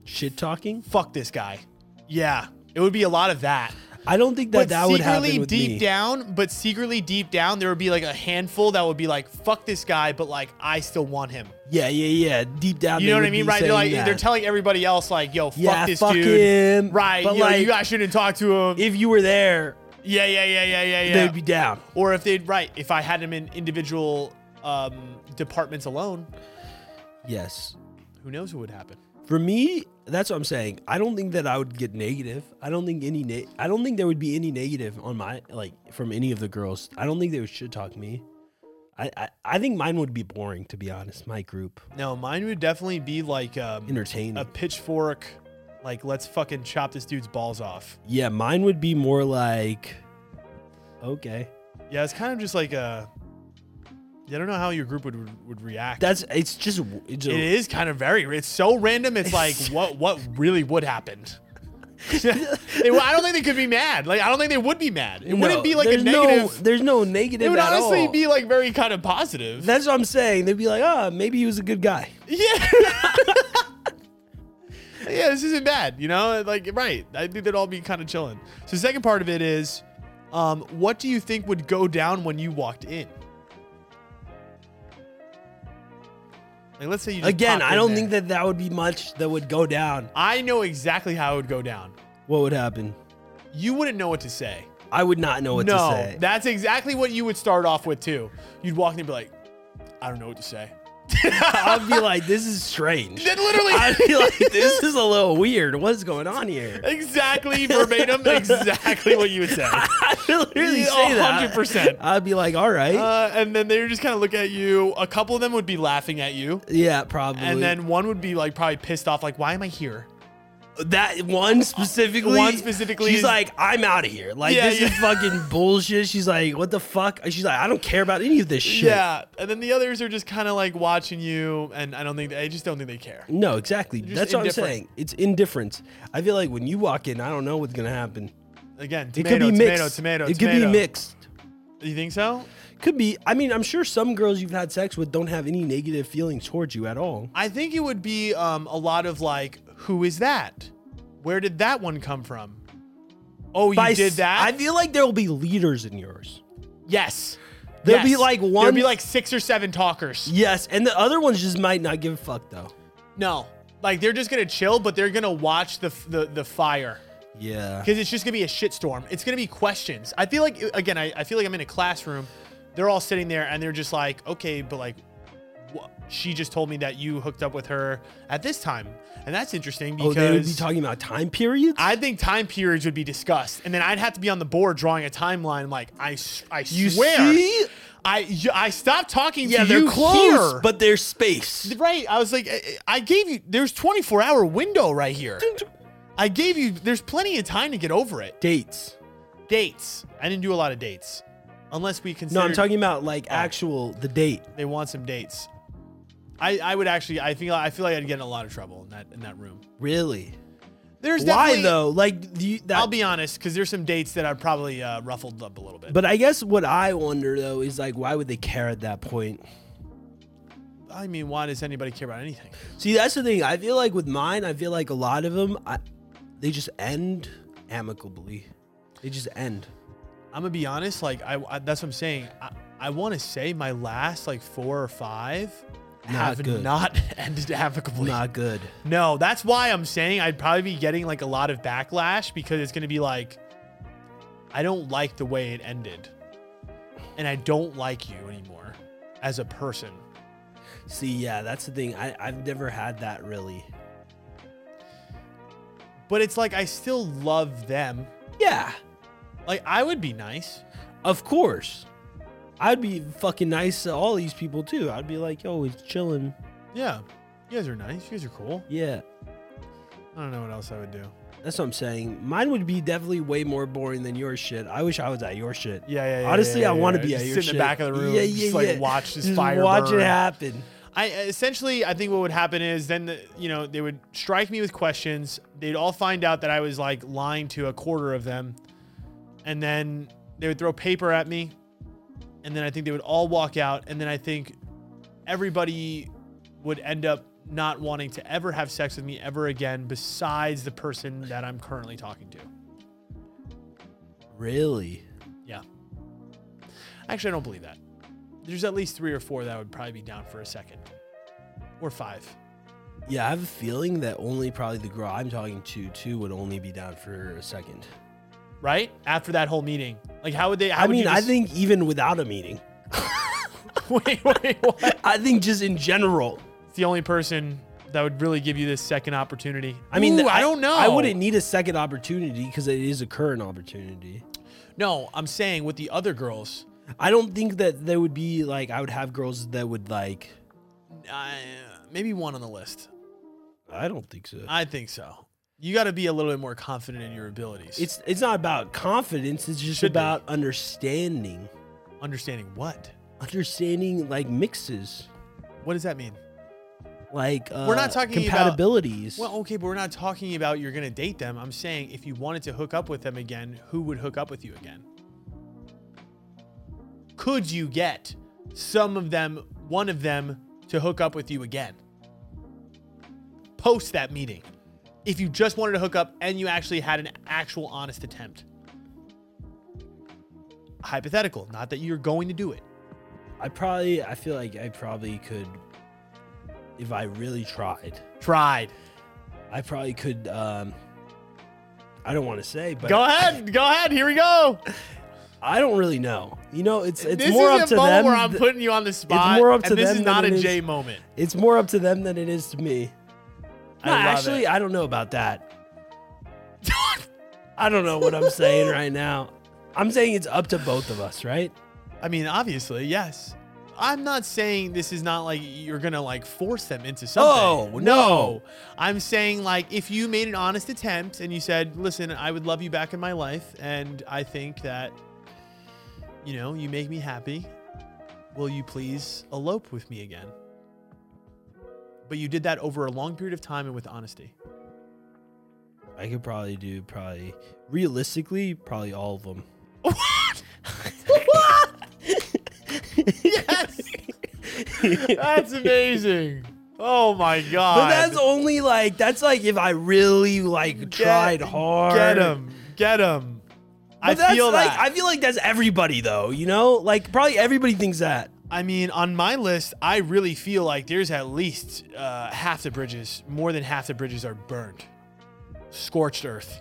Shit talking.
fuck this guy. Yeah. It would be a lot of that.
I don't think that
But
that would
secretly
happen with
deep
me.
down, but secretly deep down, there would be like a handful that would be like, fuck this guy, but like I still want him.
Yeah, yeah, yeah. Deep down,
You
they
know what I
would
mean?
be
Right. They're like
saying
they're
that.
telling everybody else, like, yo, fuck
Yeah,
this
fuck
dude.
him,
Right.
but,
yo,
like-
you guys shouldn't talk to him.
if you were there,
yeah, yeah, yeah, yeah, yeah, yeah.
they'd be down.
or if they'd right, if I had him in individual um departments alone,
Yes.
who knows what would happen.
For me, that's what I'm saying. I don't think that I would get negative. I don't think any. Ne- I don't think there would be any negative on my like from any of the girls. I don't think they would shit talk me. I, I I think mine would be boring to be honest. My group
No, mine would definitely be like um
entertaining.
a pitchfork, like let's fucking chop this dude's balls off.
yeah, mine would be more like okay.
Yeah, it's kind of just like a. Yeah, I don't know how your group would would react.
That's it's just it's a-
it is kind of very. It's so random. It's like what what really would happen. They- I don't think they could be mad. Like I don't think they would be mad. It
no,
wouldn't be like a
there's No,
negative.
there's no
it
negative.
would
at
honestly
all.
be like very kind of positive.
That's what I'm saying. They'd be like, ah, maybe he was a good guy.
yeah. yeah, this isn't bad. You know, like right. I think they'd all be kind of chilling. So the second part of it is, Um, what do you think would go down when you walked in? Like, let's say you just
Again,
popped
I
in
don't
there.
think that that would be much that would go down.
I know exactly how it would go down.
What would happen?
You wouldn't know what to say.
I would not know what
no,
to say.
that's exactly what you would start off with too. You'd walk in and be like, "I don't know what to say."
I'd be like, this is strange.
Then literally,
I'd be like, this is a little weird. What's going on here?
exactly verbatim, exactly what you would say.
I literally
Yeah,
say that.
100%.
I'd be like, all right.
Uh, and then they would just kind of look at you. A couple of them would be laughing at you,
yeah, probably.
and then one would be like probably pissed off, like, "Why am I here?"
that one specifically,
One specifically
she's
is-
like, I'm out of here. Like,
Yeah,
this is
yeah.
fucking bullshit. She's like, what the fuck? She's like, I don't care about any of this shit.
Yeah, and then the others are just kind of like watching you, and I don't think I just don't think they care.
No, exactly.
Just
That's what I'm
indifferent.
saying. It's indifference. I feel like when you walk in, I don't know what's gonna happen.
Again,
It
tomato,
could be
tomato,
mixed.
tomato,
it
tomato.
could be mixed.
You think so?
Could be. I mean, I'm sure some girls you've had sex with don't have any negative feelings towards you at all.
I think it would be um, a lot of like, who is that? Where did that one come from? Oh, you
By
did
s-
that?
I feel like there will be leaders in yours.
yes.
There'll be, like,
There'll
one-
be like six or seven talkers.
Yes, and the other ones just might not give a fuck though.
No, like they're just gonna chill, but they're gonna watch the f- the, the fire
Yeah.
because it's just gonna be a shitstorm. It's gonna be questions. I feel like uh, again, I, I feel like I'm in a classroom. They're all sitting there and they're just like, okay, but like, wh- she just told me that you hooked up with her at this time, and that's interesting because
Oh, they would be talking about time periods.
I think time periods would be discussed, and then I'd have to be on the board drawing a timeline. Like I, s- I
you
swear,
see?
I, you- I stopped talking
Yeah,
to
they're
you
close,
here.
but they're space.
right, I was like, I, I gave you. There's 24 hour window right here. I gave you. There's plenty of time to get over it.
Dates.
Dates. I didn't do a lot of dates, unless we consider.
No, I'm talking about like actual the date.
They want some dates. I, I would actually. I feel. I feel like I'd get in a lot of trouble in that in that room.
Really?
There's
Why
definitely-
though? Like do you, that,
I'll be honest, because there's some dates that I probably uh, ruffled up a little bit.
But I guess what I wonder though is like, why would they care at that point?
I mean, why does anybody care about anything?
See, that's the thing. I feel like with mine, I feel like a lot of them, I, they just end amicably. They just end.
I'm gonna be honest. Like I, I- that's what I'm saying. I, I want to say my last like four or five
Not
have
good.
not ended amicably.
Not good.
No, that's why I'm saying I'd probably be getting like a lot of backlash because it's gonna be like, I don't like the way it ended, and I don't like you anymore as a person.
See, yeah, that's the thing. I, I've never had that really.
But it's like I still love them.
Yeah,
Like I would be nice.
of course. I'd be fucking nice to all these people too. I'd be like, yo, it's chilling.
Yeah, you guys are nice. You guys are cool.
Yeah,
I don't know what else I would do.
that's what I'm saying. Mine would be definitely way more boring than your shit. I wish I was at your shit.
Yeah, yeah. yeah
Honestly,
yeah,
I
yeah,
want
yeah.
to be
Just
at your
sit
shit.
in the back of the room.
Yeah,
and
yeah,
just like
yeah.
watch this
Just
fire
Watch
burn.
it happen.
I essentially, I think what would happen is then the, you know they would strike me with questions. They'd all find out that I was like lying to a quarter of them, and then they would throw paper at me, and then I think they would all walk out, and then I think everybody would end up not wanting to ever have sex with me ever again, besides the person that I'm currently talking to.
Really?
Yeah. Actually, I don't believe that. There's at least three or four that would probably be down for a second, or five.
Yeah, I have a feeling that only probably the girl I'm talking to too would only be down for a second.
Right after that whole meeting, like how would they? How
I
would
mean,
you
I
just-
think even without a meeting,
wait, wait, what?
I think just in general.
It's the only person that would really give you this second opportunity.
I mean,
Ooh, I, don't know.
I wouldn't need a second opportunity because it is a current opportunity.
No, I'm saying with the other girls,
I don't think that there would be like I would have girls that would like.
uh, maybe one on the list.
I don't think so.
I think so. You got to be a little bit more confident in your abilities.
It's it's not about confidence. It's just
Should be.
about understanding.
understanding what.
Understanding like mixes,
What does that mean?
like uh,
We're not talking about-
compatibilities.
Well, okay, but we're not talking about you're going to date them. I'm saying if you wanted to hook up with them again, who would hook up with you again? Could you get some of them, one of them, to hook up with you again? Post that meeting. If you just wanted to hook up and you actually had an actual honest attempt. hypothetical, not that you're going to do it.
I probably, I feel like I probably could, if I really tried,
Tried.
I probably could. Um, I don't want to say, but
Go ahead. Go ahead. Here we go.
I don't really know. You know, it's it's
this
more
is
up
a
to
moment
them.
where I'm
th-
putting you on the spot.
more up to
and this
them
is
than
not
it
a
is-
J moment.
it's more up to them than it is to me.
I
No,
love
actually,
it.
I don't know about that. I don't know what I'm saying right now. I'm saying it's up to both of us, right?
I mean, obviously, yes. I'm not saying this is not like you're gonna like force them into something.
Oh, no.
I'm saying like if you made an honest attempt and you said, "Listen, I would love you back in my life, and I think that, you know, you make me happy. Will you please elope with me again?" But you did that over a long period of time and with honesty.
I could probably do probably realistically probably all of them.
Yes, that's amazing. Oh my god!
But that's only like that's like if I really like tried hard.
Get him. Get him.
But
I
that's
feel
like
that.
I feel like that's everybody though, you know? Like probably everybody thinks that.
I mean, on my list, I really feel like there's at least uh, half the bridges, more than half the bridges are burned, scorched earth.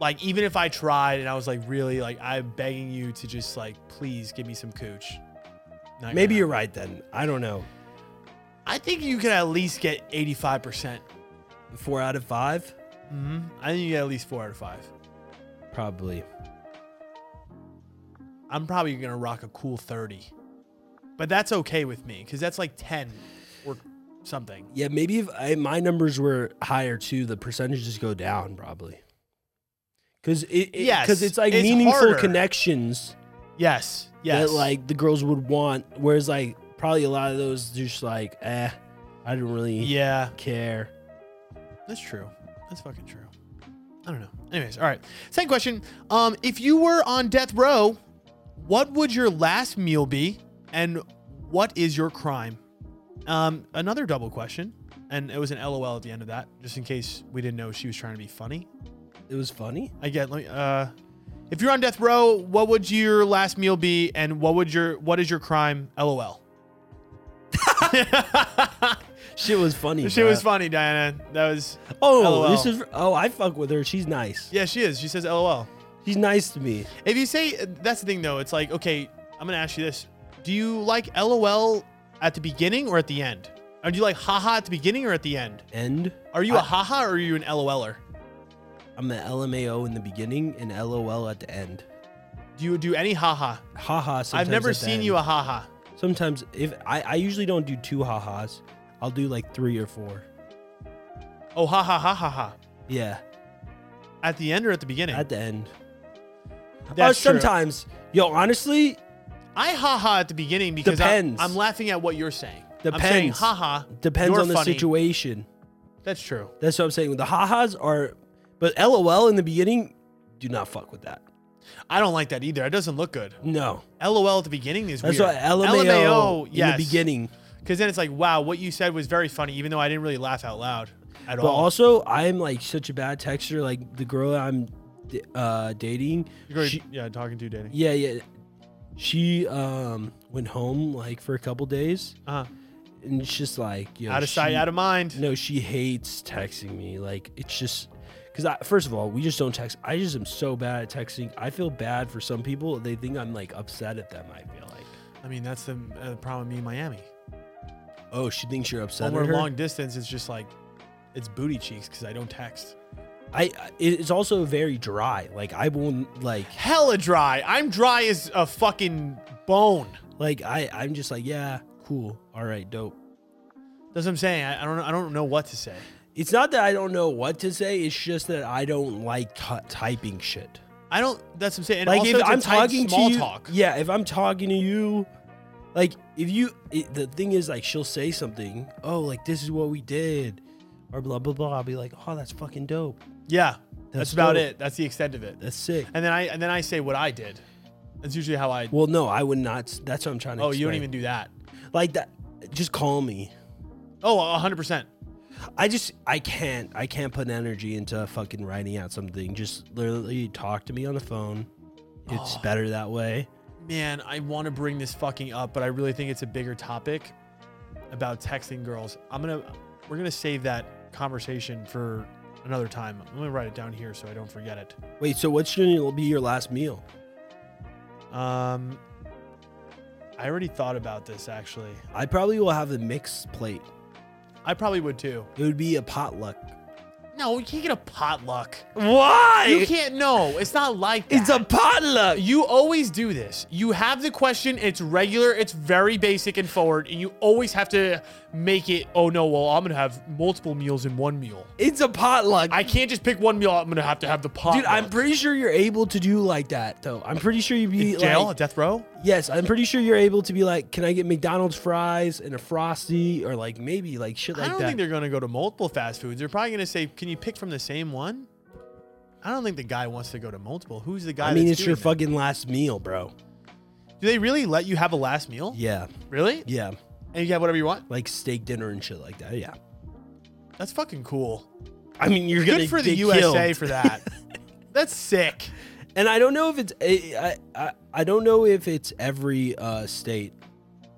Like, even if I tried and I was like, really, like, I'm begging you to just, like, please give me some cooch. Not gonna
Maybe you're
happen.
right then. I don't know.
I think you could at least get 85%.
Four out of five?
hmm I think you get at least four out of five.
Probably.
I'm probably going to rock a cool 30. But that's okay with me because that's like 10 or something.
Yeah, maybe if I, my numbers were higher too, the percentages go down probably. Because it,
Yes,
because it's like
it's
meaningful
harder.
connections
Yes. Yes.
that like the girls would want, whereas like probably a lot of those just like, eh, I don't really
yeah,
care.
that's true. That's fucking true. I don't know. Anyways, all right. Second question. Um, if you were on death row, what would your last meal be, and what is your crime? Um, another double question, and it was an LOL at the end of that, just in case we didn't know she was trying to be funny.
It was funny.
I get. Let me, uh, if you're on death row, what would your last meal be, and what would your what is your crime? LOL.
Shit was funny.
she was
bruh.
funny, Diana. That was.
Oh,
LOL.
this is. Oh, I fuck with her. She's nice.
Yeah, she is. She says LOL.
She's nice to me.
If you say that's the thing though, it's like, okay, I'm gonna ask you this. Do you like LOL at the beginning or at the end? Or do you like haha at the beginning or at the end?
And
Are you a
I-
haha or are you an LOLer?
I'm an LMAO in the beginning and LOL at the end.
Do you do any haha?
Haha.
I've never seen you a haha.
Sometimes if I, I usually don't do two ha-has. I'll do like three or four.
Oh ha ha ha ha ha.
Yeah,
At the end or at the beginning?
at the end. Or
That's true.
sometimes, yo, honestly,
I haha at the beginning because I-
Depends.
I'm laughing at what you're saying. I'm saying
Depends.
haha.
depends
you're
on the
funny.
situation.
That's true.
That's what I'm saying. The ha-has are, but LOL in the beginning, do not fuck with that.
I don't like that either. It doesn't look good.
No,
LOL at the beginning is
that's
weird.
what LMAO,
yes.
in the beginning.
Because then it's like, wow, what you said was very funny, even though I didn't really laugh out loud at
But
all.
also, I'm like such a bad texter. Like the girl I'm uh, dating,
You're going-
she-
yeah, talking to Danny.
yeah, yeah, she um went home like for a couple days,
Uh-huh.
and it's just like yo,
out of sight,
she-
out of mind.
No, she hates texting me. Like it's just because I first of all, we just don't text. I just am so bad at texting. I feel bad for some people. They think I'm like upset at them. I feel like
I mean, that's the uh, problem with me in Miami.
oh, she thinks you're upset.
When
at
we're
her?
long distance, it's just like, it's booty cheeks because I don't text.
I I- it's also very dry. Like I won't like
Hella dry. I'm dry as a fucking bone.
like I I'm just like yeah cool all right dope.
That's what I'm saying. I, I don't. I don't know what to say.
It's not that I don't know what to say. It's just that I don't like t- typing shit.
I don't. That's what I'm saying. And
like
also,
if
it's a
I'm
tight
talking
small
to you,
talk.
yeah, if I'm talking to you, like if you, it, the thing is, like she'll say something, oh, like this is what we did, or blah blah blah. I'll be like, oh, that's fucking dope.
Yeah, that's,
That's
about
dope.
it. That's the extent of it.
That's sick.
And then I and then I say what I did. That's usually how I.
Well, no, I would not. s- That's what I'm trying to.
Oh, you don't even
explain.
do that.
like that. Just call me.
Oh, 100 percent.
I just I can't I can't put energy into fucking writing out something. Just literally talk to me on the phone. It's
Oh.
better that way.
Man, I want to bring this fucking up, but I really think it's a bigger topic about texting girls. I'm gonna we're gonna save that conversation for another time. I'm gonna write it down here so I don't forget it.
Wait, so what's gonna be your last meal?
Um, I already thought about this actually.
I probably will have a mixed plate.
I probably would too.
It would be a potluck.
No, you can't get a potluck.
Why?
You can't. No, it's not like that.
It's a potluck.
You always do this. You have the question. It's regular. It's very basic and forward, and you always have to make it. Oh no! Well, I'm gonna have multiple meals in one meal.
It's a potluck.
I can't just pick one meal. I'm gonna have to have the pot.
Dude, I'm pretty sure you're able to do like that though. I'm pretty sure you'd be
jail,
like,
death row.
yes, I'm pretty sure you're able to be like, can I get McDonald's fries and a frosty or like maybe like shit like
I don't
that.
think they're gonna go to multiple fast foods. They're probably gonna say, "Can you pick from the same one?" I don't think the guy wants to go to multiple. Who's the guy?
I mean,
that's
it's
doing
your
that?
fucking last meal, bro.
Do they really let you have a last meal?
Yeah,
Really?
yeah,
And you have whatever you want?
like steak dinner and shit like that. Yeah,
That's fucking cool.
I mean, you're gonna
Good for the
get
USA
killed.
for that. That's sick.
And I don't know if it's I I, I don't know if it's every uh, state.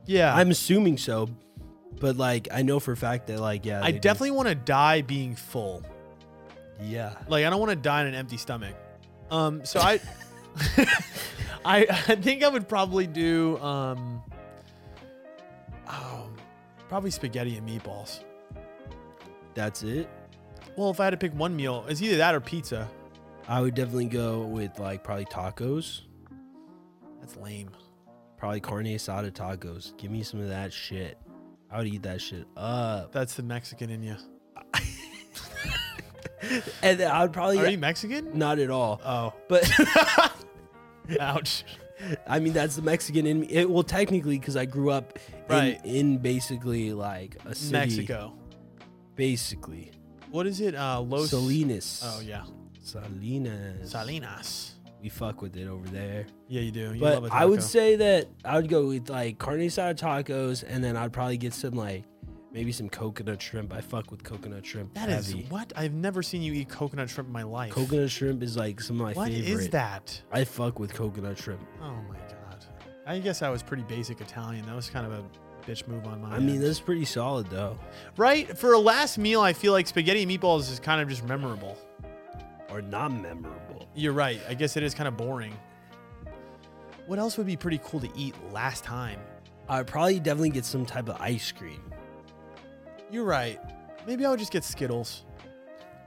Yeah.
I'm assuming so, but like I know for a fact that like yeah,
I
they do.
definitely want to die being full.
yeah.
Like I don't want to die on an empty stomach. Um, so I, I, I think I would probably do, um, oh, probably spaghetti and meatballs.
That's it.
Well, if I had to pick one meal, it's either that or pizza.
I would definitely go with like probably tacos,
That's lame.
probably carne asada tacos. Give me some of that shit. I would eat that shit up.
That's the Mexican in you.
And then I would probably e
Are you Mexican?
not at all.
Oh,
But
ouch.
I mean that's the Mexican in me. It, well, technically, because I grew up in,
Right.
in basically like a city,
Mexico.
basically
What is it? Uh, Los.
Salinas.
Oh yeah,
Salinas.
Salinas.
We fuck with it over there.
Yeah, you do. You love a
but I would
taco.
say that I would go with like carne asada tacos, and then I'd probably get some like maybe some coconut shrimp. I fuck with coconut shrimp.
That is
heavy.
what I've never seen you eat coconut shrimp in my life.
coconut shrimp is like some of my
What is
favorite.
that?
I fuck with coconut shrimp.
Oh my god. I guess I was pretty basic Italian. That was kind of a bitch move on my
I mean,
end.
that's pretty solid though.
right for a last meal, I feel like spaghetti and meatballs is kind of just memorable.
Or not memorable.
You're right. I guess it is kind of boring. What else would be pretty cool to eat last time?
I'd probably definitely get some type of ice cream.
You're right. Maybe I would just get Skittles.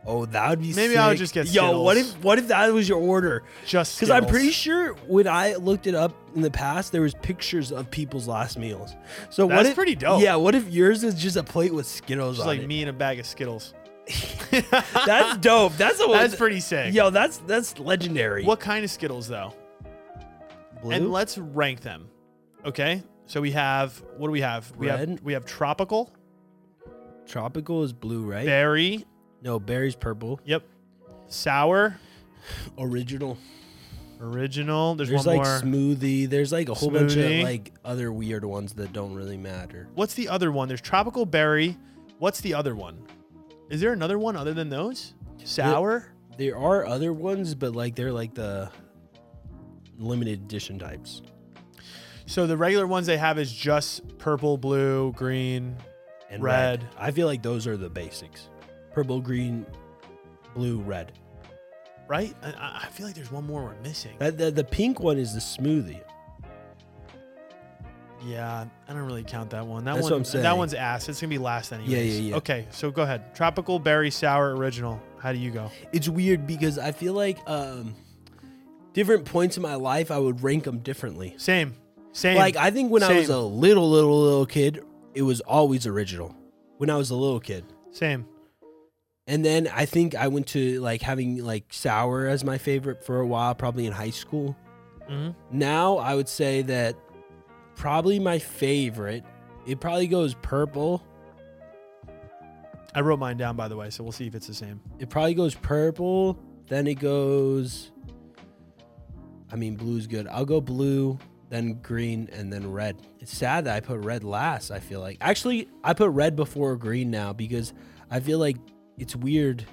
Oh, that would be
Maybe I would just
sick.
get
yo. What if
Skittles.
what if that was your order?
Just
Because
because
I'm pretty sure when I looked it up in the past, there was pictures of people's last meals. So what
That's
if,
pretty dope.
Yeah, what if yours is just a plate with Skittles
just
on
like
it?
me and a bag of Skittles.
That's dope. That's a
That's pretty sick.
Yo, that's that's legendary.
What kind of Skittles though?
Blue?
And let's rank them. Okay. So we have what do we have? We have
Red.
we have tropical,
Tropical is blue, right?
berry.
no, berry's purple.
Yep. Sour,
Original.
original. There's,
There's
one
like
more.
smoothie. There's like a whole bunch of
Smoothie.
like other weird ones that don't really matter.
What's the other one? There's tropical berry. What's the other one? Is there another one other than those? Sour.
There are other ones, but like they're like the limited edition types.
So the regular ones they have is just purple, blue, green.
and
Red.
red. I feel like those are the basics. Purple, green, blue, red.
Right? I- I, I feel like there's one more we're missing.
That, the, the pink one is the smoothie.
yeah, I don't really count that one. That
That's
one.
what I'm
That
saying.
one's ass. It's gonna be last anyways.
yeah.
Okay, so go ahead. Tropical berry sour original. How do you go?
It's weird because I feel like um, different points in my life, I would rank them differently.
Same. Same.
Like, I think when I was
Same.
a little, little, little kid, it was always original. When I was a little kid.
Same.
And then I think I went to like having like sour as my favorite for a while, probably in high school.
Mhm.
Now I would say that probably my favorite, it probably goes purple.
I wrote mine down by the way, so we'll see if it's the same.
It probably goes purple. Then it goes. I mean, blue's good. I'll go blue, then green, and then red. It's sad that I put red last. I feel like actually I put red before green now because I feel like it's weird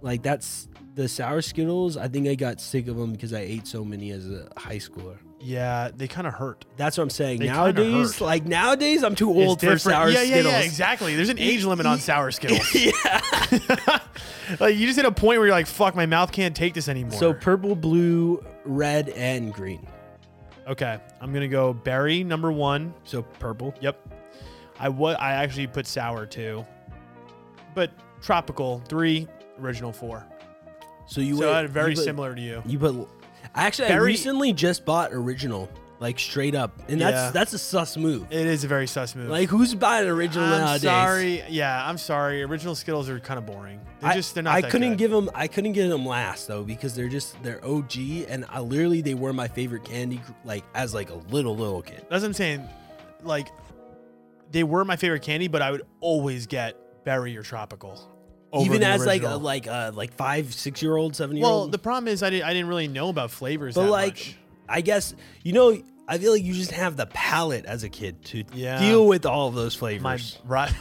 Like that's the sour Skittles. I think I got sick of them because I ate so many as a high schooler.
Yeah, they kind of hurt.
That's what I'm saying.
They kinda
Nowadays,
hurt.
like nowadays, I'm too
It's
old for
different.
sour
yeah,
Skittles.
Yeah, yeah, exactly. There's an age limit on sour Skittles.
yeah.
like you just hit a point where you're like, fuck, my mouth can't take this anymore.
So purple, blue, red, and green.
okay, I'm gonna go berry number one.
So purple.
Yep. I wa- I actually put sour two, but tropical three, original four.
So you
So
went-
I had very
you put-
similar to you.
You put. I Actually, I
Berry-
recently just bought original, like straight up, and that's
Yeah.
that's a sus move.
It is a very sus move.
Like who's buying original
I'm
nowadays?
sorry. Yeah, I'm sorry. Original Skittles are kind of boring. They're
I,
just they're not.
I
that
couldn't
good.
give them. I couldn't get them last though because they're just they're OG, and I literally they were my favorite candy gr- like as like a little little kid.
That's what I'm saying. Like, they were my favorite candy, but I would always get berry or tropical. over
Even
the
as
original.
like a like uh like five six year old seven year old.
well, the problem is I didn't I didn't really know about flavors.
but
that
like
much.
I guess you know I feel like you just have the palate as a kid to
Yeah.
deal with all of those
my
flavors.
right,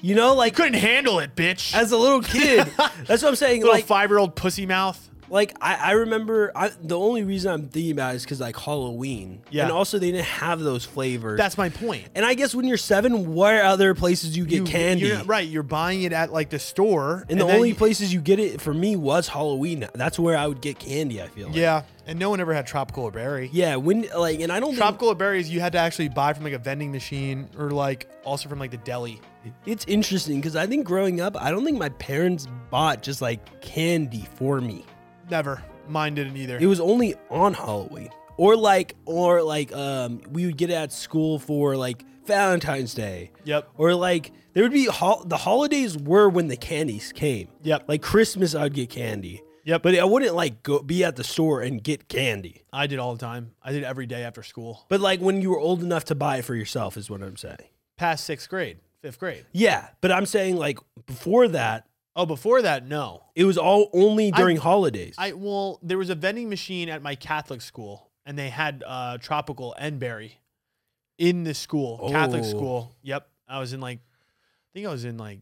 you know, like
couldn't handle it, bitch.
as a little kid, that's what I'm saying.
Little
Like
five year old pussy mouth.
like I, I remember I, the only reason I'm thinking about it is because like Halloween.
Yeah.
And also they didn't have those flavors.
That's my point.
and I guess when you're seven, where other places you get
You-
candy?
you're not- right. You're buying it at like the store,
And the
then
only
you-
places you get it for me was Halloween. That's where I would get candy. I feel. Like.
yeah, and no one ever had tropical or berry.
Yeah. When like, and I don't.
Tropical or berries you had to actually buy from like a vending machine or like also from like the deli.
think, it's interesting because I think growing up, I don't think my parents bought just like candy for me.
Never. Mine didn't either.
It was only on Halloween, or like, or like, um, we would get it at school for like Valentine's Day.
yep.
or like there would be hol- the holidays were when the candies came.
Yep.
Like Christmas, I'd get candy.
Yep.
But I wouldn't like go be at the store and get candy.
I did all the time. I did every day after school.
But like when you were old enough to buy it for yourself is what I'm saying.
Past sixth grade, fifth grade.
Yeah, but I'm saying like before that,
Oh, before that, no.
it was all only
I-
during holidays.
I well, there was a vending machine at my Catholic school, and they had uh, tropical and berry in the school, Catholic
Oh.
school. Yep, I was in like, I think I was in like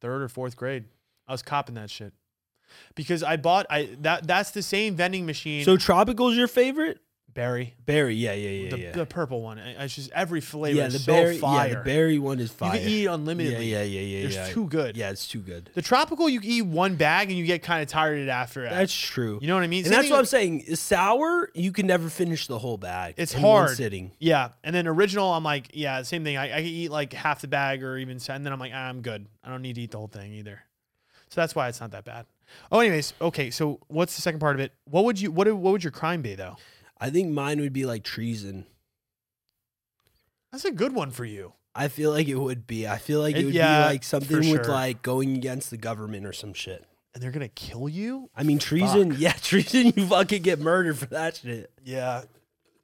third or fourth grade. I was copping that shit because I bought I that that's the same vending machine.
so tropical's your favorite?
berry,
Berry, yeah, yeah, yeah,
the,
yeah.
the purple one. I- It's just every flavor.
yeah,
is
the
so
berry,
fire.
yeah, the berry one is
You
fire.
can eat
yeah,
unlimitedly.
yeah, yeah, yeah,
It's
yeah.
too good.
Yeah, it's too good.
The tropical, you eat one bag and you get kind of tired of it after that.
That's true.
you know what I mean?
and that's what I'm saying. is Sour, you can never finish the whole bag.
It's
in one
hard.
sitting.
Yeah, and then original, I'm like, yeah, same thing. I, I could eat like half the bag or even, se- and then I'm like, ah, I'm good. I don't need to eat the whole thing either. So that's why it's not that bad. Oh, anyways, okay. So what's the second part of it? What would you what what would your crime be though?
I think mine would be like treason.
That's a good one for you.
I feel like it would be. I feel like
It-
it would
yeah,
be like something
for
with
sure.
like going against the government or some shit.
And they're gonna kill you.
I mean, treason. Yeah, treason. You fucking get murdered for that shit.
Yeah,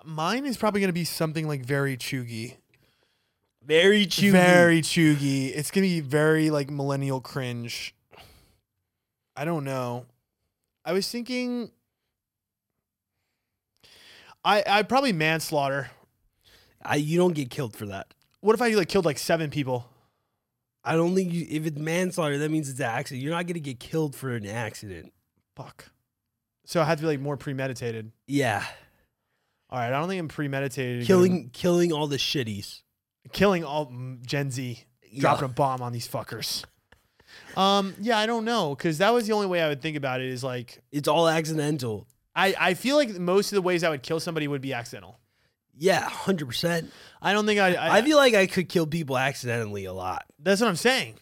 mine is probably gonna be something like very chuggy,
Very chewy.
very chuggy. It's gonna be very like millennial cringe. I don't know. I was thinking. I I probably manslaughter.
I, you don't get killed for that.
What if I like killed like seven people?
I don't think you, if it's manslaughter, that means it's an accident. You're not gonna get killed for an accident.
Fuck. So I had to be like more premeditated.
Yeah,
All right, I don't think I'm premeditated.
killing killing all the shitties.
killing all mm, Gen Z,
Yeah.
dropping a bomb on these fuckers. Um, yeah, I don't know, because that was the only way I would think about it. Is like
It's all accidental.
I I feel like most of the ways I would kill somebody would be accidental.
Yeah, hundred percent.
I don't think I. I,
I feel like I could kill people accidentally a lot.
that's what I'm saying.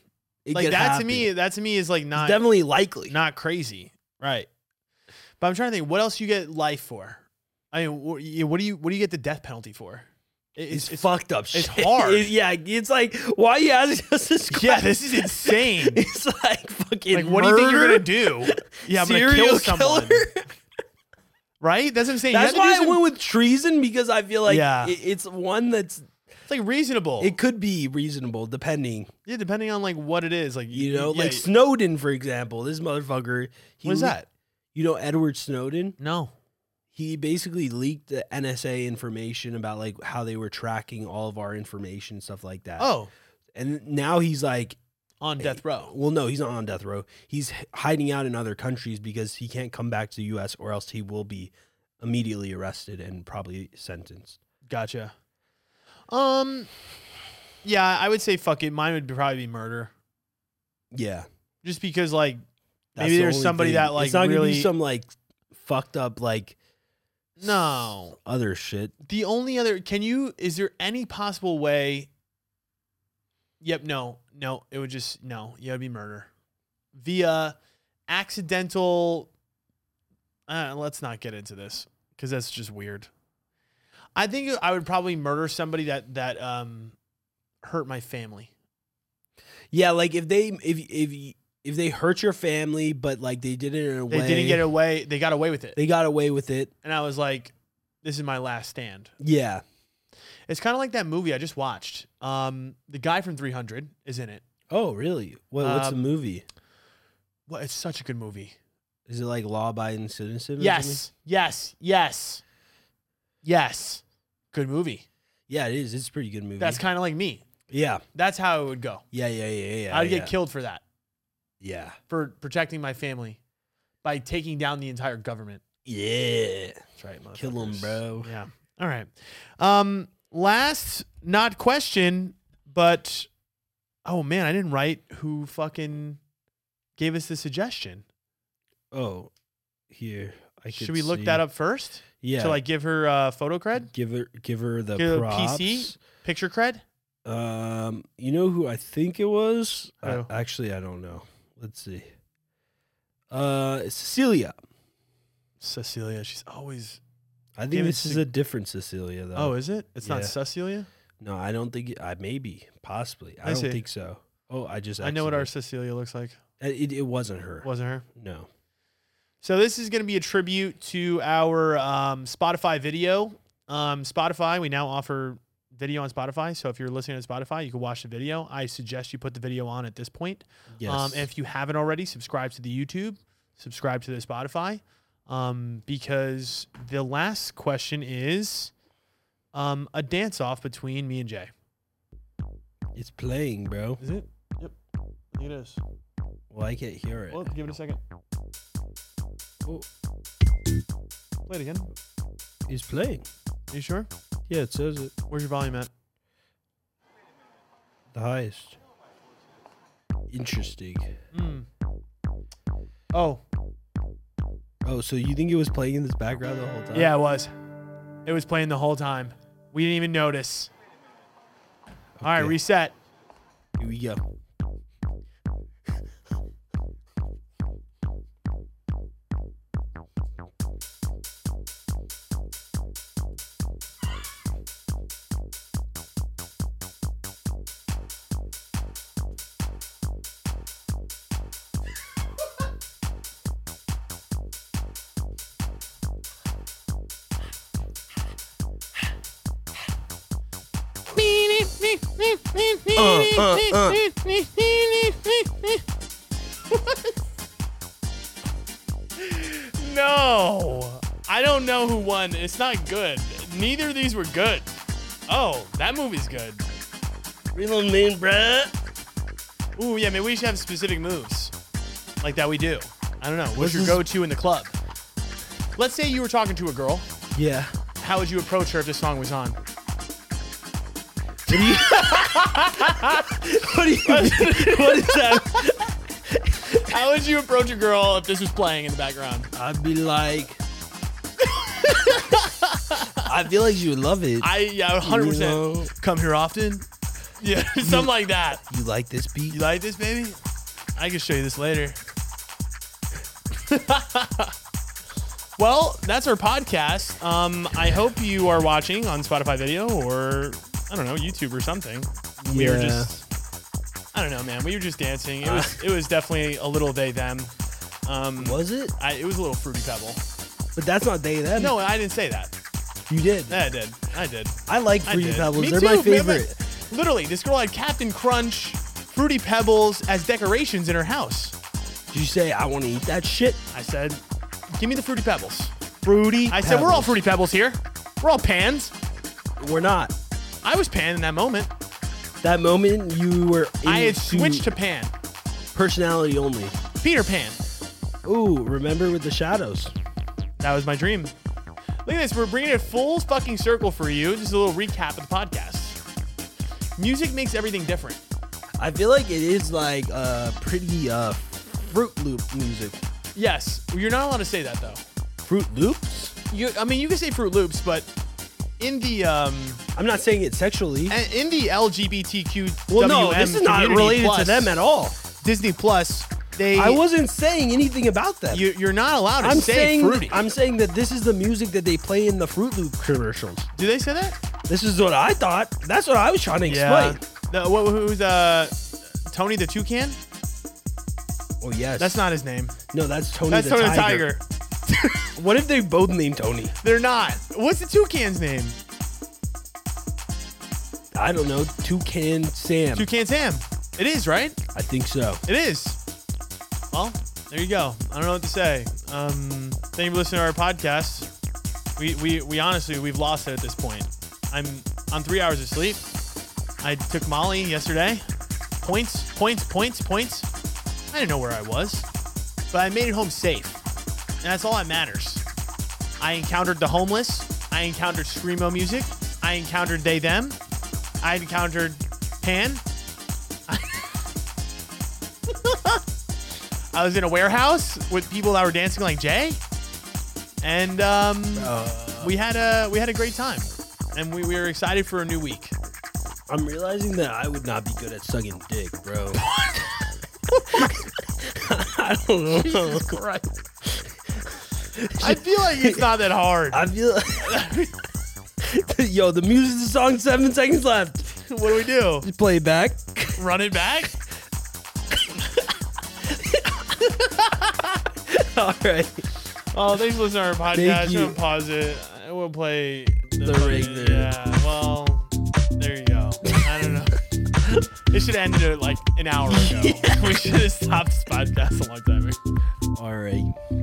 It
like
could
that
happen.
to me,
It's
that to me is like not
definitely likely.
not crazy, right? But I'm trying to think, what else you get life for? I mean, wh- you- what do you what do you get the death penalty for? It-
it's, fucked up.
it's
shit.
hard.
It- yeah, it's like why you ask us this question?
Yeah, this is insane.
It's like fucking.
Like, what do you think you're gonna
murder?
do? Yeah, I'm gonna kill
Serial
someone.
killer?
Right? That's what I'm saying. You
That's
have to do
why I
some-
went with treason because I feel like
Yeah. Oh.
it- it's one that's
it's like reasonable.
it could be reasonable depending.
yeah, depending on like what it is. Like
You know,
yeah,
like Snowden for example. This motherfucker. He
what is
le-
that?
You know, Edward Snowden.
No.
He basically leaked the NSA information about like how they were tracking all of our information, stuff like that.
Oh,
and now he's like eh,
on death row.
Well, no, he's not on death row. He's h- hiding out in other countries because he can't come back to the U.S. or else he will be immediately arrested and probably sentenced.
Gotcha. Um, yeah, I would say fuck it. Mine would be- probably be murder,
Yeah,
just because like
that's
Maybe
the
there's
only
somebody that, like,
it's not gonna
really-
be some like fucked up like
no.
other shit.
The only other can you is there any possible way? Yep, no, no, it would just no, yeah, it'd be murder via accidental. Uh, let's not get into this because that's just weird. I think I would probably murder somebody that that um hurt my family.
Yeah, like if they if if y- if they hurt your family, but like they did it in a
They
way
didn't get away. They got away with it,
they got away with it.
and I was like, "This is my last stand."
Yeah.
It's kind of like that movie I just watched. Um, the guy from 300 is in it.
Oh, really? What, what's the
Um,
movie?
Well, it's such a good movie.
Is it like Law Abiding Citizen? or something?
Yes, yes, yes, yes. Good movie.
Yeah, it is. It's a pretty good movie.
That's kind of like me.
yeah.
That's how it would go.
Yeah, yeah, yeah, yeah.
I'd
yeah.
get killed for that,
Yeah.
for protecting my family by taking down the entire government.
Yeah.
That's right,
Kill 'em,
motherfuckers.
bro.
Yeah. All right. Um, last not question, but oh man, I didn't write who fucking gave us the suggestion.
Oh, here. I
Should we look that up first?
Yeah.
Should I give her uh, photo cred,
give her give her the
Give her
props.
PC? picture cred?
Um, you know who I think it was? I-
Who?
actually, I don't know. Let's see. Uh, Cecilia.
Cecilia, she's always.
I think
Give it
this is
to-
a different Cecilia though.
Oh, is it? It's not
yeah.
Cecilia.
No, I don't think. It, I maybe possibly. I,
I
don't
see.
think so. Oh, I just.
I know what our
accidentally-
Cecilia looks like.
Uh, It, it wasn't her.
Wasn't her.
No.
So this is going to be a tribute to our um, Spotify video. Um, Spotify, we now offer video on Spotify. So if you're listening on Spotify, you can watch the video. I suggest you put the video on at this point.
Yes.
Um, if you haven't already, subscribe to the YouTube, subscribe to the Spotify, um, because the last question is um, a dance off between me and Jay.
it's playing, bro.
Is it? Yep. I think it is.
Well, I can't hear it.
Well, give it a second.
Oh,
Play it again.
it's playing.
you sure?
Yeah, it says it.
Where's your volume at?
The highest. Interesting.
Mm. Oh,
Oh, so you think it was playing in this background the whole time?
yeah, it was. It was playing the whole time. We didn't even notice. All right,
Okay.
reset.
Here we go.
No, I don't know who won. It's not good. Neither of these were good. Oh, that movie's good.
Real mean, bruh.
Ooh, yeah, maybe we should have specific moves like that we do. I don't know. What's
What's
your
this-
go to in the club? Let's say you were talking to a girl.
Yeah.
How would you approach her if this song was on?
What do you? what do you? what is that?
How would you approach a girl if this was playing in the background?
I'd be like. I feel like you would love it.
I, yeah, 100%.
You know?
Come here often? Yeah, something like that.
you like this beat?
You like this, baby? I can show you this later. well, that's our podcast. Um, I hope you are watching on Spotify video or I don't know YouTube or something. We were
Yeah.
just I don't know, man. We were just dancing. It was it was definitely a little they them. Um,
was it?
I, it was a little fruity pebble.
But that's not they then.
No, I didn't say that.
you did.
Yeah, I did. I did.
I like
I
Fruity
did.
Pebbles.
Me
They're
too,
my
man, but
favorite.
literally, this girl had Captain Crunch, Fruity Pebbles as decorations in her house.
Did you say I want to eat that shit?
I said, "Give me the fruity pebbles."
Fruity.
I said, "We're all
Pebbles.
fruity pebbles here. We're all pans."
We're not.
I was pan in that moment.
That moment you were
I had
into
switched to Pan.
personality only.
Peter Pan.
Ooh, remember with the shadows.
That was my dream. Look at this. We're bringing it full fucking circle for you. Just a little recap of the podcast. Music makes everything different.
I feel like it is like uh pretty uh Fruit Loop music.
Yes, you're not allowed to say that though.
Fruit Loops?
You, I mean, you can say Fruit Loops, but in the um,
I'm not saying it sexually.
a- in the LGBTQ,
Well, no, this is not related to them at all.
Disney Plus, they,
I wasn't saying anything about them.
you, you're not allowed to
I'm
say
saying
fruity.
I'm saying that this is the music that they play in the Fruit Loop commercials.
Do they say that?
This is what I thought. That's what I was trying to explain.
The, what, who's uh, Tony the Toucan?
Oh yes.
That's not his name.
No, that's Tony
That's
the
Tony the
Tiger.
Tiger.
What if they both named Tony?
They're not. What's the toucan's name?
I don't know. Toucan Sam.
Toucan Sam. It is, right?
I think so.
It is. Well, there you go. I don't know what to say. Um, thank you for listening to our podcast. We, we, we honestly, we've lost it at this point. I'm on three hours of sleep. I took Molly yesterday. Points, points, points, points. I didn't know where I was, but I made it home safe. And that's all that matters. I encountered the homeless. I encountered Screamo music. I encountered they, them. I encountered Pan. I was in a warehouse with people that were dancing like Jay, and um,
Uh,
we had a we had a great time, and we, we were excited for a new week.
I'm realizing that I would not be good at sucking dick, bro. I don't know.
I feel like it's not that hard.
I feel. Yo, the music of the song. Seven seconds left.
what do we do?
Just play it back.
Run it back?
All right.
Oh, thanks for listening to our podcast.
Thank
we
you.
will pause it. I will play
The
fucking-
regular.
Yeah. Well, there you go. I don't know. it should have ended it like an hour ago. We should have stopped this podcast a long time ago.
All right.